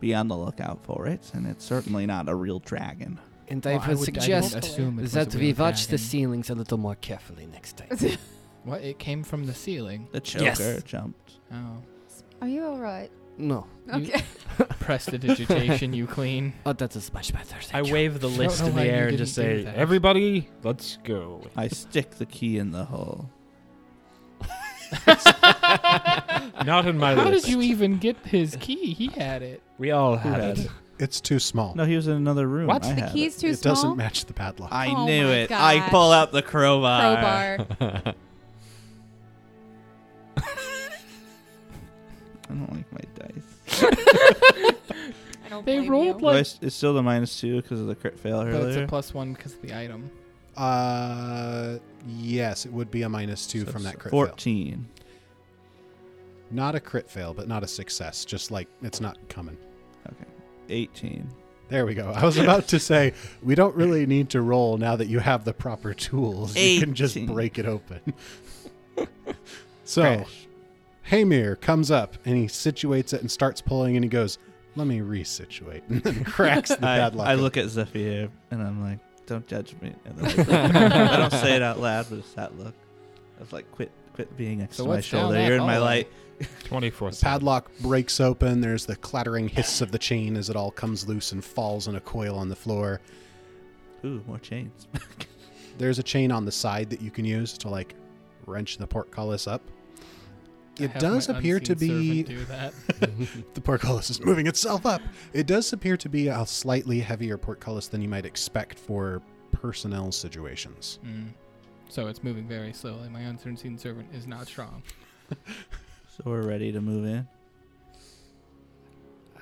Speaker 7: be on the lookout for it, and it's certainly not a real dragon.
Speaker 6: and
Speaker 3: Well,
Speaker 6: I would
Speaker 3: would- I would
Speaker 6: suggest
Speaker 3: assume it was
Speaker 6: that
Speaker 3: a
Speaker 6: we
Speaker 3: real
Speaker 6: watch the
Speaker 3: dragon.
Speaker 6: ceilings a little more carefully next time.
Speaker 3: What? It came from the ceiling.
Speaker 7: The choker
Speaker 6: Yes.
Speaker 7: jumped.
Speaker 6: <laughs>
Speaker 3: Oh,
Speaker 10: Are you all right?
Speaker 6: no,
Speaker 10: Okay.
Speaker 3: prestidigitation, you queen.
Speaker 6: oh, that is much better.
Speaker 5: I
Speaker 6: Thank you.
Speaker 5: wave the
Speaker 3: don't
Speaker 5: list
Speaker 3: know
Speaker 5: in the
Speaker 3: why you
Speaker 5: air and
Speaker 3: didn't
Speaker 5: just
Speaker 3: do
Speaker 5: say,
Speaker 3: that.
Speaker 5: <laughs>
Speaker 9: Everybody, let's go.
Speaker 7: I stick the key in the hole.
Speaker 9: Not in my
Speaker 3: How
Speaker 9: list.
Speaker 3: did you even get his key? He had it.
Speaker 9: We all
Speaker 7: Who
Speaker 9: had
Speaker 7: had
Speaker 9: it.
Speaker 7: it?
Speaker 8: it's too small.
Speaker 7: No, he was in another room.
Speaker 9: What?
Speaker 7: I
Speaker 10: the
Speaker 7: had
Speaker 10: key's
Speaker 7: it.
Speaker 10: too
Speaker 8: it
Speaker 10: small.
Speaker 8: doesn't match the padlock.
Speaker 7: I
Speaker 10: Oh
Speaker 7: knew
Speaker 10: my
Speaker 7: it. I
Speaker 10: gosh.
Speaker 7: pull out the crowbar.
Speaker 10: Crowbar.
Speaker 7: <laughs>
Speaker 5: <laughs>
Speaker 7: I don't like my dice.
Speaker 10: I don't
Speaker 4: don't
Speaker 3: They
Speaker 4: blame
Speaker 3: rolled
Speaker 4: you.
Speaker 7: Do I s- it's still the minus two because of the crit fail
Speaker 3: But it's a
Speaker 7: earlier.
Speaker 3: plus one because of the item.
Speaker 8: Uh, yes, it would be a minus two
Speaker 7: So
Speaker 8: from
Speaker 7: it's
Speaker 8: that crit fail.
Speaker 7: 14.
Speaker 8: Not a crit fail, but not a success. Just like it's not coming.
Speaker 7: Okay. 18.
Speaker 8: There we go. I was about to say we don't really need to roll now that you have the proper tools. You can just
Speaker 7: 18.
Speaker 8: break
Speaker 7: <laughs>
Speaker 8: it open. so, Hamir comes up and he situates it and starts pulling and he goes, "Let me resituate," <laughs> and then cracks the
Speaker 7: <laughs> I,
Speaker 8: padlock.
Speaker 7: I
Speaker 8: open.
Speaker 7: look at Zephyr and I'm like, don't judge me.
Speaker 10: <laughs>
Speaker 7: And then I don't say it out loud, but it's that look. I was like, quit quit being next
Speaker 3: So
Speaker 7: to my
Speaker 3: what's down Oh.
Speaker 7: shoulder.
Speaker 3: that
Speaker 7: You're in my
Speaker 3: hallway?
Speaker 7: light.
Speaker 9: 24
Speaker 8: Padlock breaks open. There's the clattering hiss of the chain as it all comes loose and falls in a coil on the floor.
Speaker 7: Ooh, more chains. <laughs>
Speaker 8: There's a chain on the side that you can use to like wrench the portcullis up. It
Speaker 3: Have
Speaker 8: does
Speaker 3: my
Speaker 8: appear to
Speaker 3: unseen
Speaker 8: be <laughs>
Speaker 3: servant do that.
Speaker 8: the portcullis is moving itself up. It does appear to be a slightly heavier portcullis than you might expect for personnel situations.
Speaker 3: Mm. So it's moving very slowly. My unseen servant is not strong.
Speaker 7: so we're ready to move in.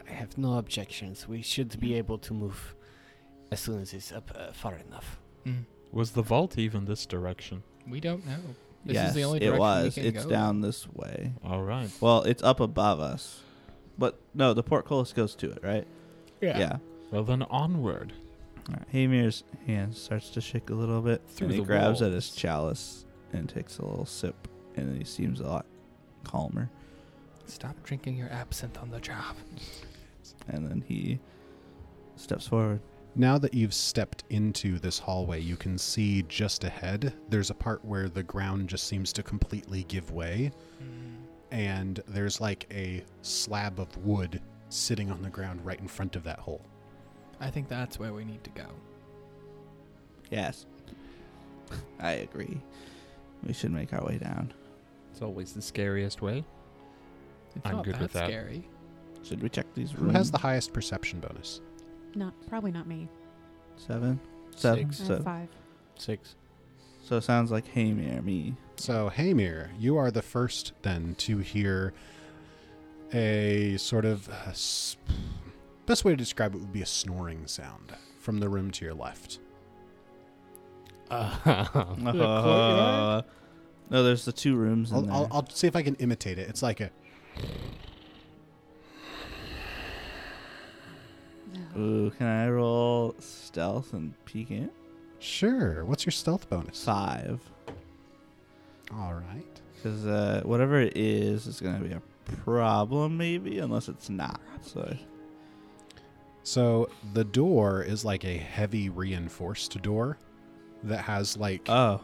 Speaker 6: I have no objections. We should be able to move as soon as it's up uh, far enough.
Speaker 9: Was the vault even this direction?
Speaker 3: Mm. We don't know. This
Speaker 7: yes,
Speaker 3: is the only
Speaker 7: it
Speaker 3: direction we
Speaker 7: was.
Speaker 3: can
Speaker 7: It's
Speaker 3: go.
Speaker 7: down this way.
Speaker 9: All right.
Speaker 7: Well, it's up above us. But no, the portcullis goes to it, right?
Speaker 3: Yeah.
Speaker 7: Yeah.
Speaker 9: Well, then onward.
Speaker 7: All right. Hamir's hand starts to shake a little bit.
Speaker 9: Through
Speaker 7: and he
Speaker 9: the
Speaker 7: grabs at his
Speaker 9: walls.
Speaker 7: chalice and takes a little sip, and then he seems a lot calmer.
Speaker 3: Stop drinking your absinthe on the job.
Speaker 7: And then he steps forward.
Speaker 8: Now that you've stepped into this hallway, you can see just ahead. There's a part where the ground just seems to completely give way,
Speaker 3: Mm.
Speaker 8: and there's like a slab of wood sitting on the ground right in front of that hole.
Speaker 3: I think that's where we need to go.
Speaker 7: Yes, <laughs> I agree. We should make our way down.
Speaker 5: It's always the scariest way.
Speaker 3: It's
Speaker 9: I'm
Speaker 3: not
Speaker 9: good
Speaker 3: that
Speaker 9: with that.
Speaker 3: scary.
Speaker 7: Should we check these
Speaker 8: Who
Speaker 7: rooms?
Speaker 8: has the highest perception bonus?
Speaker 10: Not probably not me.
Speaker 7: seven? Seven.
Speaker 10: I have
Speaker 7: So,
Speaker 10: five.
Speaker 6: Six.
Speaker 7: so it sounds like Hamir, me.
Speaker 8: So, Hamir, you are the first then to hear a sort of uh, s- best way to describe it would be a snoring sound from the room to your left.
Speaker 12: Uh-huh.
Speaker 6: Uh,
Speaker 7: Uh, no, there's the two rooms in
Speaker 8: I'll,
Speaker 7: there.
Speaker 8: I'll, I'll see if I can imitate it. It's like a
Speaker 7: Ooh, can I roll stealth and peek in?
Speaker 8: sure. What's your stealth bonus?
Speaker 7: Five.
Speaker 8: All right.
Speaker 7: Because uh, whatever it is, it's going to be a problem, maybe, unless it's not. So,
Speaker 8: So the door is like a heavy reinforced door that has like
Speaker 7: oh,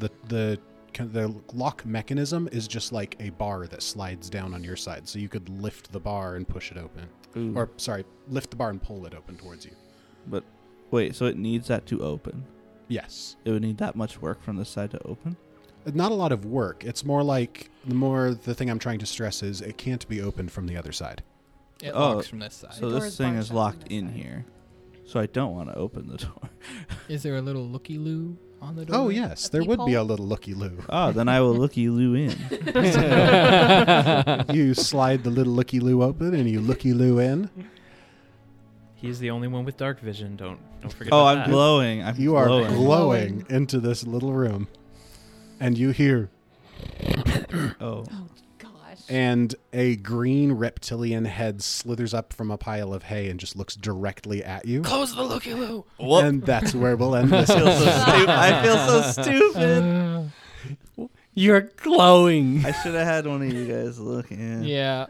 Speaker 8: the the the lock mechanism is just like a bar that slides down on your side, so you could lift the bar and push it open.
Speaker 7: Ooh.
Speaker 8: Or sorry, lift the bar and pull it open towards you.
Speaker 7: but wait, so it needs that to open.
Speaker 8: Yes.
Speaker 7: It would need that much work from this side to open?
Speaker 8: Not a lot of work. It's more like the more the thing I'm trying to stress is it can't be opened from the other side.
Speaker 3: It
Speaker 7: Oh,
Speaker 3: locks from this side.
Speaker 7: So
Speaker 10: door
Speaker 7: this
Speaker 10: is
Speaker 7: thing
Speaker 10: barred
Speaker 7: is
Speaker 10: shut on
Speaker 7: locked
Speaker 10: this
Speaker 7: in
Speaker 10: side.
Speaker 7: here. So I don't want to open the door.
Speaker 3: is there a little looky loo on the door?
Speaker 8: Oh yes,
Speaker 10: A
Speaker 8: there would be
Speaker 10: peephole?
Speaker 8: a little looky
Speaker 7: <laughs>
Speaker 8: loo.
Speaker 7: <laughs> Oh, then I will looky Lou in.
Speaker 8: you slide the little looky loo open and you looky loo in.
Speaker 5: He's the only one with dark vision. Don't don't
Speaker 7: <laughs>
Speaker 5: forget.
Speaker 7: Oh,
Speaker 5: about
Speaker 7: I'm
Speaker 5: that.
Speaker 7: glowing. I'm
Speaker 8: You are
Speaker 7: glowing.
Speaker 8: glowing into this little room, and you hear
Speaker 10: Oh
Speaker 7: oh,
Speaker 10: gosh.
Speaker 8: and a green reptilian head slithers up from a pile of hay and just looks directly at you.
Speaker 3: Close the looky loo.
Speaker 7: Whoop.
Speaker 8: And that's where we'll end this.
Speaker 7: I <laughs> feel so stu- I feel <laughs> so
Speaker 3: Uh,
Speaker 7: stupid.
Speaker 6: You're glowing.
Speaker 7: <laughs> I should have had one of you guys look in.
Speaker 3: Yeah,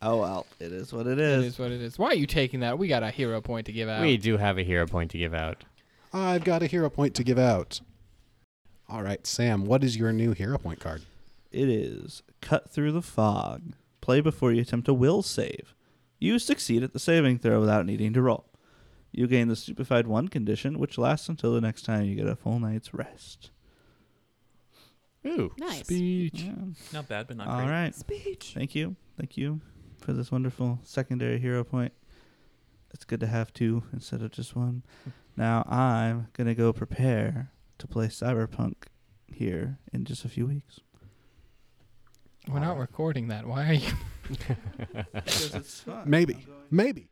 Speaker 7: Oh well, it is what it
Speaker 3: it
Speaker 7: is.
Speaker 3: is what it is. Why are you taking that? We got a hero point to give out.
Speaker 6: We do have a hero point to give out.
Speaker 8: I've got a hero point to give out. All right, Sam, what is your new hero point card?
Speaker 7: It is cut through the fog. Play before you attempt a will save. You succeed at the saving throw without needing to roll. You gain the stupefied one condition, which lasts until the next time you get a full night's rest.
Speaker 6: Ooh.
Speaker 10: Nice.
Speaker 6: Speech.
Speaker 7: Yeah.
Speaker 5: Not bad, but not
Speaker 7: All
Speaker 5: great.
Speaker 7: right.
Speaker 10: Speech.
Speaker 7: Thank you. Thank you for this wonderful secondary hero point. It's good to have two instead of just <laughs> one. Now I'm going to go prepare to play Cyberpunk here in just a few weeks.
Speaker 3: We're not recording that. Why are you?
Speaker 7: Because it's fun.
Speaker 8: Maybe. Maybe.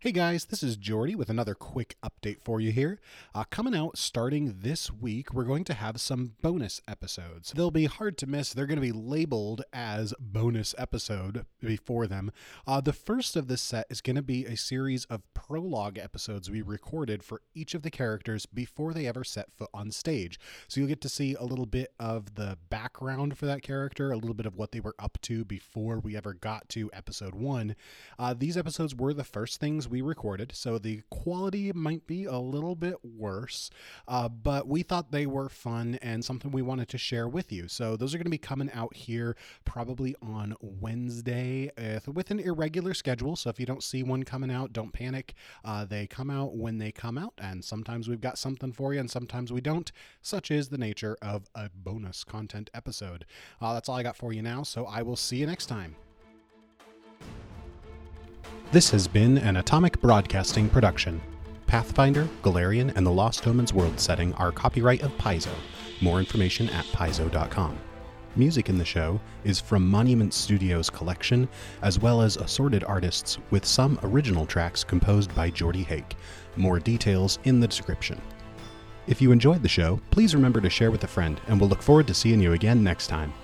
Speaker 8: Hey guys, this is Jordy with another quick update for you here. Uh, coming out starting this week, we're going to have some bonus episodes. They'll be hard to miss. They're going to be labeled as bonus episode before them. Uh, the first of this set is going to be a series of prologue episodes we recorded for each of the characters before they ever set foot on stage. So you'll get to see a little bit of the background for that character, a little bit of what they were up to before we ever got to episode one. Uh, these episodes were the first things we recorded, so the quality might be a little bit worse, uh, but we thought they were fun and something we wanted to share with you. So those are going to be coming out here probably on Wednesday if- with an irregular schedule. So if you don't see one coming out, don't panic. Uh, they come out when they come out, and sometimes we've got something for you and sometimes we don't. Such is the nature of a bonus content episode. Uh, that's all I got for you now, so I will see you next time. This has been an Atomic Broadcasting production. Pathfinder, Galarian, and the Lost Omens world setting are copyright of Paizo. More information at paizo.com. Music in the show is from Monument Studios collection, as well as assorted artists with some original tracks composed by Jordy Hake. More details in the description. If you enjoyed the show, please remember to share with a friend, and we'll look forward to seeing you again next time.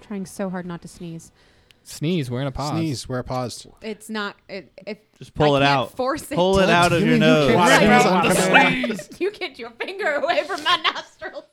Speaker 10: trying so hard not to sneeze.
Speaker 3: Sneeze. We're in a pause.
Speaker 8: Sneeze. We're paused.
Speaker 10: It's not. It, if
Speaker 7: Just pull
Speaker 10: I
Speaker 7: it
Speaker 10: can't
Speaker 7: out.
Speaker 10: Force it. <laughs>
Speaker 7: Pull it out of your nose.
Speaker 10: Right.
Speaker 8: Sneeze on command.
Speaker 10: you get your finger away from my <laughs> nostrils.